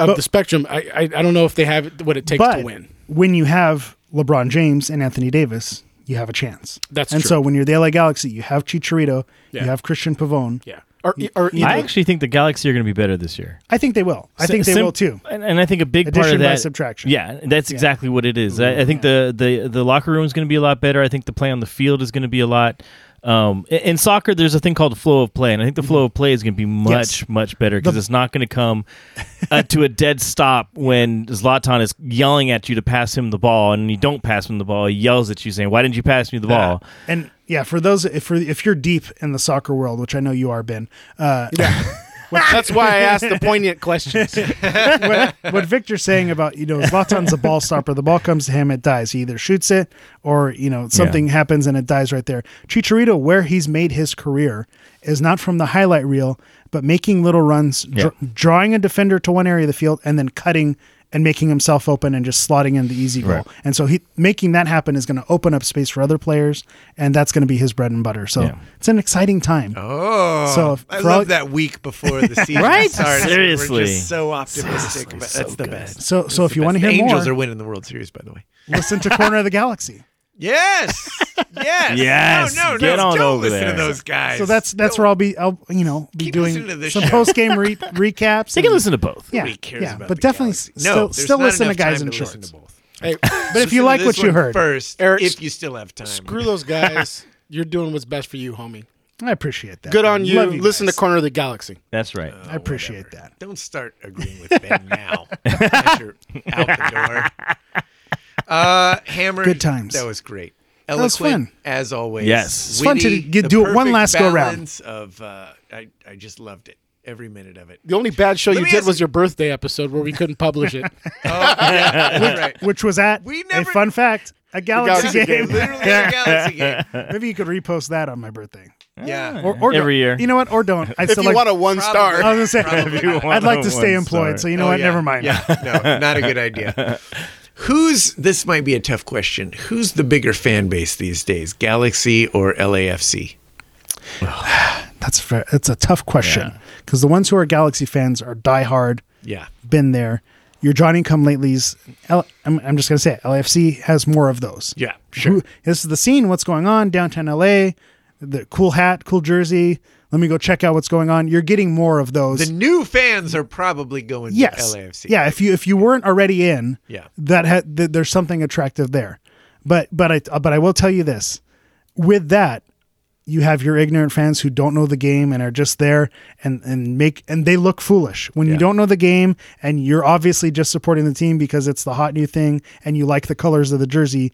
Speaker 3: of
Speaker 4: But-
Speaker 3: the spectrum I, I i don't know if they have what it takes
Speaker 4: but
Speaker 3: to win
Speaker 4: when you have LeBron James and Anthony Davis, you have a chance.
Speaker 3: That's
Speaker 4: and
Speaker 3: true.
Speaker 4: so when you're the LA Galaxy, you have Chicharito,
Speaker 3: Yeah.
Speaker 4: you have Christian Pavone.
Speaker 3: yeah or, or either,
Speaker 2: I actually think the Galaxy are going to be better this year.
Speaker 4: I think they will. I think they
Speaker 2: Sim-
Speaker 4: will too.
Speaker 2: And, and I think a big part
Speaker 4: Addition
Speaker 2: of
Speaker 4: by
Speaker 2: that
Speaker 4: subtraction.
Speaker 2: Yeah, that's exactly what it is. I, I think the, the the locker room is going to be a lot better. I think the play on the field is going to be a lot. Um, in, in soccer, there's a thing called flow of play, and I think the
Speaker 4: Mm-hmm.
Speaker 2: flow of play is going to be much much better because it's not going to come uh, to a dead stop when Zlatan is yelling at you to pass him the ball, and you don't pass him the ball. He yells at you saying, "Why didn't you pass me the ball?"
Speaker 4: And yeah, for those if for, if you're deep in the soccer world, which I know you are, Ben, uh,
Speaker 3: that's why i asked the poignant questions
Speaker 4: what, what Victor's saying about you know Zlatan's a ball stopper. The ball comes to him, it dies. He either shoots it or you know something happens and it dies right there. Chicharito, where he's made his career, is not from the highlight reel, but making little runs, dr- drawing a defender to one area of the field, and then cutting and making himself open and just slotting in the easy goal.
Speaker 2: Right.
Speaker 4: And so he making that happen is going to open up space for other players, and that's going to be his bread and butter. So
Speaker 2: Yeah.
Speaker 4: it's an exciting time.
Speaker 1: Oh,
Speaker 4: So if-
Speaker 1: I
Speaker 4: for
Speaker 1: love
Speaker 4: all-
Speaker 1: that week before the season
Speaker 4: Right?
Speaker 1: starts. we're
Speaker 2: Seriously.
Speaker 1: just so optimistic, but that's the best.
Speaker 4: So so if you want to
Speaker 1: The
Speaker 4: hear
Speaker 1: Angels are
Speaker 4: more,
Speaker 1: winning the World Series, by the way.
Speaker 4: listen to Corner of the Galaxy.
Speaker 1: Yes, yes,
Speaker 2: Yes.
Speaker 1: No, no,
Speaker 2: Get
Speaker 1: no.
Speaker 2: on
Speaker 1: Don't
Speaker 2: over
Speaker 1: listen to
Speaker 2: there.
Speaker 1: those guys.
Speaker 4: So that's that's
Speaker 1: Don't-
Speaker 4: where I'll be. I'll you know be
Speaker 1: Keep listening
Speaker 4: doing
Speaker 1: to this
Speaker 4: some
Speaker 1: show.
Speaker 4: post game re- recaps.
Speaker 2: So you can
Speaker 4: and-
Speaker 2: listen to both.
Speaker 4: Yeah,
Speaker 1: Nobody cares
Speaker 4: yeah,
Speaker 1: about
Speaker 4: but
Speaker 1: the
Speaker 4: definitely
Speaker 1: Galaxy.
Speaker 4: still
Speaker 1: there's
Speaker 4: still
Speaker 1: not
Speaker 4: listen to
Speaker 1: enough
Speaker 4: guys
Speaker 1: time
Speaker 4: in
Speaker 1: to listen
Speaker 4: shorts.
Speaker 1: to both.
Speaker 3: Hey,
Speaker 4: But if you like what you heard,
Speaker 1: first,
Speaker 3: Eric,
Speaker 1: if you still have time,
Speaker 3: screw those guys. You're doing what's best for you, homie.
Speaker 4: I appreciate that.
Speaker 3: Good on
Speaker 4: man.
Speaker 3: you.
Speaker 4: Love
Speaker 3: Listen
Speaker 4: guys.
Speaker 3: to Corner of the Galaxy.
Speaker 2: That's right.
Speaker 4: I appreciate that.
Speaker 1: Don't start agreeing with Ben now. Unless you're out the door. Uh, Hammer.
Speaker 4: Good times.
Speaker 1: That was great.
Speaker 4: was
Speaker 1: Eloquent,
Speaker 4: fun.
Speaker 1: as always.
Speaker 2: Yes. It's
Speaker 4: fun to
Speaker 1: witty,
Speaker 4: get-
Speaker 1: the
Speaker 4: do it one
Speaker 1: perfect
Speaker 4: last go-round.
Speaker 1: balance Of uh, I, I just loved it. Every minute of it.
Speaker 3: The only bad show you
Speaker 1: me
Speaker 3: did
Speaker 1: ask-
Speaker 3: was your birthday episode where we couldn't publish it.
Speaker 1: That's right.
Speaker 4: Which was at
Speaker 1: We
Speaker 4: a
Speaker 1: never-
Speaker 4: fun fact, a
Speaker 3: Galaxy
Speaker 4: galaxy, game.
Speaker 3: game.
Speaker 1: Literally a galaxy game.
Speaker 4: Maybe you could repost that on my birthday.
Speaker 1: Yeah.
Speaker 4: Or, or
Speaker 2: Every
Speaker 4: don't.
Speaker 2: year.
Speaker 4: You know what? Or don't. I
Speaker 3: if
Speaker 4: still
Speaker 3: you
Speaker 4: like,
Speaker 3: want a one
Speaker 1: Probably.
Speaker 4: I
Speaker 3: star,
Speaker 4: was gonna
Speaker 1: Probably.
Speaker 4: say
Speaker 1: If you
Speaker 4: I'd
Speaker 2: want
Speaker 4: like
Speaker 2: a
Speaker 4: to stay
Speaker 2: one
Speaker 4: employed,
Speaker 2: star.
Speaker 4: so you know
Speaker 1: Oh,
Speaker 4: what?
Speaker 1: yeah.
Speaker 4: Never mind.
Speaker 1: Yeah, no, not a good idea. Who's this might be a tough question. Who's the bigger fan base these days, Galaxy or LAFC?
Speaker 4: That's fair. That's a tough question because the ones who are Galaxy fans are diehard.
Speaker 1: Yeah,
Speaker 4: Been there. Your Johnny Come Latelys. L- I'm, I'm just gonna say it, LAFC has more of those.
Speaker 1: yeah, sure.
Speaker 4: Who- this is the scene. What's going on downtown LA? The cool hat, cool jersey. Let me go check out what's going on. You're getting more of those.
Speaker 1: The new fans are probably going
Speaker 4: yes.
Speaker 1: to LAFC.
Speaker 4: Yeah. If you if you weren't already in,
Speaker 1: Yeah.
Speaker 4: that had th- there's something attractive there. But but I uh, but I will tell you this: with that, you have your ignorant fans who don't know the game and are just there and and make and they look foolish when you don't know the game and you're obviously just supporting the team because it's the hot new thing and you like the colors of the jersey.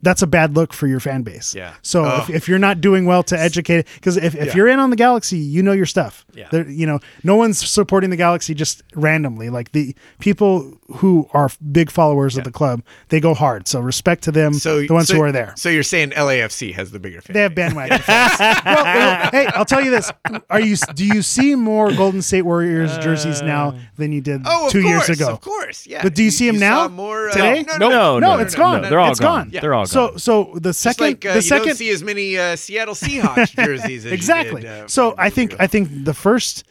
Speaker 4: That's a bad look for your fan base.
Speaker 1: Yeah.
Speaker 4: So
Speaker 1: Oh.
Speaker 4: if, if you're not doing well to educate, because if, if you're in on the galaxy, you know your stuff.
Speaker 1: Yeah.
Speaker 4: There- you know, no one's supporting the galaxy just randomly. Like the people who are f- big followers of the club, they go hard. So respect to them,
Speaker 1: So
Speaker 4: the ones
Speaker 1: so-
Speaker 4: who are there.
Speaker 1: So you're saying LAFC has the bigger fan?
Speaker 4: They have
Speaker 1: base.
Speaker 4: bandwagon fans. well, well, hey, I'll tell you this: Are you do you see more Golden State Warriors jerseys
Speaker 2: Uh,
Speaker 4: now than you did
Speaker 1: Oh,
Speaker 4: two
Speaker 1: of course,
Speaker 4: years ago?
Speaker 1: Of course, yeah.
Speaker 4: But do you see them now?
Speaker 1: saw More, uh,
Speaker 4: Today?
Speaker 1: No,
Speaker 2: No,
Speaker 1: no,
Speaker 2: no,
Speaker 4: No, it's gone.
Speaker 2: They're all
Speaker 4: It's gone.
Speaker 2: gone. They're all gone.
Speaker 4: So, so the
Speaker 1: Just
Speaker 4: second,
Speaker 1: like uh,
Speaker 4: the
Speaker 1: you
Speaker 4: second,
Speaker 1: don't see as many uh, Seattle Seahawks jerseys. As
Speaker 4: exactly.
Speaker 1: You did, uh,
Speaker 4: so
Speaker 1: from
Speaker 4: I think
Speaker 1: years ago.
Speaker 4: I think the first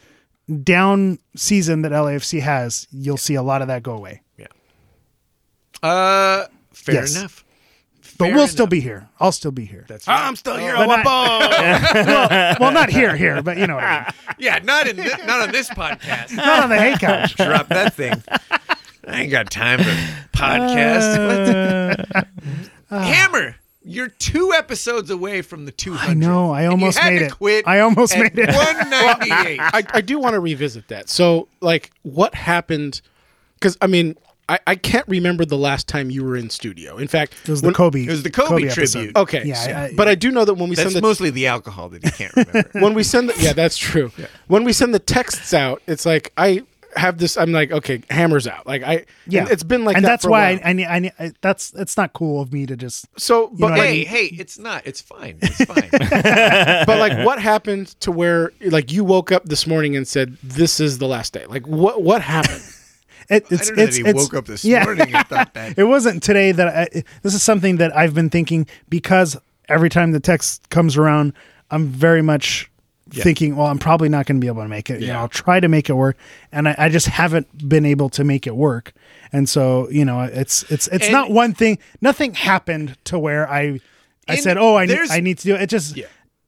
Speaker 4: down season that LAFC has, you'll see a lot of that go away.
Speaker 1: Uh, fair
Speaker 4: Yes.
Speaker 1: enough.
Speaker 4: But
Speaker 1: Fair
Speaker 4: we'll still
Speaker 1: enough.
Speaker 4: be here. I'll still be here.
Speaker 1: That's right.
Speaker 3: I'm still here.
Speaker 4: But
Speaker 3: I'm up.
Speaker 4: well, not here, here, but you know, what I mean.
Speaker 1: Yeah, not in thi- not on this podcast.
Speaker 4: not on the hay couch.
Speaker 1: Drop that thing. I ain't got time for podcast.
Speaker 4: Uh,
Speaker 1: Hammer, you're two episodes away from the 200.
Speaker 4: I know. I almost
Speaker 1: you had
Speaker 4: made
Speaker 1: to
Speaker 4: it.
Speaker 1: Quit
Speaker 4: I almost
Speaker 1: at
Speaker 4: made it.
Speaker 1: 198.
Speaker 3: I, I do want to revisit that. So, like, what happened? Because I mean, I, I can't remember the last time you were in studio. In fact,
Speaker 4: It was the
Speaker 3: when-
Speaker 4: Kobe.
Speaker 1: It was the Kobe
Speaker 4: episode.
Speaker 1: tribute.
Speaker 3: Okay,
Speaker 4: Yeah,
Speaker 3: so-
Speaker 4: I- I-
Speaker 3: but I do know that when we
Speaker 1: That's
Speaker 3: send the
Speaker 1: mostly the alcohol that you can't remember.
Speaker 3: when we send the, yeah that's true when we send the texts out it's like i have this i'm like okay hammers out like i
Speaker 4: Yeah,
Speaker 3: yeah it's been like
Speaker 4: and
Speaker 3: that
Speaker 4: that's
Speaker 3: for a
Speaker 4: why
Speaker 3: while.
Speaker 4: I, I, need- I, need- I that's it's not cool of me to just
Speaker 3: so but
Speaker 4: know, I
Speaker 3: like,
Speaker 1: hey, hey, it's not. It's fine. It's fine.
Speaker 3: but like what happened to where like you woke up this morning and said this is the last day like what what happened
Speaker 4: it,
Speaker 1: I
Speaker 4: it's
Speaker 1: don't know
Speaker 4: it's,
Speaker 1: that he
Speaker 4: it's-
Speaker 1: woke up this
Speaker 4: yeah.
Speaker 1: morning and thought that.
Speaker 4: It wasn't today that I, this is something that I've been thinking because every time the text comes around, I'm very much thinking, well, I'm probably not going to be able to make it. You know, I'll try to make it work, and I, I just haven't been able to make it work. And so, you know, it's it's it's
Speaker 1: And-
Speaker 4: not one thing. Nothing happened to where I I
Speaker 1: And
Speaker 4: said, oh, I need
Speaker 1: there's-
Speaker 4: I need to do it. It just.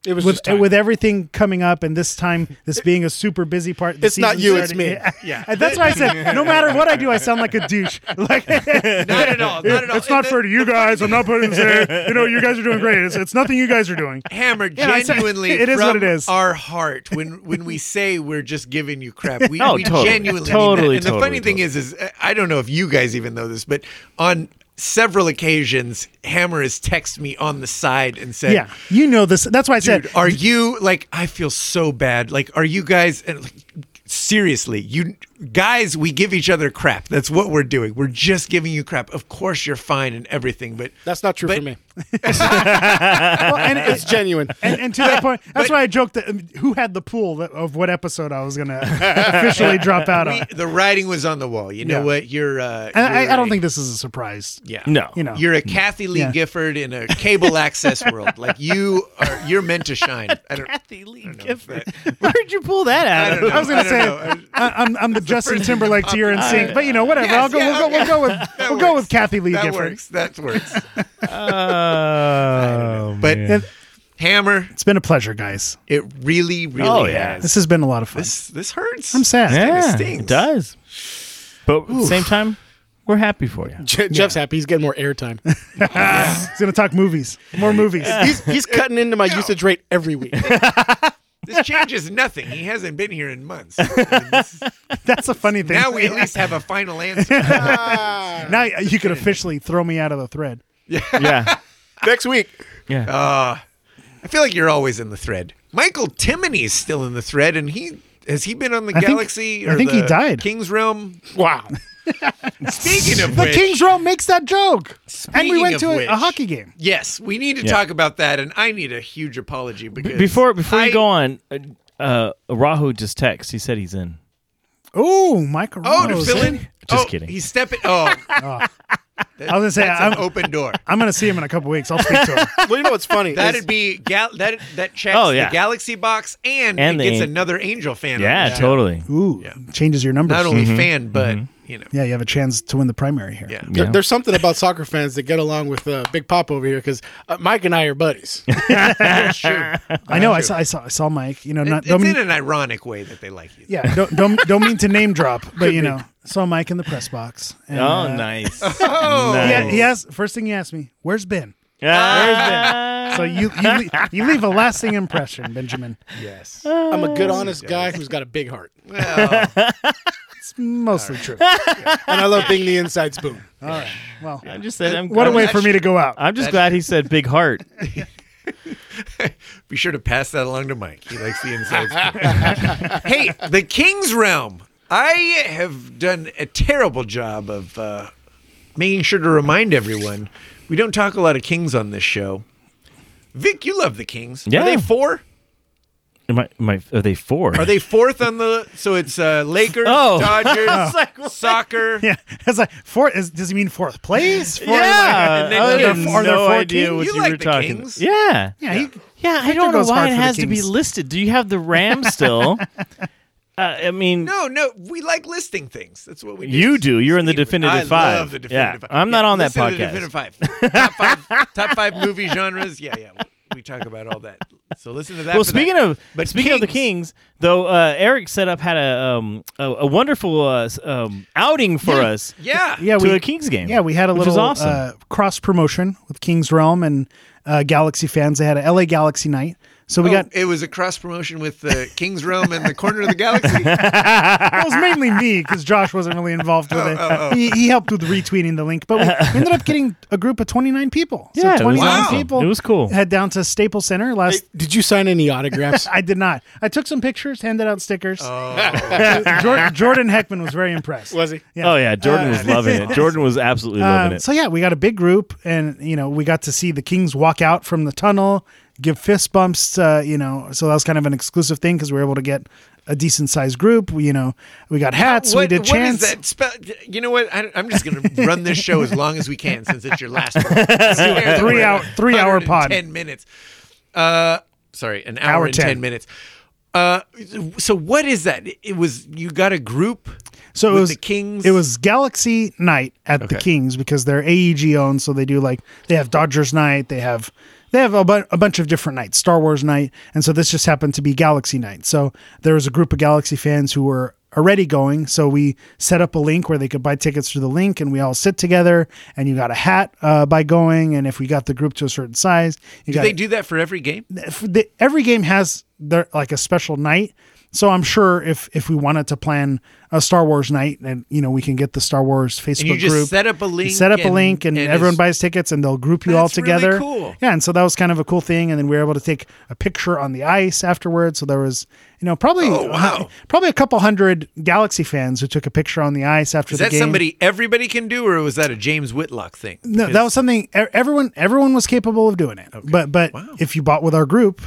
Speaker 3: it was
Speaker 4: With,
Speaker 3: just time.
Speaker 4: with everything coming up and this time this being a super busy part of the
Speaker 3: It's not
Speaker 4: season
Speaker 3: you, it's me.
Speaker 4: starting- yeah And that's why i said no matter what i do i sound like a douche
Speaker 1: Not
Speaker 4: like
Speaker 1: at all. Not at all.
Speaker 4: it's not
Speaker 1: And
Speaker 4: fair
Speaker 1: the-
Speaker 4: to you guys. I'm not putting this there. You know, you guys are doing great. It's, it's nothing you guys are doing.
Speaker 1: hammer
Speaker 4: Yeah, I said-
Speaker 1: genuinely
Speaker 4: it is
Speaker 1: from
Speaker 4: what it is.
Speaker 1: our heart when when we say we're just giving you crap we,
Speaker 2: Oh,
Speaker 1: we
Speaker 2: totally.
Speaker 1: genuinely mean
Speaker 2: Totally,
Speaker 1: that. and the funny
Speaker 2: totally,
Speaker 1: thing is is uh, i don't know if you guys even know this but on several occasions hammer has texted me on the side and said
Speaker 4: Yeah, you know this. That's why I said.
Speaker 1: dude are you like i feel so bad like are you guys and like, seriously you guys we give each other crap that's what we're doing we're just giving you crap of course you're fine and everything but
Speaker 3: that's not true
Speaker 1: but-
Speaker 3: for me
Speaker 4: well, and,
Speaker 3: it's genuine
Speaker 4: and, and to that point, that's why I joked that um, who had the pool that, of what episode I was going to officially drop out on.
Speaker 1: the writing was on the wall you know
Speaker 4: Yeah.
Speaker 1: what you're uh
Speaker 4: And I,
Speaker 1: you're
Speaker 4: I don't
Speaker 1: a-
Speaker 4: think this is a surprise.
Speaker 1: Yeah.
Speaker 2: No.
Speaker 4: You know.
Speaker 1: You're a Kathy Lee
Speaker 4: Yeah.
Speaker 1: Gifford in a cable access world. Like you are you're meant to shine. I don't
Speaker 2: Kathy Lee Gifford. Where'd you pull that out
Speaker 1: don't know.
Speaker 4: I was
Speaker 1: I
Speaker 4: gonna
Speaker 1: don't
Speaker 4: say
Speaker 1: know. I-
Speaker 4: I, I'm I'm the Justin Timberlake to your in sync, but you know whatever.
Speaker 1: Yes,
Speaker 4: I'll go.
Speaker 1: yeah,
Speaker 4: we'll, go
Speaker 1: okay.
Speaker 4: we'll go with we'll go with Kathy Lee
Speaker 1: that
Speaker 4: Gifford.
Speaker 1: works. That works.
Speaker 2: Um, Oh,
Speaker 1: But
Speaker 2: man.
Speaker 1: Hammer,
Speaker 4: It's been a pleasure, guys.
Speaker 1: it really, really
Speaker 2: Oh, yeah.
Speaker 1: has.
Speaker 4: This has been a lot of fun.
Speaker 1: This this hurts.
Speaker 4: I'm sad.
Speaker 1: It
Speaker 2: yeah,
Speaker 1: stings.
Speaker 2: it does. But at the same time, We're happy for you.
Speaker 3: Je- Jeff's happy. He's getting more airtime.
Speaker 4: He's gonna talk movies, more movies.
Speaker 3: he's he's cutting into my usage rate every week.
Speaker 1: This changes nothing. He hasn't been here in months. And this-
Speaker 4: That's a funny thing.
Speaker 1: now we at least have a final answer.
Speaker 4: Now you could officially throw me out of the thread.
Speaker 2: Yeah.
Speaker 3: Next week.
Speaker 2: Yeah.
Speaker 1: I feel like you're always in the thread. Michael Timoney is still in the thread, and he has he been on the
Speaker 4: I think-
Speaker 1: Galaxy?
Speaker 4: I
Speaker 1: or
Speaker 4: think he
Speaker 1: the
Speaker 4: died.
Speaker 1: King's Realm.
Speaker 3: Wow.
Speaker 1: Speaking of
Speaker 4: The
Speaker 1: which,
Speaker 4: King's Realm makes that joke, and
Speaker 1: Speaking
Speaker 4: we went
Speaker 1: of
Speaker 4: to a,
Speaker 1: which-
Speaker 4: a hockey game.
Speaker 1: Yes, we need to
Speaker 2: Yeah.
Speaker 1: talk about that, and I need a huge apology because
Speaker 2: before before
Speaker 1: I,
Speaker 2: you go on, uh, uh, Rahu just texts. He said he's in.
Speaker 4: Oh, Michael.
Speaker 1: Oh, to
Speaker 4: Rose.
Speaker 1: fill in. Oh,
Speaker 2: Just kidding.
Speaker 1: He's stepping. Oh,
Speaker 4: I was gonna say
Speaker 1: that's an
Speaker 4: I'm,
Speaker 1: open door.
Speaker 4: I'm gonna see him in a couple weeks. I'll speak to him.
Speaker 3: Well, you know what's funny? is-
Speaker 1: That'd be gal- that that checks
Speaker 2: Oh, yeah.
Speaker 1: the Galaxy box, and,
Speaker 2: And
Speaker 1: it
Speaker 2: the
Speaker 1: gets
Speaker 2: an-
Speaker 1: another Angel fan. on
Speaker 2: Yeah,
Speaker 1: the show.
Speaker 2: totally. Mm-hmm.
Speaker 4: Ooh, changes your numbers.
Speaker 1: Not only fan, but you know,
Speaker 4: yeah, you have a chance to win the primary here.
Speaker 1: yeah.
Speaker 3: There-
Speaker 2: Yeah.
Speaker 3: There's something about soccer fans that get along with uh, Big Pop over here because uh, Mike and I are buddies.
Speaker 1: That's true.
Speaker 4: I know. I saw. I saw. I saw Mike. You know, not
Speaker 1: It-
Speaker 4: don't
Speaker 1: it's
Speaker 4: mean,
Speaker 1: in an ironic way that they like you.
Speaker 4: yeah, don't, don't don't mean to name drop, but you know, saw Mike in the press box. And,
Speaker 2: Oh,
Speaker 4: uh,
Speaker 2: nice.
Speaker 4: Yeah,
Speaker 2: nice.
Speaker 4: he asked. First thing he asked me, "Where's Ben?"
Speaker 2: Ah.
Speaker 4: So you you, le- you leave a lasting impression, Benjamin.
Speaker 1: Yes.
Speaker 3: I'm a good, honest guy who's got a big heart, and
Speaker 1: Well,
Speaker 4: It's mostly true.
Speaker 3: I love being the inside spoon.
Speaker 4: All right. Well,
Speaker 2: I just said I'm,
Speaker 4: what a
Speaker 2: I'm,
Speaker 4: way for me to go out.
Speaker 2: I'm just glad he said big heart.
Speaker 1: be sure to pass that along to Mike. He likes the insides. hey, the King's Realm. I have done a terrible job of uh, making sure to remind everyone we don't talk a lot of kings on this show. Vic, you love the Kings. Are
Speaker 2: Yeah.
Speaker 1: they four?
Speaker 2: Am I, am I, are they four?
Speaker 1: Are they fourth on the? So it's uh, Lakers,
Speaker 2: Oh.
Speaker 1: Dodgers, soccer.
Speaker 4: Yeah, it's like four. Is, does he mean fourth place? Four,
Speaker 2: Yeah, Oh,
Speaker 1: And then you have
Speaker 4: no idea
Speaker 2: idea
Speaker 1: what
Speaker 2: what
Speaker 1: You
Speaker 2: you,
Speaker 1: you like were
Speaker 2: were
Speaker 1: the talking-
Speaker 2: talking.
Speaker 1: Kings?
Speaker 2: Yeah,
Speaker 4: yeah, he,
Speaker 2: yeah. I
Speaker 4: Victor
Speaker 2: don't know
Speaker 4: goes
Speaker 2: why
Speaker 4: hard
Speaker 2: it
Speaker 4: for the
Speaker 2: has to be
Speaker 4: Kings.
Speaker 2: listed. Do you have the Rams still? uh, I mean,
Speaker 1: No, no, we like listing things. That's what we do.
Speaker 2: you do. You're in the
Speaker 1: Anyway,
Speaker 2: definitive
Speaker 1: I
Speaker 2: five.
Speaker 1: love the definitive
Speaker 2: yeah,
Speaker 1: five.
Speaker 2: I'm
Speaker 1: Yeah,
Speaker 2: not on that
Speaker 1: listen to the
Speaker 2: podcast.
Speaker 1: definitive five. Top five, top five movie genres. Yeah, yeah. we- We talk about all that. So listen to that.
Speaker 2: Well,
Speaker 1: for
Speaker 2: speaking
Speaker 1: that.
Speaker 2: of speaking of the Kings, though, uh, Eric set up had a um, a, a wonderful uh, s- um, outing for us.
Speaker 1: yeah,
Speaker 4: yeah,
Speaker 2: to
Speaker 4: we
Speaker 2: a Kings game.
Speaker 4: Yeah, we had a
Speaker 2: which
Speaker 4: little
Speaker 2: was awesome.
Speaker 4: uh, cross promotion with Kings Realm and uh, Galaxy fans. They had a LA Galaxy night, so we
Speaker 1: Oh,
Speaker 4: got
Speaker 1: it was a cross promotion with the King's Realm and the Corner of the Galaxy.
Speaker 4: it was mainly me because Josh wasn't really involved
Speaker 1: Oh,
Speaker 4: with it. He, he helped with retweeting the link, but we ended up getting a group of 29 people.
Speaker 2: Yeah, it was
Speaker 4: so 29
Speaker 1: awesome.
Speaker 4: people.
Speaker 2: It was cool.
Speaker 4: Head down to Staples Center last.
Speaker 3: Did you sign any autographs?
Speaker 4: I did not. I took some pictures, handed out stickers.
Speaker 1: Oh.
Speaker 4: Jor- Jordan Heckman was very impressed.
Speaker 3: Was he?
Speaker 2: Oh yeah, Jordan was loving it. Jordan was absolutely loving
Speaker 4: Um,
Speaker 2: it.
Speaker 4: Uh, so yeah, we got a big group, and you know, we got to see the Kings walk out from the tunnel, give fist bumps. Uh, you know, so that was kind of an exclusive thing because we were able to get a decent sized group. We, you know, we got hats. we
Speaker 1: what,
Speaker 4: did
Speaker 1: what
Speaker 4: chants.
Speaker 1: is that spell? You know what? I, I'm just going to run this show as long as we can since it's your last one.
Speaker 4: Three hour- three hour pod.
Speaker 1: Ten minutes. Uh, sorry, an hour,
Speaker 4: Hour
Speaker 1: and
Speaker 4: 10.
Speaker 1: ten minutes. Uh, so what is that? It was you got a group.
Speaker 4: So
Speaker 1: with
Speaker 4: it was
Speaker 1: the Kings.
Speaker 4: It was Galaxy Night at the
Speaker 1: Okay.
Speaker 4: Kings because they're AEG owned, so they do like they have Dodgers Night, they have they have a, bu- a bunch of different nights, Star Wars Night, and so this just happened to be Galaxy Night. So there was a group of Galaxy fans who were already going, so we set up a link where they could buy tickets through the link, and we all sit together, and you got a hat uh, by going, and if we got the group to a certain size, you
Speaker 1: Do
Speaker 4: got
Speaker 1: they do that for every game?
Speaker 4: if the, every game has their like a special night. So I'm sure if if we wanted to plan a Star Wars night, and you know we can get the Star Wars Facebook
Speaker 1: And you just
Speaker 4: group,
Speaker 1: set up a link.
Speaker 4: set up a link, and, everyone
Speaker 1: it's-
Speaker 4: buys tickets, and they'll group you all
Speaker 1: That's really
Speaker 4: together.
Speaker 1: cool.
Speaker 4: Yeah, and so that was kind of a cool thing. And then we were able to take a picture on the ice afterwards. So there was you know probably
Speaker 1: Oh, wow.
Speaker 4: probably a couple hundred Galaxy fans who took a picture on the ice after
Speaker 1: Is
Speaker 4: the
Speaker 1: that
Speaker 4: game.
Speaker 1: somebody everybody can do, or was that a James Whitlock thing?
Speaker 4: No, that was something e- everyone everyone was capable of doing it. But but if you bought with our group,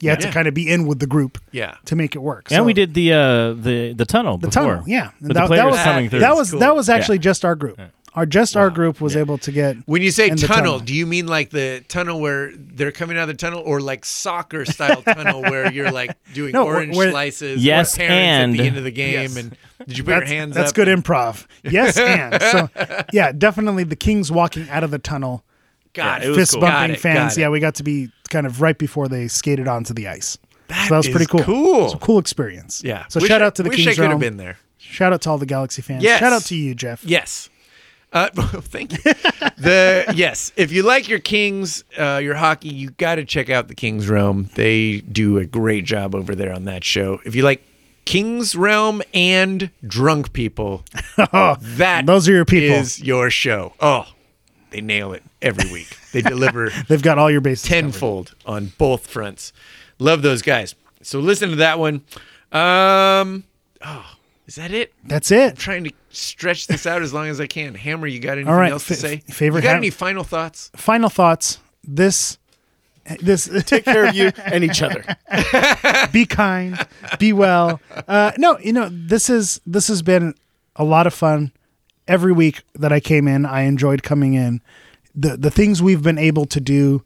Speaker 4: you had
Speaker 1: Yeah.
Speaker 4: to kind of be in with the group,
Speaker 1: Yeah.
Speaker 4: to make it work.
Speaker 2: and we did the uh, the the tunnel
Speaker 4: the
Speaker 2: before.
Speaker 4: tunnel, yeah.
Speaker 2: With the players
Speaker 4: was
Speaker 2: coming through.
Speaker 4: that was
Speaker 1: Cool.
Speaker 4: that was actually just our group. Our just our group was able to get
Speaker 1: When you say
Speaker 4: in the
Speaker 1: tunnel, do you mean like the tunnel where they're coming out of the tunnel, or like soccer style tunnel where you're like doing
Speaker 4: No, where-
Speaker 1: orange
Speaker 4: where-
Speaker 1: slices?
Speaker 2: Yes,
Speaker 1: or parents at the end
Speaker 2: and-
Speaker 1: of the game, and did you put your hands
Speaker 4: That's
Speaker 1: up?
Speaker 4: good improv. Yes, and so yeah, definitely the Kings walking out of the tunnel,
Speaker 1: Got
Speaker 2: Yeah, it
Speaker 1: it.
Speaker 2: was
Speaker 4: fist
Speaker 2: cool.
Speaker 1: Got
Speaker 4: bumping
Speaker 1: it,
Speaker 4: fans.
Speaker 1: got it.
Speaker 4: Yeah, we got to be kind of right before they skated onto the ice. so that was
Speaker 1: is
Speaker 4: pretty cool.
Speaker 1: cool.
Speaker 4: It was a cool experience.
Speaker 1: Yeah.
Speaker 4: So
Speaker 1: Wish
Speaker 4: shout
Speaker 1: I-
Speaker 4: out to the
Speaker 1: wish I
Speaker 4: Kings
Speaker 1: could have
Speaker 4: Realm.
Speaker 1: been there.
Speaker 4: Shout out to all the Galaxy fans.
Speaker 1: Yes.
Speaker 4: Shout out to you, Jeff.
Speaker 1: Yes. Uh, thank you. The yes, if you like your Kings, uh, your hockey, you got to check out the Kings Realm. They do a great job over there on that show. If you like Kings Realm and drunk people, that
Speaker 4: Oh, Those are your people.
Speaker 1: Is your show? Oh, they nail it every week. They deliver
Speaker 4: They've got all your bases.
Speaker 1: tenfold on both fronts. Love those guys. So listen to that one. Um, oh, is that it?
Speaker 4: That's it.
Speaker 1: trying to stretch this out as long as I can. Hammer, you got anything
Speaker 4: right,
Speaker 1: else to
Speaker 4: fa-
Speaker 1: say? You
Speaker 4: favorite
Speaker 1: got
Speaker 4: ham-
Speaker 1: any final thoughts?
Speaker 4: Final thoughts. This, this.
Speaker 3: Take care of you and each other.
Speaker 4: be kind, be well. Uh, no, you know this is this has been a lot of fun. Every week that I came in, I enjoyed coming in. the The things we've been able to do,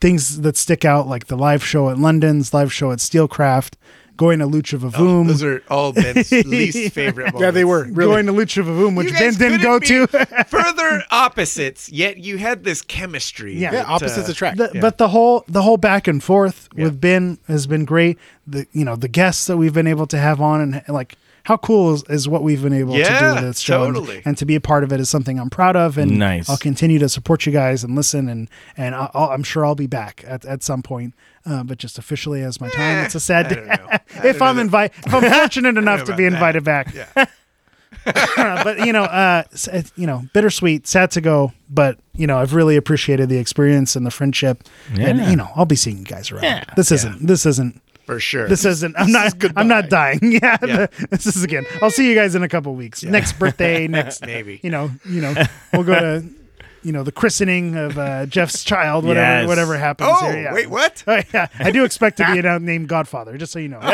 Speaker 4: things that stick out, like the live show at London's, live show at Steelcraft, going to Lucha
Speaker 1: Oh,
Speaker 4: Vavoom,
Speaker 1: Those are all Ben's least favorite moments.
Speaker 3: Yeah, they were. Really.
Speaker 4: going to Lucha Vavoom,
Speaker 1: You
Speaker 4: which Ben
Speaker 1: guys
Speaker 4: didn't go
Speaker 1: couldn't
Speaker 4: to.
Speaker 1: be further opposites, yet you had this chemistry.
Speaker 4: Yeah.
Speaker 3: yeah,
Speaker 1: that,
Speaker 3: opposites
Speaker 1: uh,
Speaker 3: attract.
Speaker 4: The, But the whole the whole back and forth with Ben has been great. The you know the guests that we've been able to have on and like how cool is, is what we've been able to do
Speaker 1: Yeah,
Speaker 4: with this show and-
Speaker 1: totally.
Speaker 4: and, to be a part of it is something I'm proud of and
Speaker 2: Nice.
Speaker 4: I'll continue to support you guys and listen and and I'll, I'll- I'm sure I'll be back at, at some point. Uh, but just officially as my time, it's a sad
Speaker 1: Eh, I don't know. I
Speaker 4: day.
Speaker 1: don't
Speaker 4: if
Speaker 1: know
Speaker 4: I'm
Speaker 1: that-
Speaker 4: invited, if I'm fortunate enough to
Speaker 1: about
Speaker 4: be
Speaker 1: that.
Speaker 4: invited back,
Speaker 1: Yeah.
Speaker 4: but you know, uh, s- it's, you know, bittersweet, sad to go, but you know, I've really appreciated the experience and the friendship, and
Speaker 2: Yeah.
Speaker 4: you know, I'll be seeing you guys around. This isn't, this isn't,
Speaker 1: For sure.
Speaker 4: this isn't. I'm not, I'm not dying. Yeah,
Speaker 1: Yeah.
Speaker 4: this is again. I'll see you guys in a couple weeks. Next birthday, next
Speaker 1: Maybe.
Speaker 4: You know, you know, we'll go to, you know, the christening of uh, Jeff's child, whatever,
Speaker 2: Yes.
Speaker 4: whatever happens.
Speaker 1: oh,
Speaker 4: here, yeah.
Speaker 1: wait, what?
Speaker 4: Oh, yeah. I do expect to be an named Godfather, just so you know.
Speaker 1: No,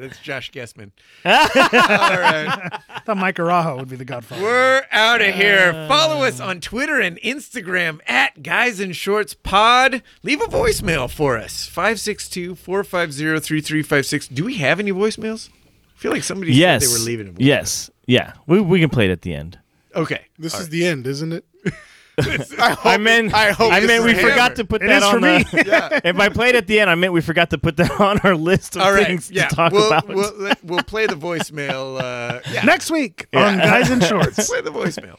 Speaker 1: that's Josh Guessman. all right.
Speaker 4: I thought Mike Araujo would be the Godfather.
Speaker 1: We're out of here. Follow us on Twitter and Instagram at Guys in Shorts Pod. Leave a voicemail for us 562 450 3356. Do we have any voicemails? I feel like somebody
Speaker 2: yes.
Speaker 1: said they were leaving a voicemail.
Speaker 2: yes. Yeah. We, we can play it at the end.
Speaker 1: Okay.
Speaker 3: This is the end, isn't it?
Speaker 2: I meant
Speaker 1: I hope
Speaker 2: I
Speaker 1: this
Speaker 2: meant
Speaker 1: is
Speaker 2: we
Speaker 1: hammered.
Speaker 2: forgot to put
Speaker 4: It
Speaker 2: that
Speaker 4: is for
Speaker 2: on
Speaker 4: me.
Speaker 2: the If I played at the end, I meant we forgot to put that on our list of
Speaker 1: All right.
Speaker 2: things
Speaker 1: Yeah.
Speaker 2: to talk
Speaker 1: we'll,
Speaker 2: about.
Speaker 1: We'll, let- we'll play the voicemail. Uh, yeah.
Speaker 4: Next week on Guys in Shorts.
Speaker 1: Play the voicemail.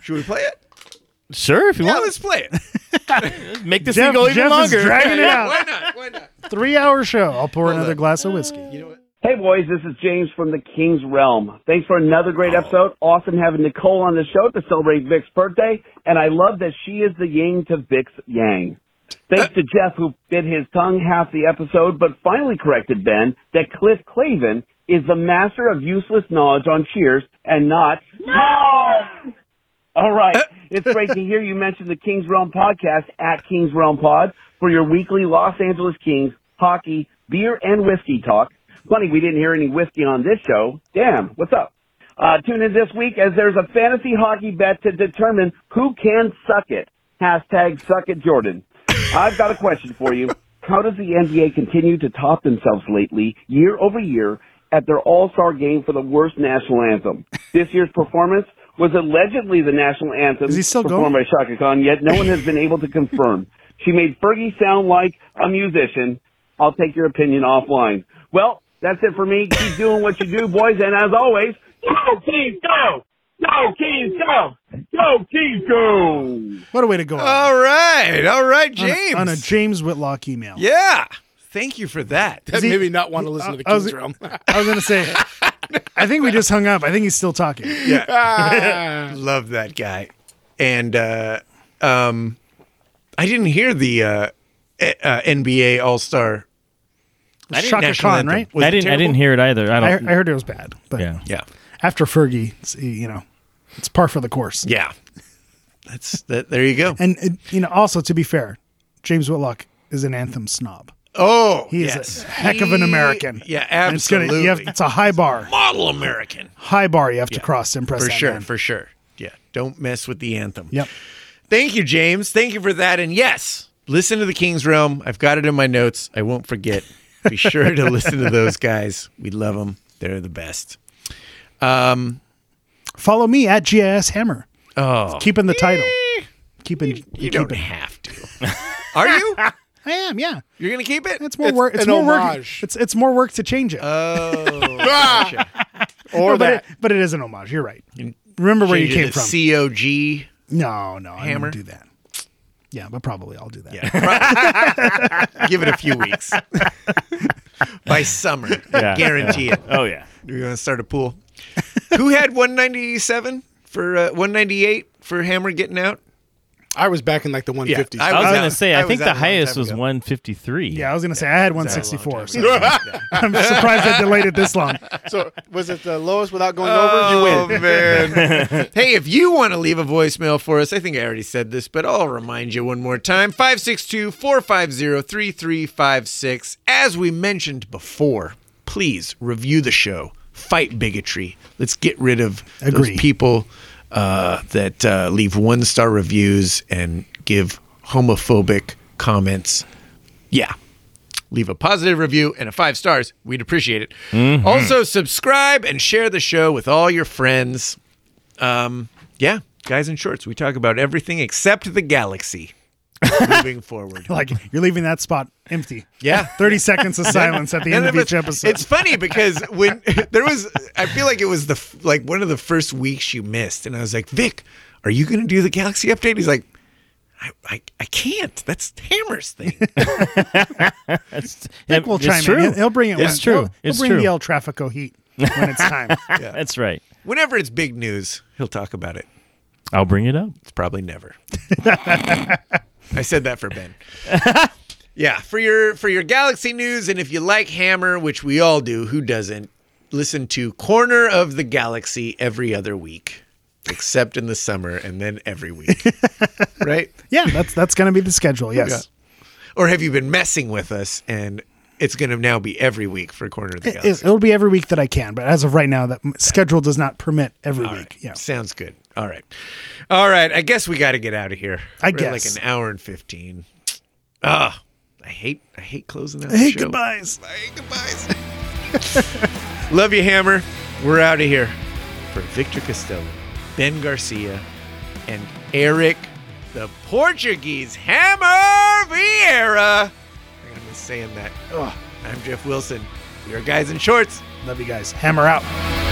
Speaker 1: Should we play it?
Speaker 2: sure, if you
Speaker 1: Yeah,
Speaker 2: want,
Speaker 1: let's play it.
Speaker 2: make this thing
Speaker 4: Jeff-
Speaker 2: go even
Speaker 4: Jeff is
Speaker 2: longer.
Speaker 4: dragging it out.
Speaker 1: Why not? Why not?
Speaker 4: Three hour show. I'll pour another
Speaker 1: up.
Speaker 4: glass of whiskey.
Speaker 1: You know what?
Speaker 5: Hey boys, this is James from the King's Realm. Thanks for another great episode. Awesome having Nicole on the show to celebrate Vic's birthday, and I love that she is the yin to Vic's yang. Thanks to Jeff who bit his tongue half the episode, but finally corrected Ben that Cliff Clavin is the master of useless knowledge on Cheers and not no. All right. It's great to hear you mention the Kings Realm podcast at Kings Realm Pod for your weekly Los Angeles Kings hockey, beer, and whiskey talk. Funny we didn't hear any whiskey on this show. Damn, what's up? Uh, tune in this week as there's a fantasy hockey bet to determine who can suck it. Hashtag suck it Jordan. I've got a question for you. How does the NBA continue to top themselves lately, year over year, at their All-Star game for the worst national anthem? This year's performance was allegedly the national anthem
Speaker 4: Is he still
Speaker 5: performed by Shaka Khan, yet no one has been able to confirm. She made Fergie sound like a musician. I'll take your opinion offline. Well, that's it for me. Keep doing what you do, boys, and as always, go Kings, go! Go Kings, go! Go Kings, go!
Speaker 4: What a way to go. out.
Speaker 1: All right. All right,
Speaker 4: On
Speaker 1: Oh,
Speaker 4: a-
Speaker 1: James.
Speaker 4: On a James Whitlock email.
Speaker 1: yeah. Thank you for that.
Speaker 3: That made me not want to listen to the
Speaker 4: I was-
Speaker 3: King's Realm.
Speaker 4: I was going to say, I think we just hung up. I think he's still talking.
Speaker 1: Love that guy. And uh, um, I didn't hear the uh, eh, uh, NBA All Star.
Speaker 4: Shaka Khan, right?
Speaker 2: I didn't. I didn't hear it either. I
Speaker 4: I,
Speaker 2: don't.
Speaker 4: I heard it was bad. But
Speaker 2: yeah.
Speaker 1: Yeah,
Speaker 4: after Fergie, it's, you know, it's par for the course.
Speaker 1: yeah. That's that. There you go.
Speaker 4: And, it- you know, also to be fair, James Whitlock is an anthem snob.
Speaker 1: oh,
Speaker 4: He is
Speaker 1: yes.
Speaker 4: a heck of an
Speaker 1: He-
Speaker 4: American.
Speaker 1: Yeah,
Speaker 4: And it's gonna-
Speaker 1: absolutely.
Speaker 4: you have, it's a high bar.
Speaker 1: model American
Speaker 4: High bar you have to cross to impress
Speaker 1: for
Speaker 4: that
Speaker 1: sure,
Speaker 4: man.
Speaker 1: for sure. Yeah, don't mess with the anthem.
Speaker 4: Yep.
Speaker 1: Thank you, James. Thank you for that. And yes, listen to the King's Realm. I've got it in my notes. I won't forget. Be sure to listen to those guys. We love them. They're the best.
Speaker 4: Follow me at GIS Hammer.
Speaker 1: Oh,
Speaker 4: Keeping the title. Keeping
Speaker 1: you
Speaker 4: keep
Speaker 1: don't
Speaker 4: it.
Speaker 1: have to. Are you?
Speaker 4: I am, yeah.
Speaker 1: You're gonna keep it?
Speaker 4: It's more
Speaker 3: It's
Speaker 4: work. It's
Speaker 3: an
Speaker 4: more
Speaker 3: homage.
Speaker 4: work. It's it's more work to change it.
Speaker 1: Oh, gotcha.
Speaker 3: Or
Speaker 4: No, but,
Speaker 3: that.
Speaker 4: It, but it is an homage. You're right. Remember where you
Speaker 1: Change it
Speaker 4: came
Speaker 1: to
Speaker 4: from.
Speaker 1: COG.
Speaker 4: no, no, I
Speaker 1: Hammer?
Speaker 4: won't do that. Yeah, but probably I'll do that.
Speaker 1: Give it a few weeks. By summer,
Speaker 2: Yeah,
Speaker 1: guarantee it.
Speaker 2: Oh yeah.
Speaker 1: We're gonna start a pool. Who had 197 for uh, 198 for Hammer getting out?
Speaker 3: I was back in like the 150s.
Speaker 1: I
Speaker 2: I was
Speaker 1: was
Speaker 2: gonna
Speaker 1: out-
Speaker 2: say
Speaker 1: I
Speaker 2: I,
Speaker 1: was
Speaker 2: think
Speaker 1: out a
Speaker 2: the
Speaker 1: long
Speaker 2: highest
Speaker 1: time
Speaker 2: was
Speaker 1: ago.
Speaker 2: 153.
Speaker 4: Yeah, I was gonna say I had 164. So I'm surprised I delayed it this long.
Speaker 3: so was it the lowest without going over? You
Speaker 1: Oh
Speaker 3: win.
Speaker 1: man! hey, if you want to leave a voicemail for us, I think I already said this, but I'll remind you one more time: 562-450-3356. As we mentioned before, please review the show. Fight bigotry. Let's get rid of
Speaker 4: Agree.
Speaker 1: those people uh, that uh, leave one-star reviews and give homophobic comments. Yeah, leave a positive review and a five stars. We'd appreciate it.
Speaker 4: Mm-hmm.
Speaker 1: Also, subscribe and share the show with all your friends. Um, yeah, guys in shorts, we talk about everything except the galaxy. Moving forward,
Speaker 4: Like you're leaving that spot empty.
Speaker 1: yeah.
Speaker 4: 30 seconds of silence at the end
Speaker 1: And
Speaker 4: of
Speaker 1: it
Speaker 4: each
Speaker 1: was-
Speaker 4: episode.
Speaker 1: It's funny because when there was, I feel like it was the f- like one of the first weeks you missed, and I was like, Vic, are you going to do the galaxy update? He's like. I, I, I can't. That's Hammer's thing.
Speaker 2: That's
Speaker 4: Nick will
Speaker 2: it's
Speaker 4: chime
Speaker 2: true.
Speaker 4: in. He'll bring it.
Speaker 2: It's
Speaker 4: when-
Speaker 2: true.
Speaker 4: He'll, he'll
Speaker 2: it's
Speaker 4: bring
Speaker 2: true.
Speaker 4: the El Trafico heat when it's time.
Speaker 2: That's right.
Speaker 1: Whenever it's big news, he'll talk about it.
Speaker 2: I'll bring it up.
Speaker 1: It's probably never. I said that for Ben. yeah, for your for your Galaxy news, and if you like Hammer, which we all do, who doesn't? Listen to Corner of the Galaxy every other week, except in the summer, and then every week, right?
Speaker 4: yeah, that's that's gonna be the schedule. Yes.
Speaker 1: Or have you been messing with us and? It's going to now be every week for Corner of the Galaxy.
Speaker 4: It, it'll be every week that I can, but as of right now, that m- schedule does not permit every
Speaker 1: All
Speaker 4: week.
Speaker 1: right.
Speaker 4: Yeah.
Speaker 1: Sounds good. All right. All right. I guess we got to get out of here.
Speaker 4: I
Speaker 1: We're at
Speaker 4: guess.
Speaker 1: like an hour and 15. Ah, I hate, I hate closing out the
Speaker 4: Hey,
Speaker 1: show.
Speaker 4: goodbyes.
Speaker 1: I hate goodbyes. Love you, Hammer. We're out of here. For Victor Costello, Ben Garcia, and Eric, the Portuguese Hammer Vieira. I'm just saying that. Ugh. I'm Jeff Wilson. We are guys in shorts.
Speaker 4: Love you guys. Hammer out.